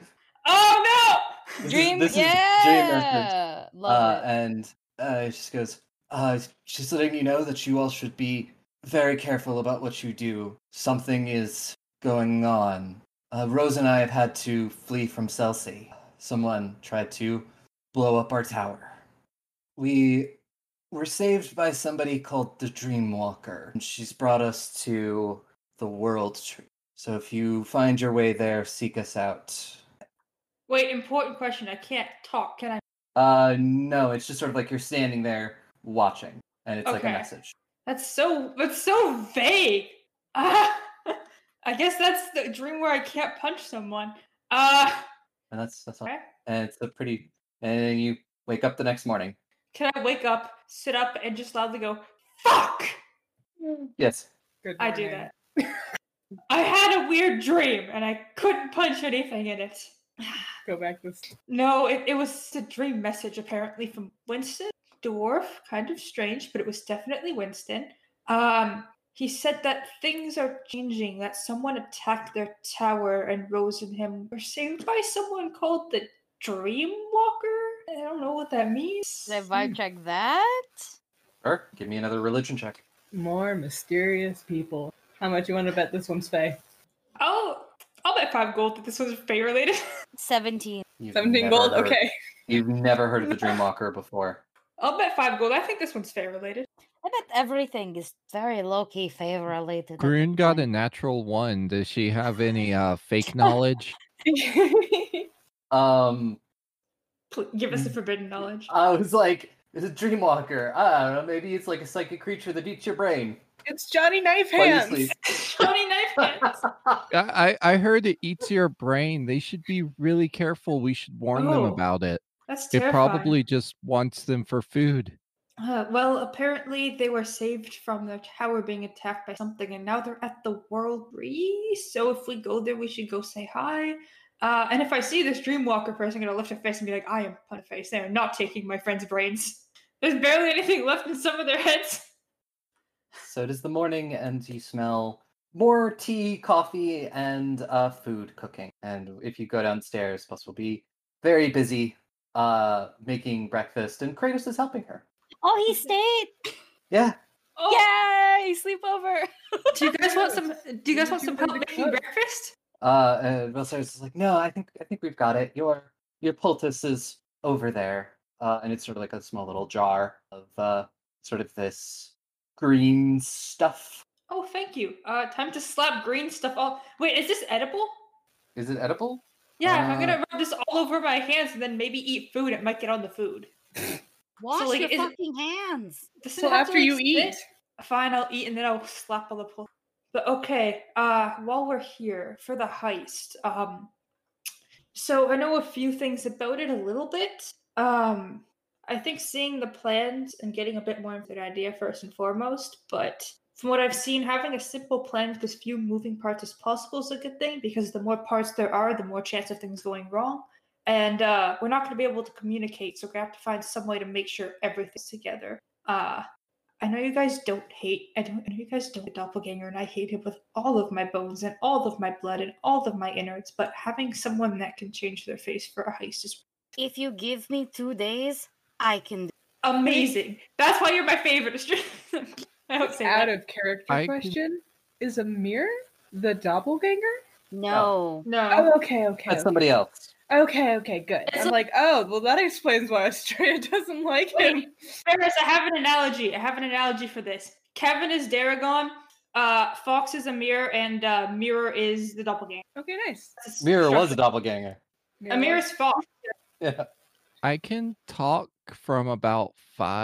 oh This is- Dream, this is Dream yeah, Earthbridge. love uh, And uh, she goes, uh, she's letting you know that you all should be very careful about what you do. Something is going on. Uh, Rose and I have had to flee from Celsi. Someone tried to blow up our tower. We were saved by somebody called the Dreamwalker, and she's brought us to the World Tree. So if you find your way there, seek us out. no! Wait, important question. I can't talk. Can I? Uh, no, it's just sort of like you're standing there watching, and it's like a Okay. message. That's so that's so vague. Ah, I guess that's the dream where I can't punch someone. Uh And that's that's all. Okay. And it's a pretty. And then you wake up the next morning. can I wake up, sit up, and just loudly go, "Fuck!" Yes. I do that. I had a weird dream and I couldn't punch anything in it. Go back this. No, it, it was a dream message apparently from Winston Dwarf. Kind of strange, but it was definitely Winston. Um, he said that things are changing, that someone attacked their tower and Rose and him were saved by someone called the Dreamwalker. I don't know what that means. it. Did I vibe check that? Sure. Give me another religion check. More mysterious people. How much you want to bet this one's Faye? Oh, I'll bet five gold that this was Fey related. 17. You've 17 never gold? heard- Okay. You've never heard of the Dreamwalker before. I'll bet five gold. I think this one's Fey related. I bet everything is very low key favor related. Grun got a natural one. Does she have any uh, fake knowledge? Um, Pl- Give Mm. us the forbidden knowledge. I was like, it's a Dreamwalker. I don't know. Maybe it's like a psychic creature that eats your brain. It's Johnny Knife While you Hands. sleep. Johnny Knife Hands. I, I I heard it eats your brain. They should be really careful. We should warn them Oh, about it. that's It probably just wants them for food. Uh, well, apparently they were saved from their tower being attacked by something, and now they're at the World Tree. So if we go there, we should go say hi. Uh, and if I see this Dreamwalker person, I'm gonna lift a face and be like, "I am pun face. They are not taking my friend's brains. There's barely anything left in some of their heads." So does the morning, and you smell more tea, coffee, and uh, food cooking. And if you go downstairs, Bus will be very busy uh, making breakfast, and Kratos is helping her. Oh, he stayed. Yeah. Oh, Yay! Sleepover. Do you guys want some? Do you guys want some help making breakfast? Uh, and Belsar's is like, no, I think I think we've got it. Your your poultice is over there, uh, and it's sort of like a small little jar of uh, sort of this green stuff. Oh, thank you. Uh, time to slap green stuff all. Wait, is this edible? Is it edible? Yeah, if I'm Uh, gonna rub this all over my hands and then maybe eat food, it might get on the food. Wash like, your is it- fucking hands. Does it So have to, after you sit? eat. Fine, I'll eat and then I'll slap all the pull. But okay, uh, while we're here for the heist, um, so I know a few things about it a little bit. Um, I think seeing the plans and getting a bit more of an idea first and foremost, but from what I've seen, having a simple plan with as few moving parts as possible is a good thing because the more parts there are, the more chance of things going wrong. And uh, we're not going to be able to communicate, so we're going to have to find some way to make sure everything's together. Uh, I know you guys don't hate. I, don't, I know you guys don't hate doppelganger, and I hate him with all of my bones and all of my blood and all of my innards. But having someone that can change their face for a heist is If you give me two days, I can. amazing. That's why you're my favorite. I don't say Out that. of character I can- question. Is Amir the doppelganger? Oh, No. No. Oh, okay, okay. That's okay. somebody else. Okay, okay, good. I'm like, oh, well, that explains why Australia doesn't like him. Ferris, I have an analogy. I have an analogy for this. Kevin is Daragon. Uh, Fox is a mirror, and uh, Mirror is the doppelganger. Okay, nice. Mirror was a doppelganger. Amir is Fox. Yeah. I can talk from about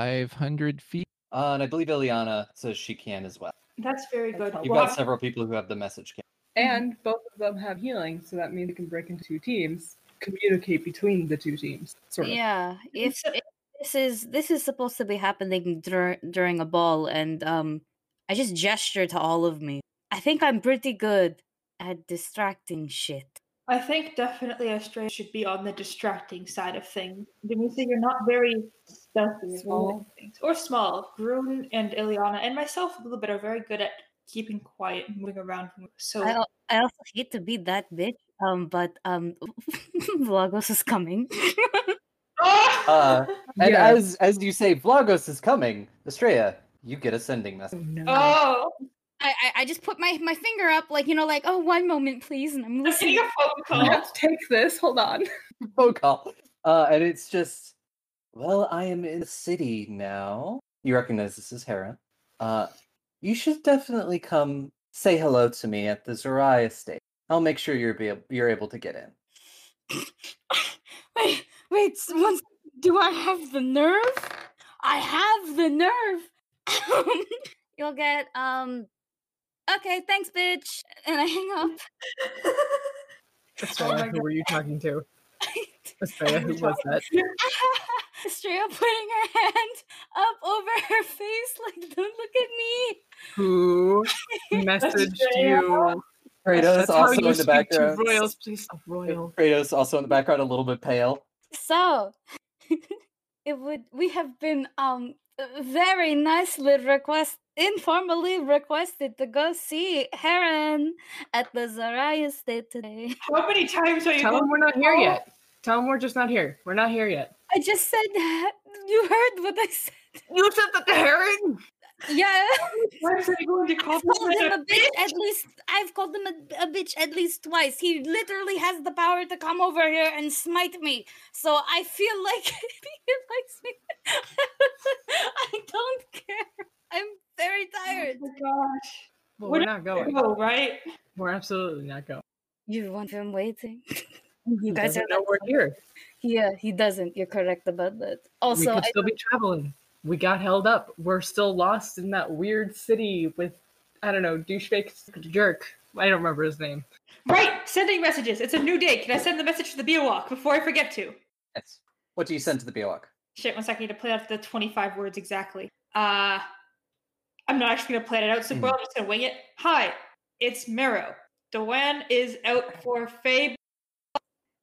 500 feet. Uh, and I believe Ileana says she can as well. That's very good. Oh, You've We'll got have- several people who have the message can. And both of them have healing, so that means they can break into two teams, communicate between the two teams. Sort of. Yeah. If, if this is this is supposed to be happening dur- during a ball, and um, I just gesture to all of me. I think I'm pretty good at distracting shit. I think definitely Australia should be on the distracting side of things. Demetri, you're not very stealthy at all. Things. Or small. Grun and Ileana and myself a little bit are very good at keeping quiet and moving around. So I, al- I also hate to be that bitch, um, but um, Vlogos is coming. Oh! Uh, and Yeah. as as you say, Vlogos is coming. Estrella, you get a sending message. Oh. I, I, I just put my, my finger up, like, you know, like, oh, one moment, please. And I'm listening. I have to take this. Hold on. phone call. Uh, and it's just, well, I am in the city now. You recognize this is Hera. Uh, you should definitely come say hello to me at the Zoraya State. I'll make sure you're be ab- you're able to get in. Wait, wait, s- one sec- do I have the nerve? I have the nerve. You'll get um okay, thanks, bitch. And I hang up. Estrella, who were you talking to? Estrella, who was that? Estrella putting her hand up over her face, like, don't look at me. Who messaged Estrella. you? Kratos That's how also you in the speak background. To royals, please. A royal. Kratos also in the background, a little bit pale. So it would we have been um very nicely request informally requested to go see Heron at the Zaraya State today. How many times are Tell him we're not here yet. Tell him we're just not here. We're not here yet. I just said that. You heard what I said. You said that the herring. Yeah. times are you going to call I've called this him man a a bitch at least. I've called him a, a bitch at least twice. He literally has the power to come over here and smite me. So I feel like he likes me. I don't care. I'm very tired. Oh my gosh. Well, we're not going. Oh, right? We're absolutely not going. You want him waiting? You guys are know not we're here. Yeah, he doesn't. You're correct about that. Also, we I could still be traveling. We got held up. We're still lost in that weird city with, I don't know, douchebag jerk. I don't remember his name. Right, sending messages. It's a new day. Can I send the message to the Beowalk before I forget to? Yes. What do you send to the Beowak? Shit, one second. I need to play out the 25 words exactly. Uh, I'm not actually going to plan it out super well. I'm just going to wing it. Hi, it's Mero. Dewan is out for Faye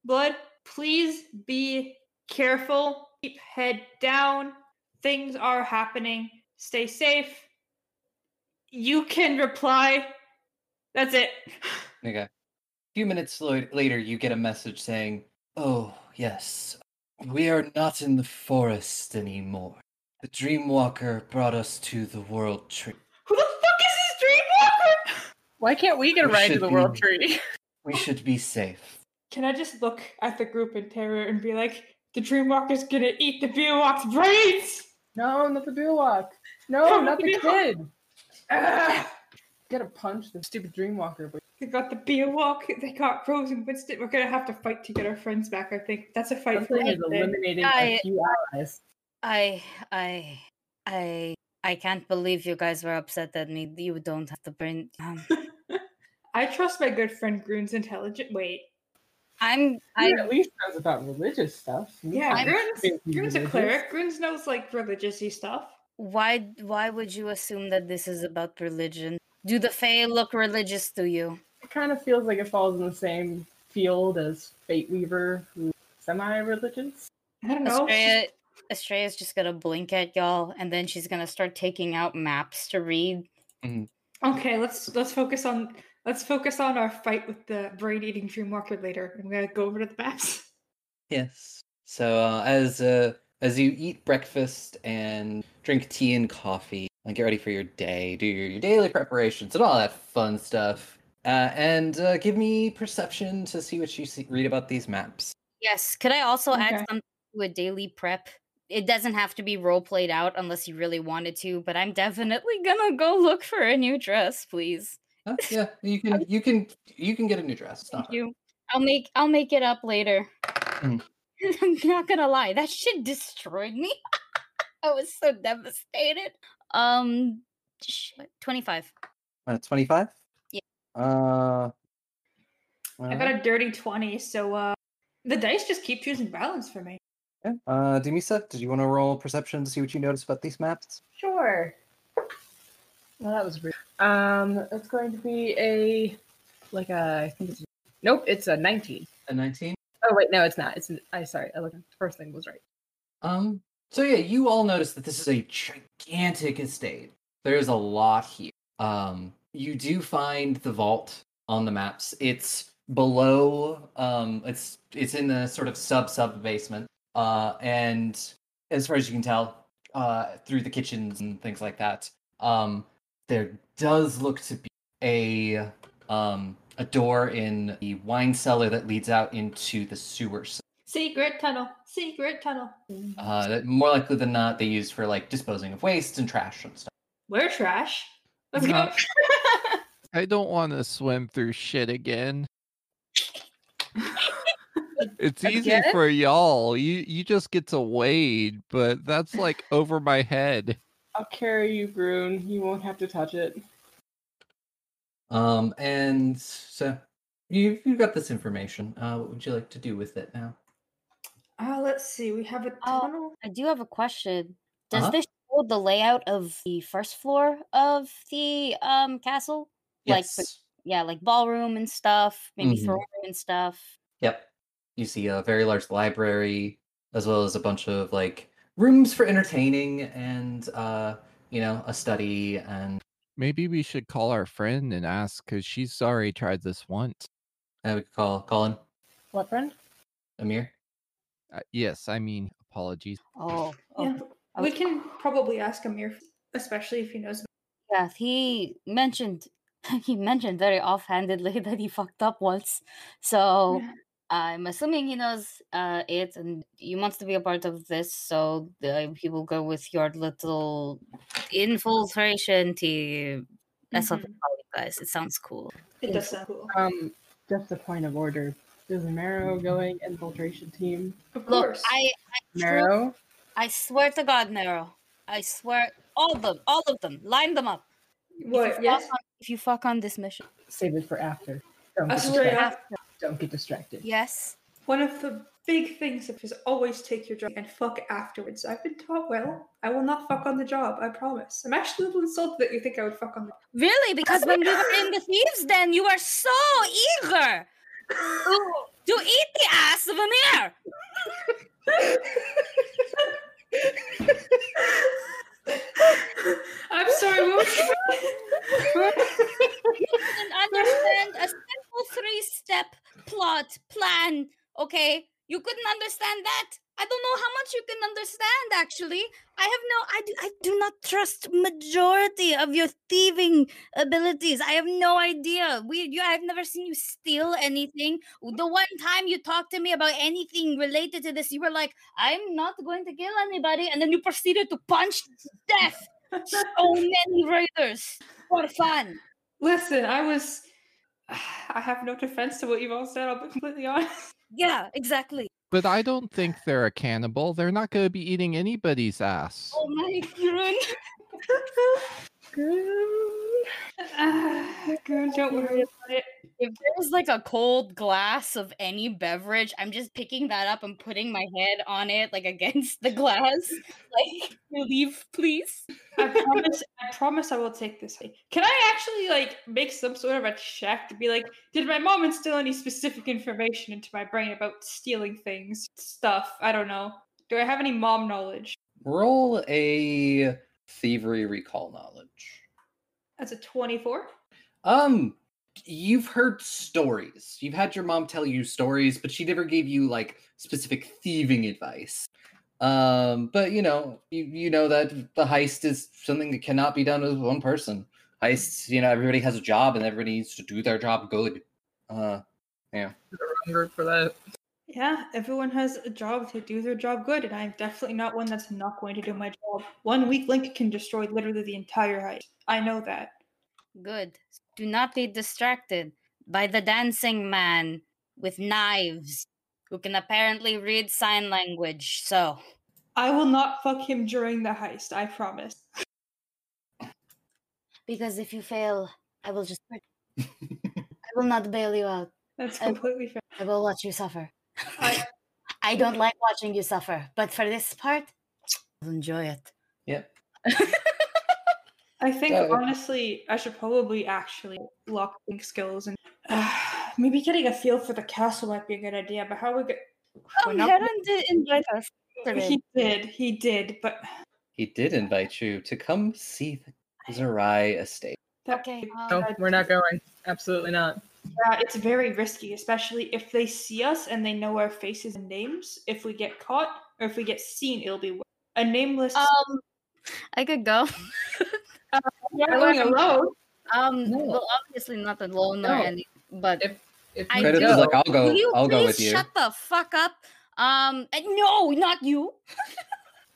Blood. Please be careful. Keep head down. Things are happening. Stay safe. You can reply. That's it. Okay. A few minutes lo- later, you get a message saying, Oh, yes, we are not in the forest anymore. The Dreamwalker brought us to the World Tree. Who the fuck is this Dreamwalker? Why can't we get a We ride to should the World be- Tree? We should be safe. Can I just look at the group in terror and be like, the Dreamwalker's gonna eat the Beowulf's brains? No, not the Beowalk. No, not the kid. Ah, Gotta punch the stupid Dreamwalker. But they got the Beowulf, they got Rose and Winston. We're gonna have to fight to get our friends back, I think. That's a fight for Something is another day. eliminating I- a few allies. I I I I can't believe you guys were upset at me. You don't have to print. Um, I trust my good friend Groon's intelligent. Wait. I'm. He at least knows about religious stuff. He Yeah, knows Groon's, about Groon's a religious. cleric. Groon's knows like religious stuff. Why why would you assume that this is about religion? Do the Fae look religious to you? It kind of feels like it falls in the same field as Fate Weaver, who's semi-religious. I don't know. Estrella, Estrella's just gonna blink at y'all, and then she's gonna start taking out maps to read. Okay, let's let's focus on let's focus on our fight with the brain eating dreamwalker later. I'm gonna go over to the maps. Yes. So uh, as uh, as you eat breakfast and drink tea and coffee and get ready for your day, do your, your daily preparations and all that fun stuff, uh, and uh, give me perception to see what you see, read about these maps. Yes. Could I also add Okay. something to a daily prep? It doesn't have to be role played out unless you really wanted to, but I'm definitely gonna go look for a new dress, please. Huh? Yeah, you can you can you can get a new dress. It's not Thank you. I'll make I'll make it up later. Uh-huh. Mm. I'm not gonna lie, that shit destroyed me. I was so devastated. Um, shit, twenty-five. Uh, 25? Yeah. Uh, I got a dirty 20, so uh the dice just keep choosing balance for me. okay. uh, Demisa, did you want to roll perception to see what you notice about these maps? Sure. Well, that was weird. Um, it's going to be a like a I think it's Nope, it's a 19. A 19? Oh wait, no, it's not. It's I sorry, I looked. The first thing was right. Um. So yeah, you all notice that this is a gigantic estate. There's a lot here. Um. You do find the vault on the maps. It's below. Um. It's it's in the sort of sub sub basement. Uh. And as far as you can tell, uh, through the kitchens and things like that, um, there does look to be a um a door in the wine cellar that leads out into the sewers. Secret tunnel. Secret tunnel. Uh, that more likely than not, they use for like disposing of waste and trash and stuff. We're trash. Let's No. go. I don't want to swim through shit again. It's easy Again? for y'all. You you just get to wade, but that's like over my head. I'll carry you, Brune. You won't have to touch it. Um, and so you you got this information. Uh, what would you like to do with it now? Oh, let's see. We have a tunnel. I do have a question. Does Uh-huh. this show the layout of the first floor of the um castle? Like Yes. the- yeah, like ballroom and stuff, maybe Mhm. throne room and stuff. Yep. You see a very large library, as well as a bunch of like rooms for entertaining and uh, you know, a study and Maybe we should call our friend and ask because she's already tried this once. I would uh, call Colin What friend? Amir. Uh, yes, I mean apologies. Oh, Yeah, I we was- can probably ask Amir, especially if he knows. Yeah, he mentioned he mentioned very offhandedly that he fucked up once. So Yeah. I'm assuming he knows uh, it and he wants to be a part of this, so uh, he will go with your little infiltration team. That's what they call it, guys. It sounds cool. It does sound cool. Um, just a point of order. Is Marrow going infiltration team? Of Look, I, I swear- Marrow? I swear to God, Nero. I swear, all of them, all of them, line them up. If What? you Yes. fuck on, if you fuck on this mission, Save it for after. Don't I get swear to distracted. God. Don't get distracted. yes. One of the big things is always take your job and fuck afterwards. I've been taught well. I will not fuck on the job. I promise. I'm actually a little insulted that you think I would fuck on the Really? Because when we were in the thieves' den, you were so eager to, to eat the ass of an heir. I'm sorry. What was You couldn't understand a simple three-step plot plan. Okay, you couldn't understand that. I don't know how much you can understand. Actually, I have no. I do. I do not trust majority of your thieving abilities. I have no idea. We. You. I've never seen you steal anything. The one time you talked to me about anything related to this, you were like, "I'm not going to kill anybody," and then you proceeded to punch to death so many raiders for fun. Listen, I was. I have no defense to what you've all said. I'll be completely honest. Yeah, exactly. But I don't think they're a cannibal. They're not going to be eating anybody's ass. Oh my god. Ah, Goon, don't worry about it. If there's like a cold glass of any beverage, I'm just picking that up and putting my head on it, like against the glass. Like, leave, please. I promise. I promise. I will take this. Can I actually like make some sort of a check to be like, did my mom instill any specific information into my brain about stealing things, stuff? I don't know. Do I have any mom knowledge? Roll a thievery recall knowledge. That's a twenty-four. Um, you've heard stories. You've had your mom tell you stories, but she never gave you like specific thieving advice. Um, but you know, you, you know that the heist is something that cannot be done with one person. Heists, you know, everybody has a job and everybody needs to do their job good. Uh, yeah. Wrong group for that. Yeah, everyone has a job to do their job good, and I'm definitely not one that's not going to do my job. One weak link can destroy literally the entire height. I know that. Good. Do not be distracted by the dancing man with knives who can apparently read sign language. So, I will not fuck him during the heist, I promise. because if you fail, I will just. I will not bail you out. That's I- completely fair. I will watch you suffer. I, I don't like watching you suffer, but for this part, I'll enjoy it. Yep. I think Sorry. honestly, I should probably actually lock link skills and Maybe getting a feel for the castle might be a good idea, but how we get? Oh, Heron did invite us. He did. He did. But He did invite you to come see the Zerai estate. okay, Oh. No, we're not going. Absolutely not. Yeah, it's very risky, especially if they see us and they know our faces and names. If we get caught or if we get seen, it'll be wor- a nameless. Um, I could go. You're not going alone. Um, well, obviously not alone or No. anything, but if, if I Credit do- was like, "I'll go- Will you I'll go please with you." Shut the fuck up. Um, and no, not you.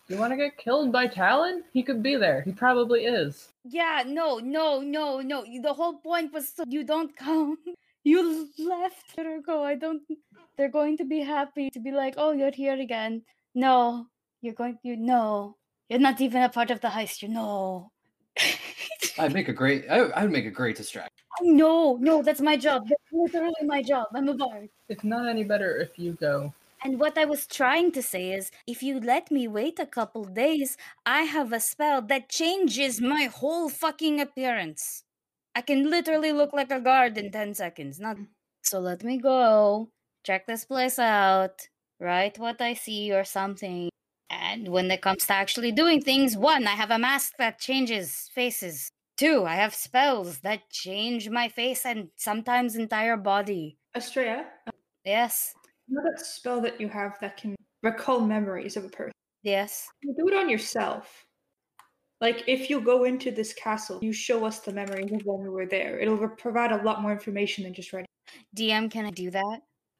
You want to get killed by Talon? He could be there. He probably is. Yeah, no, no, no, no. You- The whole point was so you don't come. You left. Let her go. I don't. They're going to be happy to be like, oh, you're here again. No, you're going. You no. You're not even a part of the heist. You no. I'd make a great. I, I'd make a great distraction. No, no. That's my job. That's literally my job. I'm a bard. It's not any better if you go. And what I was trying to say is, if you let me wait a couple days, I have a spell that changes my whole fucking appearance. I can literally look like a guard in 10 seconds. Not so let me go, check this place out, write what I see or something. And when it comes to actually doing things, one, I have a mask that changes faces. Two, I have spells that change my face and sometimes entire body. Astrea? Yes. uh, You know that spell that you have that can recall memories of a person? Yes. You do it on yourself. Like, if you go into this castle, you show us the memories of when we were there. It'll re- provide a lot more information than just writing. DM, can I do that?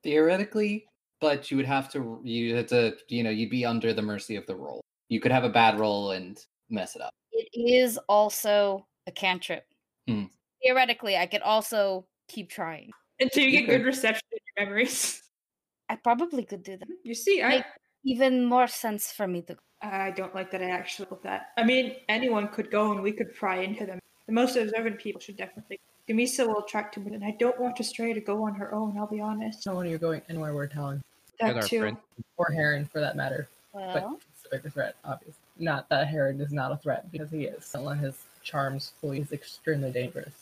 Theoretically, but you would have to. You had to. You know, you'd be under the mercy of the roll. You could have a bad roll and mess it up. It is also a cantrip. Hmm. Theoretically, I could also keep trying. Until you get Okay. good reception in your memories. I probably could do that. You see, I- Make even more sense for me to. I don't like that I actually wrote that. I mean, anyone could go and we could pry into them. The most observant people should definitely. Demisa will track to me, and I don't want Astrea to go on her own, I'll be honest. No one you're going anywhere we're telling. That too. Or Heron, for that matter. but Well. it's a bigger threat, obviously. Not that Heron is not a threat, because he is. Don't let his charms fool you. He's extremely dangerous.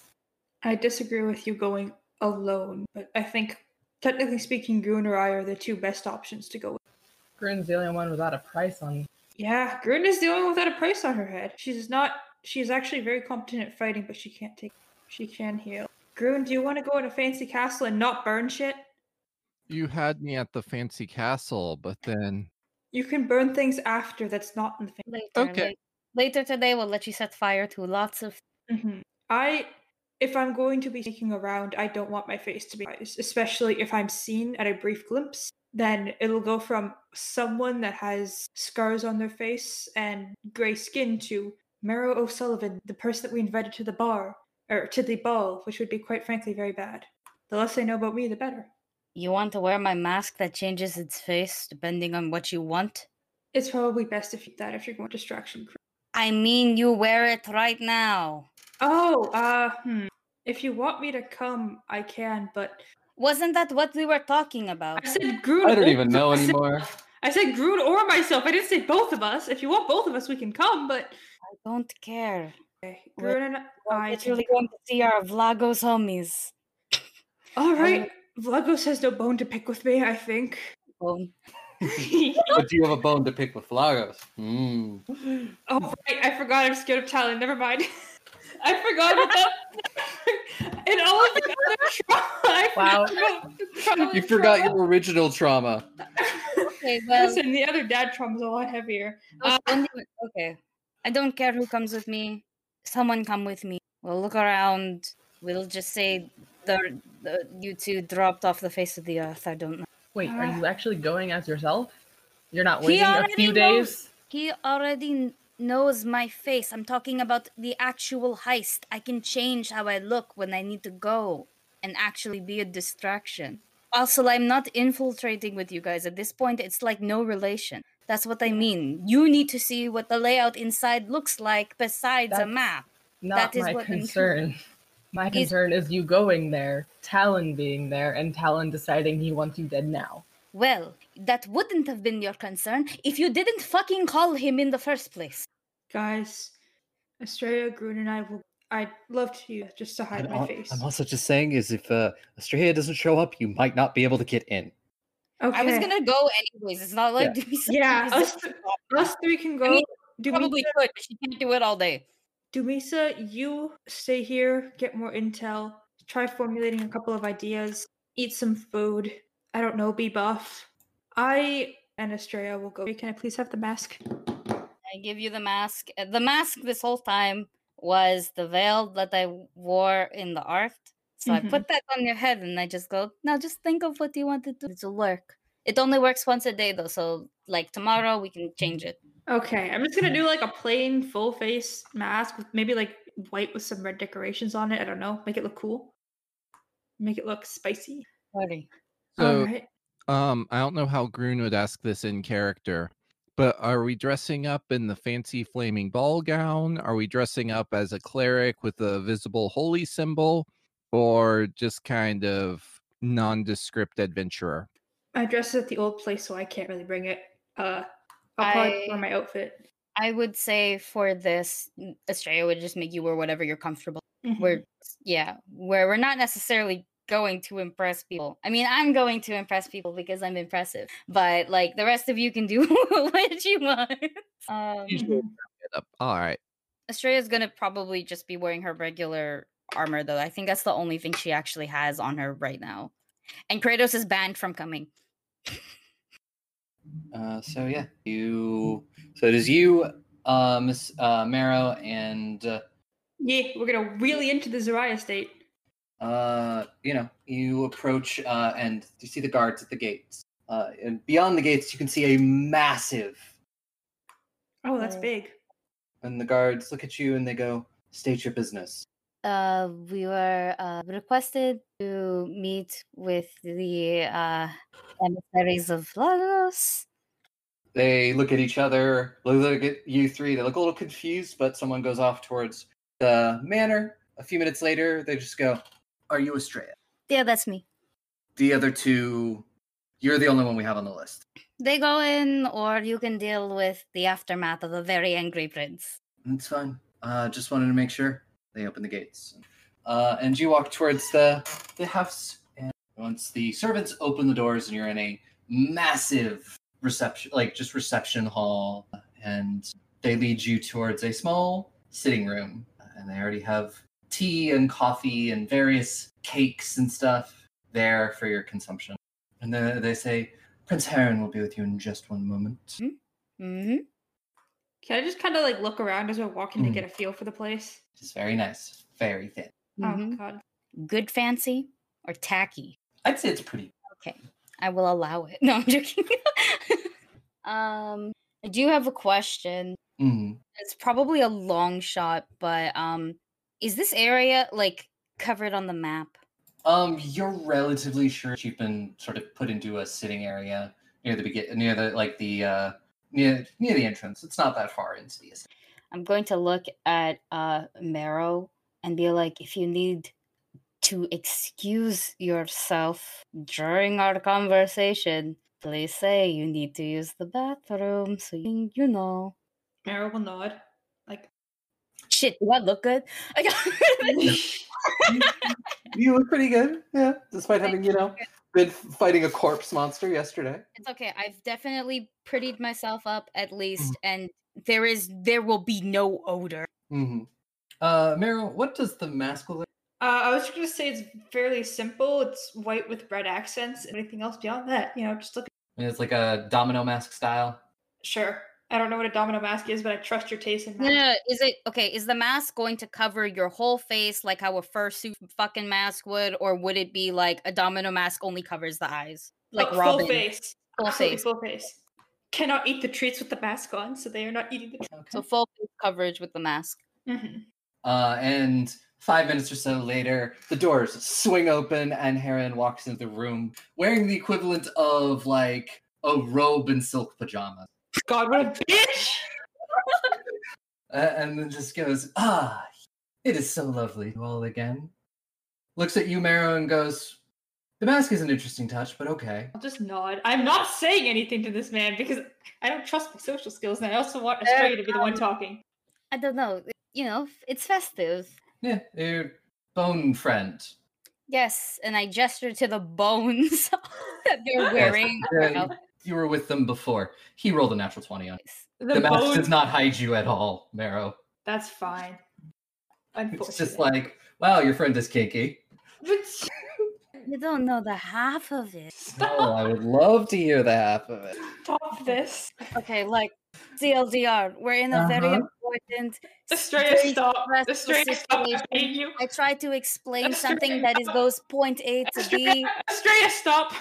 I disagree with you going alone, but I think, technically speaking, Grun or I are the two best options to go with. Grin's the only one without a price on Yeah, Grun is the only one without a price on her head. She's not. She's actually very competent at fighting, but she can't take. She can heal. Grun, do you want to go in a fancy castle and not burn shit? You had me at the fancy castle, but then You can burn things after that's not in the fancy. Later, like- later today, we'll let you set fire to lots of. Mhm. I, if I'm going to be taking around, I don't want my face to be eyes, especially if I'm seen at a brief glimpse. Then it'll go from someone that has scars on their face and gray skin to Mero O'Sullivan, the person that we invited to the bar or to the ball, which would be quite frankly very bad. The less they know about me, the better. You want to wear my mask that changes its face depending on what you want? It's probably best if you that if you're going distraction. creep. I mean, you wear it right now. Oh, uh, hmm. If you want me to come, I can, but Wasn't that what we were talking about? I said Grun. I don't or even know myself. anymore. I said Grun or myself. I didn't say both of us. If you want both of us, we can come, but I don't care. Okay, We're- Grun and we're I can literally going to see our Vlagos homies. um, All right. Vlagos has no bone to pick with me, I think. Oh, Bone. but do you have a bone to pick with Lagos? Mm. Oh, right. I forgot I'm scared of Talon. Never mind. I forgot about that. In all of the other trauma, I Wow. forgot about the trauma- You forgot your original trauma. Okay, well, Listen, the other dad trauma's a lot heavier. I don't even- okay. I don't care who comes with me. Someone come with me. We'll look around. We'll just say the, the you two dropped off the face of the earth. I don't know. Wait, are you actually going as yourself? You're not Uh, He waiting a already few knows- days? He already kn- knows my face. I'm talking about the actual heist. I can change how I look when I need to go and actually be a distraction. Also, I'm not infiltrating with you guys. At this point, it's like no relation. That's what I mean. You need to see what the layout inside looks like besides a That's map. Not that is my what I'm- concern. My He's- concern is you going there, Talon being there, and Talon deciding he wants you dead now. Well, that wouldn't have been your concern if you didn't fucking call him in the first place. Guys, Estrella, Grun, and I will. I'd love to do that just to hide I'm, my al- face. I'm also just saying is if uh, Australia doesn't show up, you might not be able to get in. I was gonna go anyways. It's not like Yeah. Yeah, us, us three can go. mean, Dumisa, probably could, but she can't do it all day. Dumisa, you stay here, get more intel, try formulating a couple of ideas, eat some food. I don't know, be buff. I and Estrella will go. Can I please have the mask? I give you the mask. Uh, The mask this whole time was the veil that I wore in the art. So I Mhm. put that on your head and I just go, now just think of what you want to do to work. It only works once a day though, so like tomorrow we can change it. Okay, I'm just gonna do like a plain full face mask with maybe like white with some red decorations on it. I don't know. Make it look cool. Make it look spicy. Party. So, Alright. um, I don't know how Grun would ask this in character, but are we dressing up in the fancy flaming ball gown? Are we dressing up as a cleric with a visible holy symbol, or just kind of nondescript adventurer? I dressed at the old place, so I can't really bring it. Uh, I'll probably wear I- my outfit. I would say for this, n- Australia would just make you wear whatever you're comfortable. Mm-hmm. We're yeah, where we're not necessarily going to impress people. I mean, I'm going to impress people because I'm impressive, but like the rest of you can do what you want. Um, Yep, All right. Australia's gonna probably just be wearing her regular armor, though. I think that's the only thing she actually has on her right now. And Kratos is banned from coming. Uh, so yeah, you. So it is you, uh, Miss uh, Marrow, and uh, Yeah, we're gonna really into the Zariah state. uh, you know you approach uh, and you see the guards at the gates. Uh, and beyond the gates, you can see a massive. Oh, that's big. And the guards look at you and they go, "State your business." Uh, we were uh, requested to meet with the uh, emissaries of Lalos. They look at each other. They look at you three. They look a little confused, but someone goes off towards the manor. A few minutes later, they just go, "Are you Australia?" Yeah, that's me. The other two, you're the only one we have on the list. They go in, or you can deal with the aftermath of a very angry prince. That's fine. Uh, just wanted to make sure. They open the gates. Uh, and you walk towards the, the house. And once the servants open the doors, and you're in a massive reception, like just reception hall. And they lead you towards a small sitting room. And they already have tea and coffee and various cakes and stuff there for your consumption. And they, they say, Prince Heron will be with you in just one moment. Mm-hmm. Can I just kind of like look around as we're walking to get a feel for the place? It's very nice, very thin. Oh God. Good fancy or tacky? I'd say it's pretty. Okay, I will allow it. No, I'm joking. um, I do have a question. Mm. It's probably a long shot, but um, is this area like covered on the map? Um, you're relatively sure you've been sort of put into a sitting area near the begin, near the like the uh, near near the entrance. It's not that far into the estate. I'm going to look at uh Marrow and be like, if you need to excuse yourself during our conversation, please say you need to use the bathroom so you, can- you know. Meryl will nod. Like Shit, do I look good? I You look pretty good, yeah. Despite having you know been f- fighting a corpse monster yesterday. it's okay. I've definitely prettied myself up Hmm. at least, and there is there will be no odor. Mm-hmm. Uh, Meryl, what does the mask look like? uh, I was just gonna say it's fairly simple. It's white with red accents. Anything else beyond that? You know, just look. I mean, it's like a domino mask style. Sure. I don't know what a domino mask is, but I trust your taste in No, no, masks. no, is it okay? Is the mask going to cover your whole face like how a fursuit fucking mask would, or would it be like a domino mask only covers the eyes, like Oh, Robin? full face, Full Absolutely face. full face. Cannot eat the treats with the mask on, so they are not eating the treats. So full face coverage with the mask. Mhm. Uh, and five minutes or so later, the doors swing open and Heron walks into the room wearing the equivalent of like a robe and silk pajamas. God, what a bitch! Uh, and then just goes, Ah, it is so lovely. you All again. Looks at you, Marrow, and goes, The mask is an interesting touch, but okay. I'll just nod. I'm not saying anything to this man because I don't trust my social skills, and I also want Australia to be the one talking. I don't know. You know, it's festive. Yeah, your bone friend. Yes, and I gesture to the bones that they're Yes, wearing. yeah, You were with them before. He rolled a natural 20 on you. The The, mask bone- does not hide you at all, Marrow. That's fine. It's just like, wow, your friend is kinky. You don't know the half of it. Oh, I would love to hear the half of it. Stop this. Okay, like CLDR, we're in a very Uh-huh. important. Australia, very stop. stressful Australia, stop. I hate situation. you. I try to explain something Australia, that is stop. goes point A to B. Australia, stop.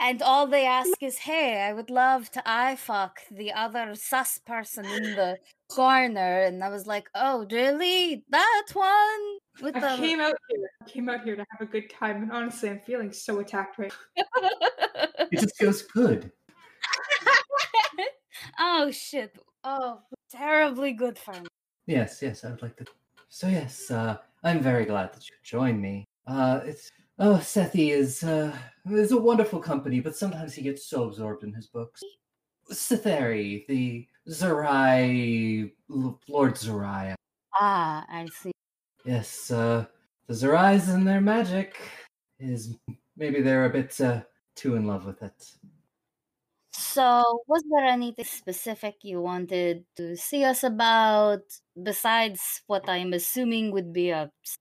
And all they ask is, "Hey, I would love to eye fuck the other sus person in the corner." And I was like, "Oh, really? That one?" With I the came out here. I came out here to have a good time, and honestly, I'm feeling so attacked right. It just feels good. oh shit! Oh, terribly good for me. Yes, yes, I would like to. So yes, uh, I'm very glad that you joined me. Uh, it's oh, Sethi is uh, is a wonderful company, but sometimes he gets so absorbed in his books. Setheri, the Zerai, L- Lord Zerai. Ah, I see. Yes, uh, the Zerais and their magic is maybe they're a bit uh, too in love with it. So, was there anything specific you wanted to see us about besides what I'm assuming would be a s-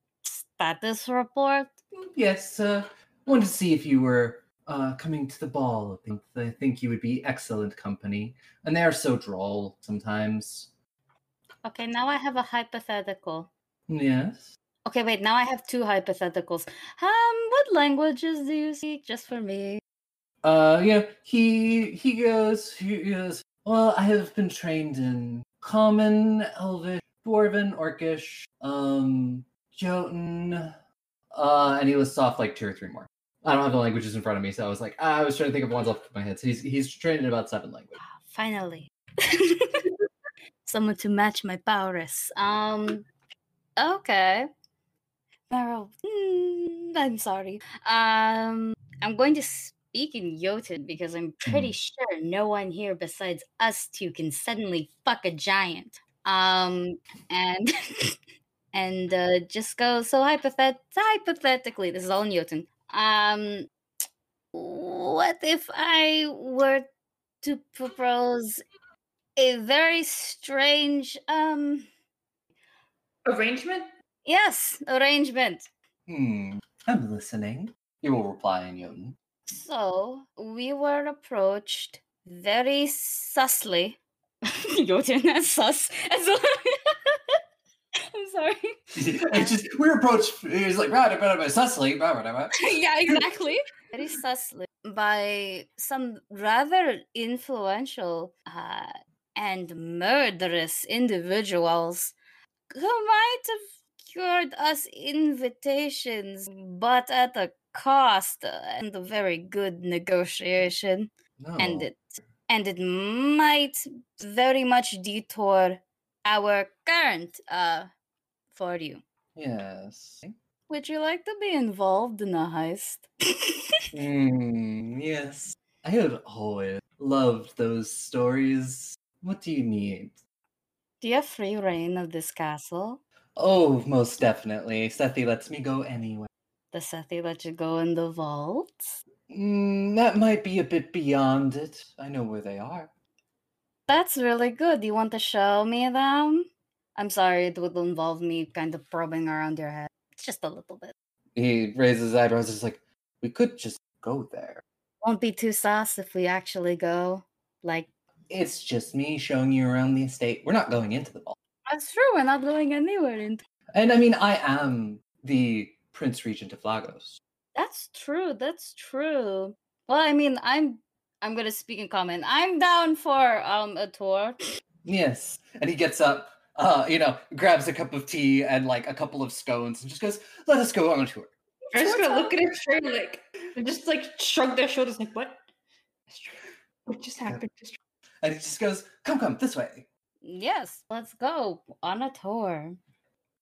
status report? Yes, uh, wanted to see if you were uh, coming to the ball. I think, I think you would be excellent company, and they are so droll sometimes. Okay, now I have a hypothetical. Yes. Okay, wait, now I have two hypotheticals. Um, what languages do you speak just for me? Uh, you know, he he goes he goes. Well, I have been trained in common, elvish, dwarven, orcish, um, jotun. Uh, and he lists off like two or three more. I don't have the languages in front of me, so I was like, I was trying to think of ones off the top of my head. So he's he's trained in about seven languages. Finally. Someone to match my powers. Um, okay. Meryl, mm, I'm sorry. Um, I'm going to speak in Jotun because I'm pretty sure no one here besides us two can suddenly fuck a giant. Um, and and uh, just go. So hypothet- hypothetically, this is all in Jotun. Um, what if I were to propose a very strange um Arrangement? Yes, arrangement. Hmm. I'm listening. You will reply in Jotun. So we were approached very susly. Jotun as sus as I'm sorry. it's just we were approached. He's like, right, about by Cecily, blah, blah, blah. yeah, exactly. Very susly by some rather influential uh, and murderous individuals who might have cured us invitations, but at a cost uh, and a very good negotiation. And No. it and it might very much detour our current uh for you. Yes. Would you like to be involved in a heist? Mm, yes. I have always loved those stories. What do you need? Do you have free reign of this castle? Oh, most definitely. Sethi lets me go anywhere. The Sethi let you go in the vaults? Mm, that might be a bit beyond it. I know where they are. That's really good. You want to show me them? I'm sorry, it would involve me kind of probing around your head. Just a little bit. He raises his eyebrows. He's like, we could just go there. Won't be too sus if we actually go. Like, It's just me showing you around the estate. We're not going into the ball. that's true, we're not going anywhere. In- And I mean, I am the Prince Regent of Lagos. that's true, that's true. Well, I mean, I'm. I'm gonna speak in common. I'm down for um a tour. Yes. And he gets up, uh, you know, grabs a cup of tea and like a couple of scones and just goes, let us go on a tour. I'm just gonna look at it straight, like, and just like shrug their shoulders, like, what? What just happened? Just- And he just goes, come, come, this way. Yes, let's go on a tour.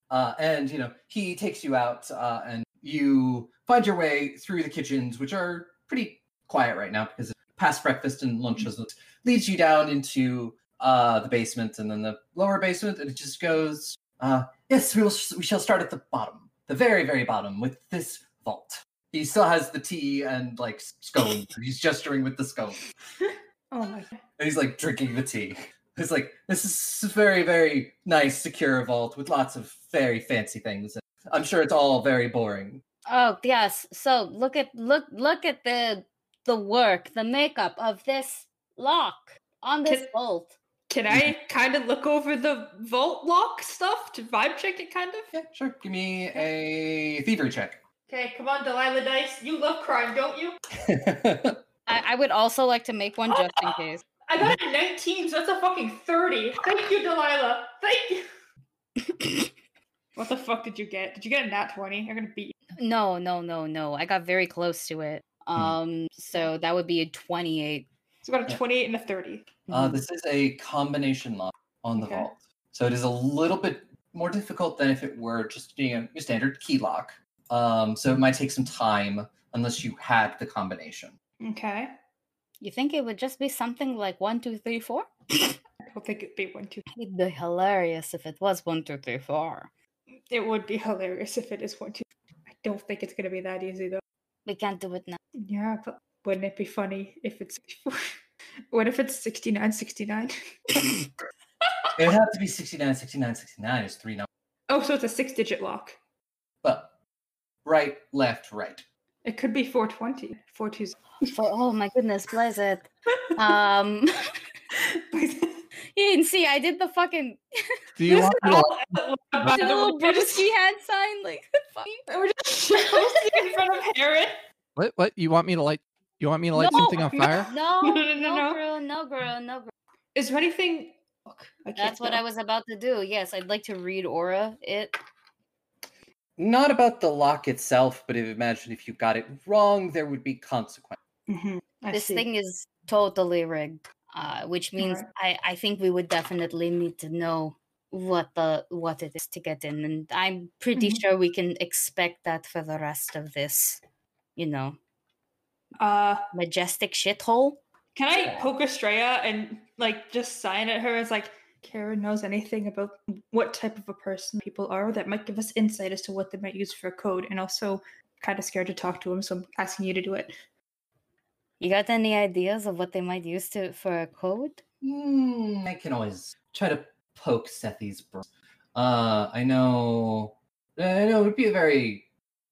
Uh, and, you know, he takes you out uh, and you find your way through the kitchens, which are pretty quiet right now because past breakfast and lunch has leads you down into uh, the basement and then the lower basement. And it just goes Uh, yes, we will. We shall start at the bottom, the very, very bottom, with this vault. He still has the tea and like scone. he's gesturing with the scone, Oh my god. and he's like drinking the tea. He's like, this is a very, very nice, secure vault with lots of very fancy things. I'm sure it's all very boring. Oh yes. So look at look look at the the work, the makeup of this lock on this Can- bolt. Can I kind of look over the vault lock stuff to vibe check it, kind of? Yeah, sure. Give me a thievery check. Okay, come on, Delilah Dice. You love crime, don't you? Uh, I, I would also like to make one just in case. I got a 19, so that's a fucking 30. Thank you, Delilah. Thank you. what the fuck did you get? Did you get a nat 20? I'm gonna beat you. No, no, no, no. I got very close to it. Hmm. Um, so that would be a twenty-eight. Hmm. So I got Yeah. a 28 and a 30. Uh, this is a combination lock on the Okay. vault, so it is a little bit more difficult than if it were just being a your standard key lock. Um, so it might take some time unless you had the combination. Okay. You think it would just be something like one, two, three, four? I don't think it'd be 1, 2. It'd be hilarious if it was one, two, three, four. It would be hilarious if it is 1, 2. I don't think it's gonna be that easy, though. We can't do it now. Yeah, but wouldn't it be funny if it's. what if it's 69, 69? It would have to be 69, 69, 69 is three numbers. oh, so it's a six digit lock. But right, left, right. It could be 420. 420. For oh my goodness, bless it. Um, you didn't see I did the fucking Do you want me to- the little Brewski hand sign, like fuck. We're just posting in front of Heron. what? What you want me to light? You want me to light No, something on fire? No, No, no, no, no, no. girl, no, girl, no, girl. Is there anything? Look, I can't That's what I spell. was about to do. Yes, I'd like to read aura it. Not about the lock itself, but imagine if you got it wrong, there would be consequences. Mm-hmm. I this see. thing is totally rigged, uh, which means Alright. I, I think we would definitely need to know what the what it is to get in, and I'm pretty Mhm. sure we can expect that for the rest of this, you know, Uh, majestic shithole. can I poke Estrella and like just sign at her as like Karen knows anything about what type of a person people are that might give us insight as to what they might use for a code, and also kind of scared to talk to him, so I'm asking you to do it. You got any ideas of what they might use to for a code? Hmm, I can always try to poke Sethi's brain. Uh, I know. I know it would be a very.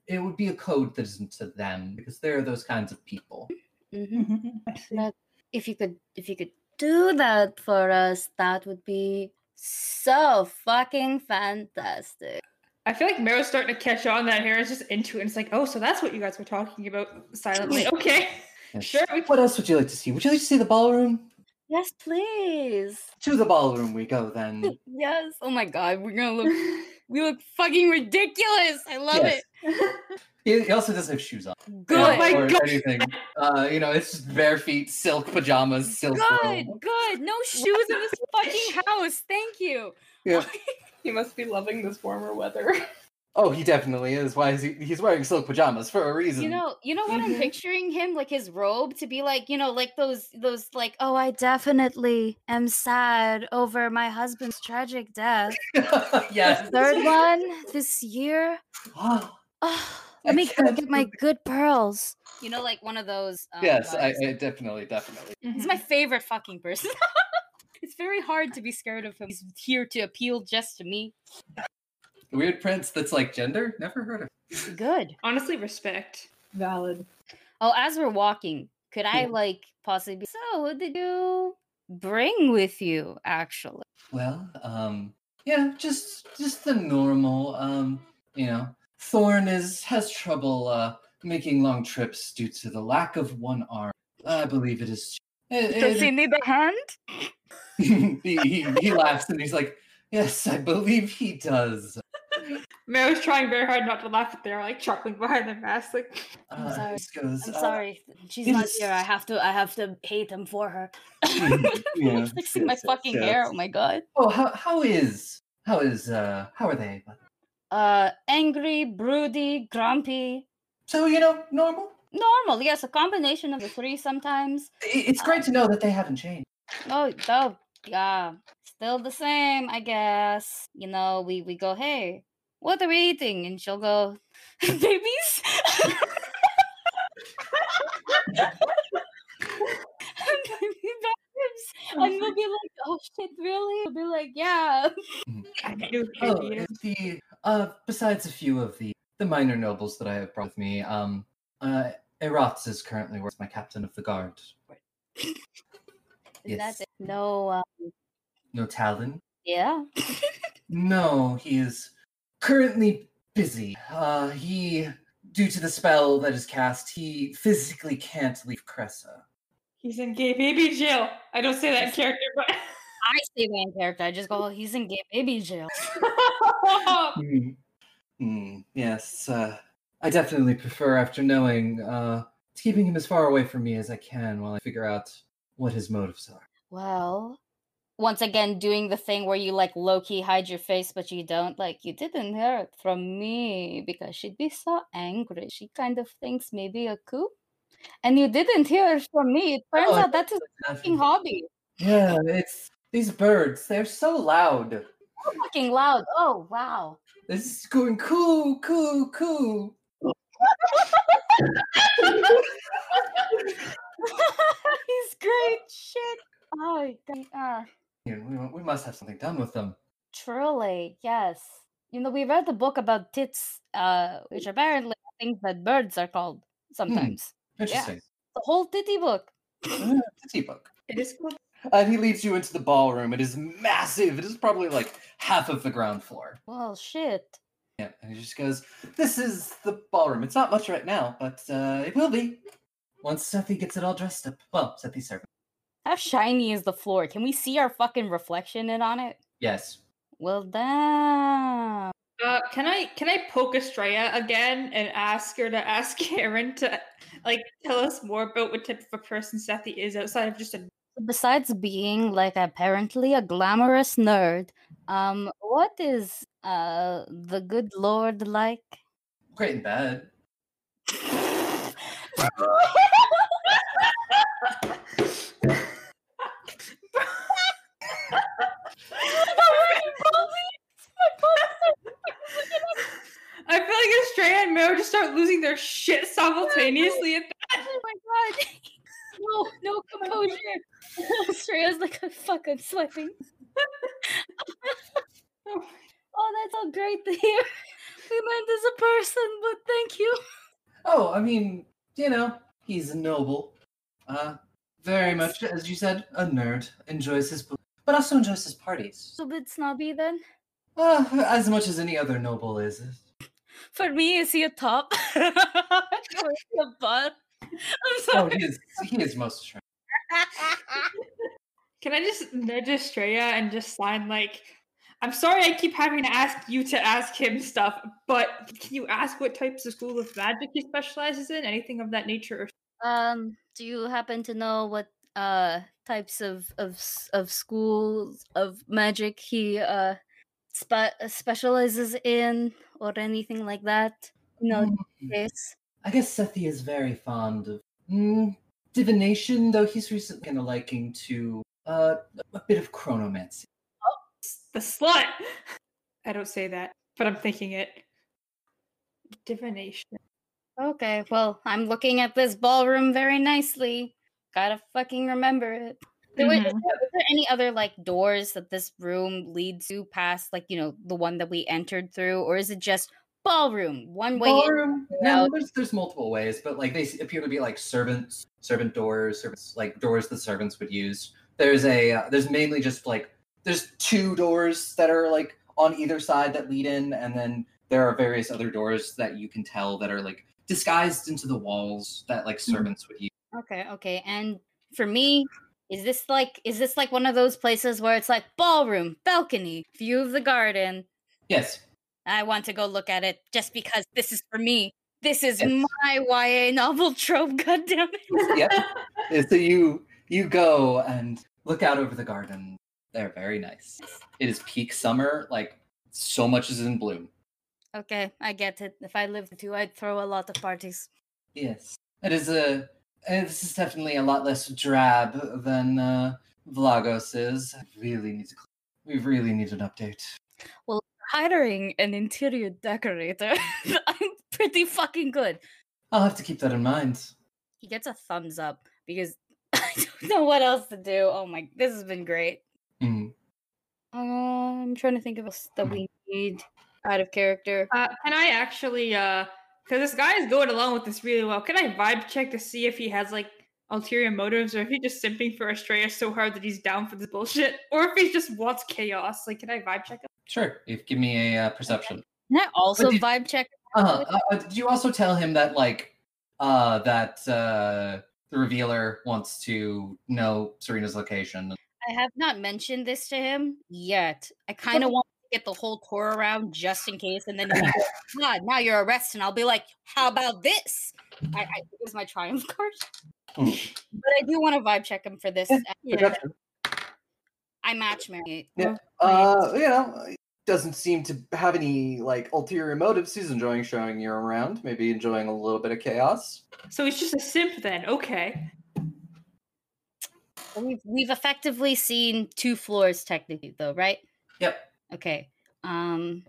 It would be a code that isn't to them because they're those kinds of people. hmm Mm-hmm. But if you could, if you could do that for us, that would be so fucking fantastic. I feel like Mero's starting to catch on that Heron's just into it. And it's like, oh, so that's what you guys were talking about silently. Okay, Yes. sure. We What else would you like to see? Would you like to see the ballroom? Yes, please. To the ballroom we go then. Yes. Oh my god, we're gonna look we look fucking ridiculous. I love Yes. it. He, he also doesn't have shoes on. you Good. know, Oh my or God. anything. Uh, you know, it's just bare feet, silk pajamas, silk. Good, robe. good. No shoes in this fucking house. Thank you. Yeah. He must be loving this warmer weather. Oh, he definitely is. Why is he? He's wearing silk pajamas for a reason. You know, you know what I'm Mhm. picturing him like his robe to be like, you know, like those those like, oh, I definitely am sad over my husband's tragic death. yes. Third one this year. Oh, Oh, I let me go can't get my good pearls. You know, like one of those. Um, yes, I, vibes. I definitely, definitely. He's my favorite fucking person. it's very hard to be scared of him. He's here to appeal just to me. Weird prince that's like gender? Never heard of. Good. Honestly, respect. Valid. Oh, as we're walking, could I Yeah. like possibly be so what did you bring with you actually? Well, um, yeah, just just the normal. Um, you know, Thorn is has trouble uh making long trips due to the lack of one arm. I believe it is. it- Does he it- need a hand? he, he he laughs and he's like, "Yes, I believe he does." Mero's trying very hard not to laugh, but they're like chuckling behind their mask. Like, I'm Uh, sorry. this goes, I'm uh, sorry. She's it not is- here. I have to I have to hate him for her. Mm, yeah, Fixing my yes, yes, fucking yes. hair. Oh my god. Oh, how how is how is uh how are they? Uh angry, broody, grumpy. So you know, normal. Normal, yes, a combination of the three sometimes. I- It's great to know that they haven't changed. Oh, oh, Yeah, still the same, I guess. You know, we we go, hey, what are we eating? And she'll go, babies. baby babies. And we'll be like, oh shit, really? We'll be like, yeah. Oh, and the uh, besides a few of the the minor nobles that I have brought with me, um, uh, Eratz is currently works my captain of the guard. And That's Yes. it. No, um, No Talon. yeah. No, he is currently busy. Uh, he, due to the spell that is cast, he physically can't leave Cressa. He's in gay baby jail. I don't say that in character, but I say that in character. I just go, oh, he's in gay baby jail. Hmm. Hmm, yes, uh, I definitely prefer, after knowing, uh, to keeping him as far away from me as I can while I figure out what his motives are. Well, once again, doing the thing where you like low key hide your face, but you don't. Like, you didn't hear it from me because she'd be so angry. She kind of thinks maybe a coup. And you didn't hear it from me. It turns Oh, out that's his fucking hobby. Yeah, it's these birds. They're so loud. So fucking loud. Oh, wow. This is going coo, coo, coo. He's great. Shit. Oh, God. Ah, Yeah, we, we must have something done with them. truly, yes. You know, we read the book about tits, uh, which apparently are things that birds are called sometimes. Interesting. The whole titty book. Ah, Titty book. It is called. And he leads you into the ballroom. It is massive. It is probably like half of the ground floor. Well, shit. Yeah, and he just goes, "This is the ballroom. It's not much right now, but uh, it will be once Sethy gets it all dressed up. Well, Sethy's servant. How shiny is the floor? Can we see our fucking reflection in on it? Yes. Well, damn. Uh, can I can I poke Estrella again and ask her to ask Karen to like tell us more about what type of a person Sethy is outside of just a Besides being like apparently a glamorous nerd, um, what is uh the good lord like? Great and bad. I feel like Estrella and Mero just start losing their shit simultaneously at that. Oh my god. No, no composure. Australia's like a fucking sweating. oh, that's all great to hear. We meant as a person, but thank you. Oh, I mean, you know, he's noble. Uh, very much as you said, a nerd enjoys his, book, but also enjoys his parties So bit snobby then. uh, as much as any other noble is. For me, is he a top? Or is he a butt? I'm Oh, sorry. he is. He is most attractive. Can I just nudge Estrella and just sign like I'm sorry I keep having to ask you to ask him stuff, but can you ask what types of school of magic he specializes in? Anything of that nature or Um, do you happen to know what uh types of of s- of schools of magic he uh spe- uh, specializes in or anything like that? Mm. No, yes. I guess Sethi is very fond of mm, divination, though he's recently kind of liking to uh, a bit of chronomancy. the slut. I don't say that, but I'm thinking it. Divination. Okay, well, I'm looking at this ballroom very nicely. Gotta fucking remember it. There wait, is Mhm. there- is there any other like doors that this room leads to past, like you know, the one that we entered through, or is it just ballroom one way? in, Ballroom. one No, out? there's there's multiple ways, but like they s- appear to be like servants, servant doors, servants like doors the servants would use. There's a uh, there's mainly just like there's two doors that are like on either side that lead in, and then there are various other doors that you can tell that are like disguised into the walls that like servants would use. Okay, okay. And for me, is this like is this like one of those places where it's like ballroom, balcony, view of the garden? Yes. I want to go look at it just because this is for me. This is Yes. my YA novel trope, goddammit. yep. And so you you go and look out over the garden. They're very nice. It is peak summer, like so much is in bloom. Okay, I get it. If I lived too, I'd throw a lot of parties. eh, Yes, it is a. and This is definitely a lot less drab than uh, Vlagos is. Really need to. We really need an update. Well, hiring an interior decorator. I'm pretty fucking good. I'll have to keep that in mind. He gets a thumbs up because I don't know what else to do. Oh my, this has been great. Mhm. I'm Um, trying to think of us that we need out of character. Uh, can I actually, uh, because this guy is going along with this really well, can I vibe check to see if he has like ulterior motives or if he's just simping for Estrella so hard that he's down for this bullshit or if he just wants chaos? Like, can I vibe check him? Sure. If give me a uh, perception. Can I also But did- vibe check? Uh-huh. Uh, uh, did you also tell him that like uh that uh the revealer wants to know Serena's location? I have not mentioned this to him yet. I kind of want to get the whole tour around just in case, and then he'll be like, God, now you're arrested. And I'll be like, how about this? I, I it was my triumph card, but I do want to vibe check him for this. uh, Mm. perception. I match Mary. Yeah. Uh, you know, doesn't seem to have any like ulterior motives. He's enjoying showing you around, maybe enjoying a little bit of chaos. So he's just a simp then. Okay. We've, we've effectively seen two floors technically, though, right? Yep. Okay. Um,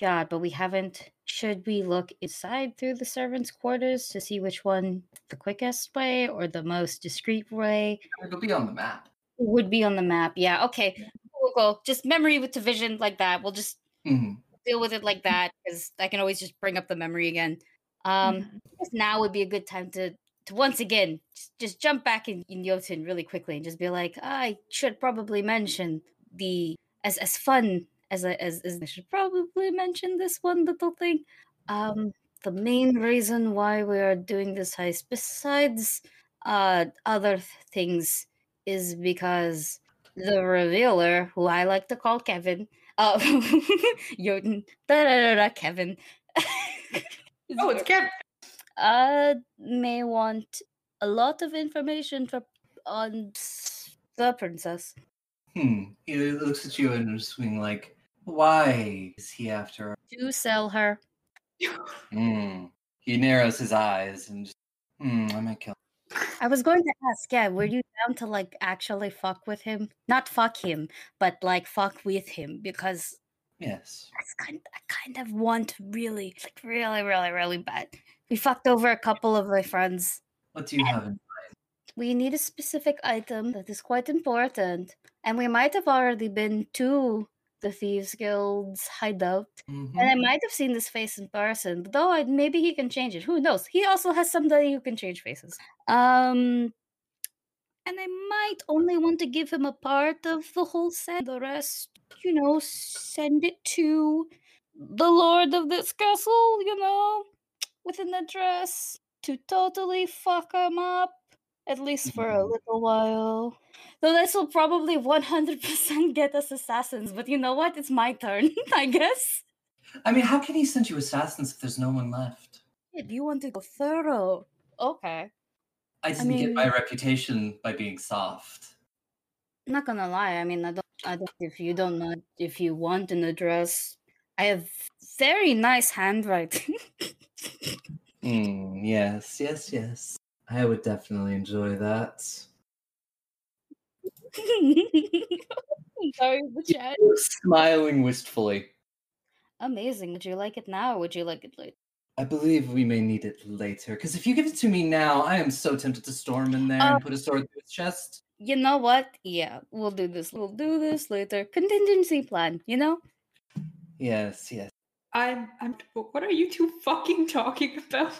God, but we haven't. Should we look inside through the servants' quarters to see which one the quickest way or the most discreet way? It'll be on the map. It would be on the map. Yeah. Okay. We'll go. Just memory with division like that. We'll just Mhm. deal with it like that because I can always just bring up the memory again. Um, I guess now would be a good time to to once again just, just jump back in, in Jotun really quickly and just be like, I should probably mention the as as fun as I as, as I should probably mention this one little thing. Um, the main reason why we are doing this heist, besides uh other th- things, is because the revealer, who I like to call Kevin, uh, Jotun, da da da da, Kevin. Oh, it's Kevin. Uh, may want a lot of information for, on s- the princess. Hmm. He looks at you and is being like, "Why is he after?" Our... to sell her. Hmm. He narrows his eyes and just, hmm, I might kill. I was going to ask, yeah, were you down to like actually fuck with him? Not fuck him, but like fuck with him because Yes. I kind, I kind of want really, like really, really, really bad. We fucked over a couple of my friends. What do you have in We need a specific item that is quite important, and we might have already been to the Thieves Guild's hideout, and I Mhm. might have seen this face in person. Though I, maybe he can change it. Who knows? He also has somebody who can change faces. Um, and I might only want to give him a part of the whole set. The rest, you know, send it to the lord of this castle. You know, with an address to totally fuck him up at least for a little while. Though this will probably 100% get us assassins, but you know what? It's my turn, I guess. I mean, how can he send you assassins if there's no one left? If you want to go thorough, okay. I didn't get my reputation by being soft. Not gonna lie, I mean, I don't, I don't. If you don't know, if you want an address, I have very nice handwriting. Hmm. Yes. Yes. Yes. I would definitely enjoy that. Sorry, the chat. Smiling wistfully. Amazing. Would you like it now, or would you like it later? I believe we may need it later. Because if you give it to me now, I am so tempted to storm in there Oh. and put a sword through his chest. You know what? Yeah, we'll do this. We'll do this later. Contingency plan. You know. Yes. Yes. I'm, I'm, what are you two fucking talking about?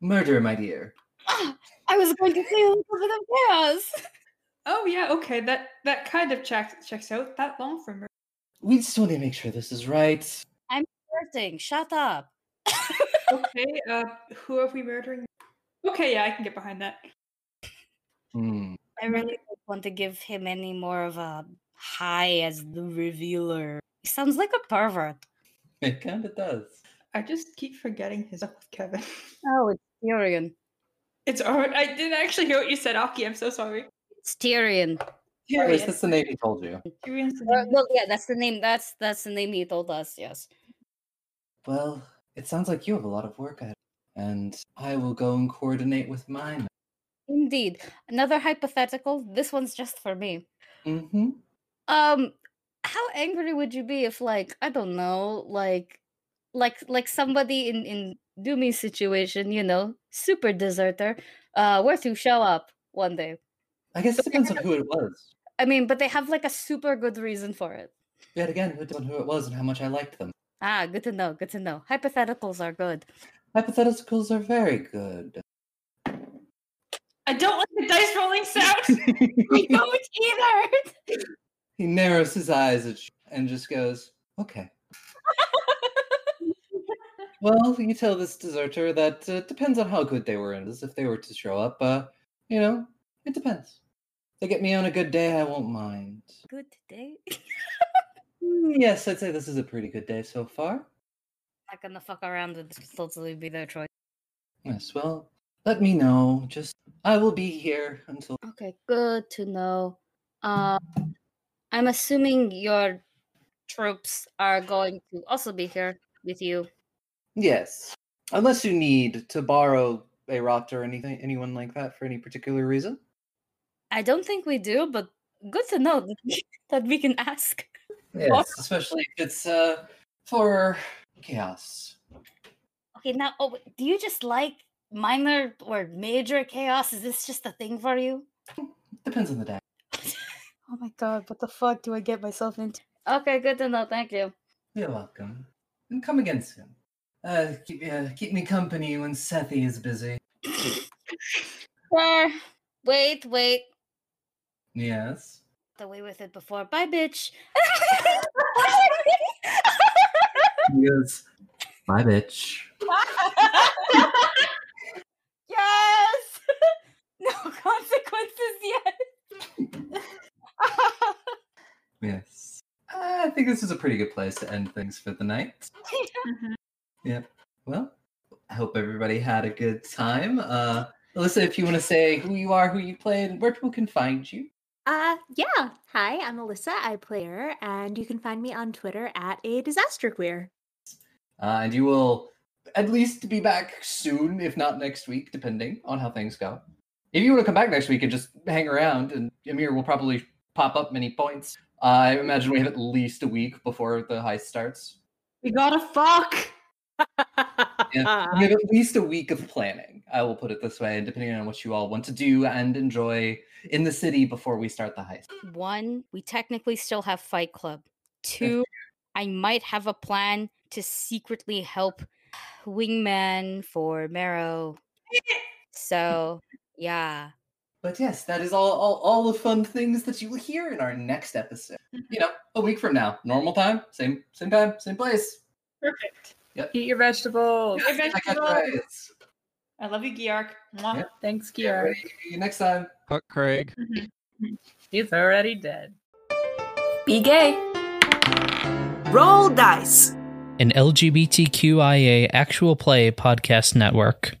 Murder, my dear. Ah, I was going to say a little bit of chaos. Oh yeah, okay. That that kind of checks checks out. That long for murder. We just want to make sure this is right. I'm cursing. Shut up. okay. Uh, who are we murdering? Okay, yeah, I can get behind that. Hmm. I really don't want to give him any more of a high as the revealer. He sounds like a pervert. It kind of does. I just keep forgetting his up with Kevin. Oh, it's Tyrion. It's alright. I didn't actually hear what you said, Aki. I'm so sorry. It's Tyrion. Or is this the name he told you? Tyrion's the Uh, name. no, yeah, that's the name. That's that's the name he told us. Yes. Well, it sounds like you have a lot of work ahead, and I will go and coordinate with mine. Indeed. Another hypothetical. This one's just for me. Mm-hmm. Um, how angry would you be if, like, I don't know, like, like, like somebody in in Doomy's situation, you know, super deserter, uh, were to show up one day? I guess it depends on who it was. I mean, but they have like a super good reason for it. Yet again, it depends on who it was and how much I liked them. Ah, good to know. Good to know. Hypotheticals are good. Hypotheticals are very good. I don't like the dice rolling sound. we don't either. He narrows his eyes at you and just goes, "Okay." well, you tell this deserter that uh, depends on how good they were in this. If they were to show up, uh, you know, it depends. If they get me on a good day, I won't mind. Good day. Mm, Yes, I'd say this is a pretty good day so far. Not gonna fuck around and totally be their choice. Yes, well, let me know. Just I will be here until Okay, good to know. Um, I'm assuming your troops are going to also be here with you. Yes. Unless you need to borrow a rock or anything anyone like that for any particular reason. I don't think we do, but good to know that- that we can ask. Yes, especially if it's uh for chaos. Okay, now, oh, wait, do you just like minor or major chaos? Is this just a thing for you? Depends on the day. Oh my god, what the fuck do I get myself into? Okay, good to know. Thank you. You're welcome. And come again soon. Uh keep, uh, keep me company when Sethi is busy. Sir, wait, wait. yes. Got away with it before. Bye, bitch. He goes, Bye bitch. yes! no consequences yet. Yes. I think this is a pretty good place to end things for the night. Mm-hmm. Yep. Well, I hope everybody had a good time. Uh, Alyssa, if you want to say who you are, who you played, and where people can find you. Uh, yeah. Hi, I'm Alyssa. I play her, and you can find me on Twitter at a disaster queer. Uh, and you will at least be back soon, if not next week, depending on how things go. If you want to come back next week and just hang around, and Amir will probably pop up many points. I imagine we have at least a week before the heist starts. We gotta fuck. Yeah, we have at least a week of planning. I will put it this way, and depending on what you all want to do and enjoy in the city before we start the heist. One, we technically still have Fight Club. Two, I might have a plan to secretly help Wingman for Marrow. So, yeah. But yes, that is all, all all the fun things that you will hear in our next episode. You know, a week from now, normal time, same same time, same place. Perfect. Yep. Eat your vegetables. Eat your I got vegetables. rice. I love you, Georg. Mwah. Yep. Thanks, Georg. See you next time. Fuck Craig. He's already dead. Be gay. Roll dice. an LGBTQIA actual play podcast network.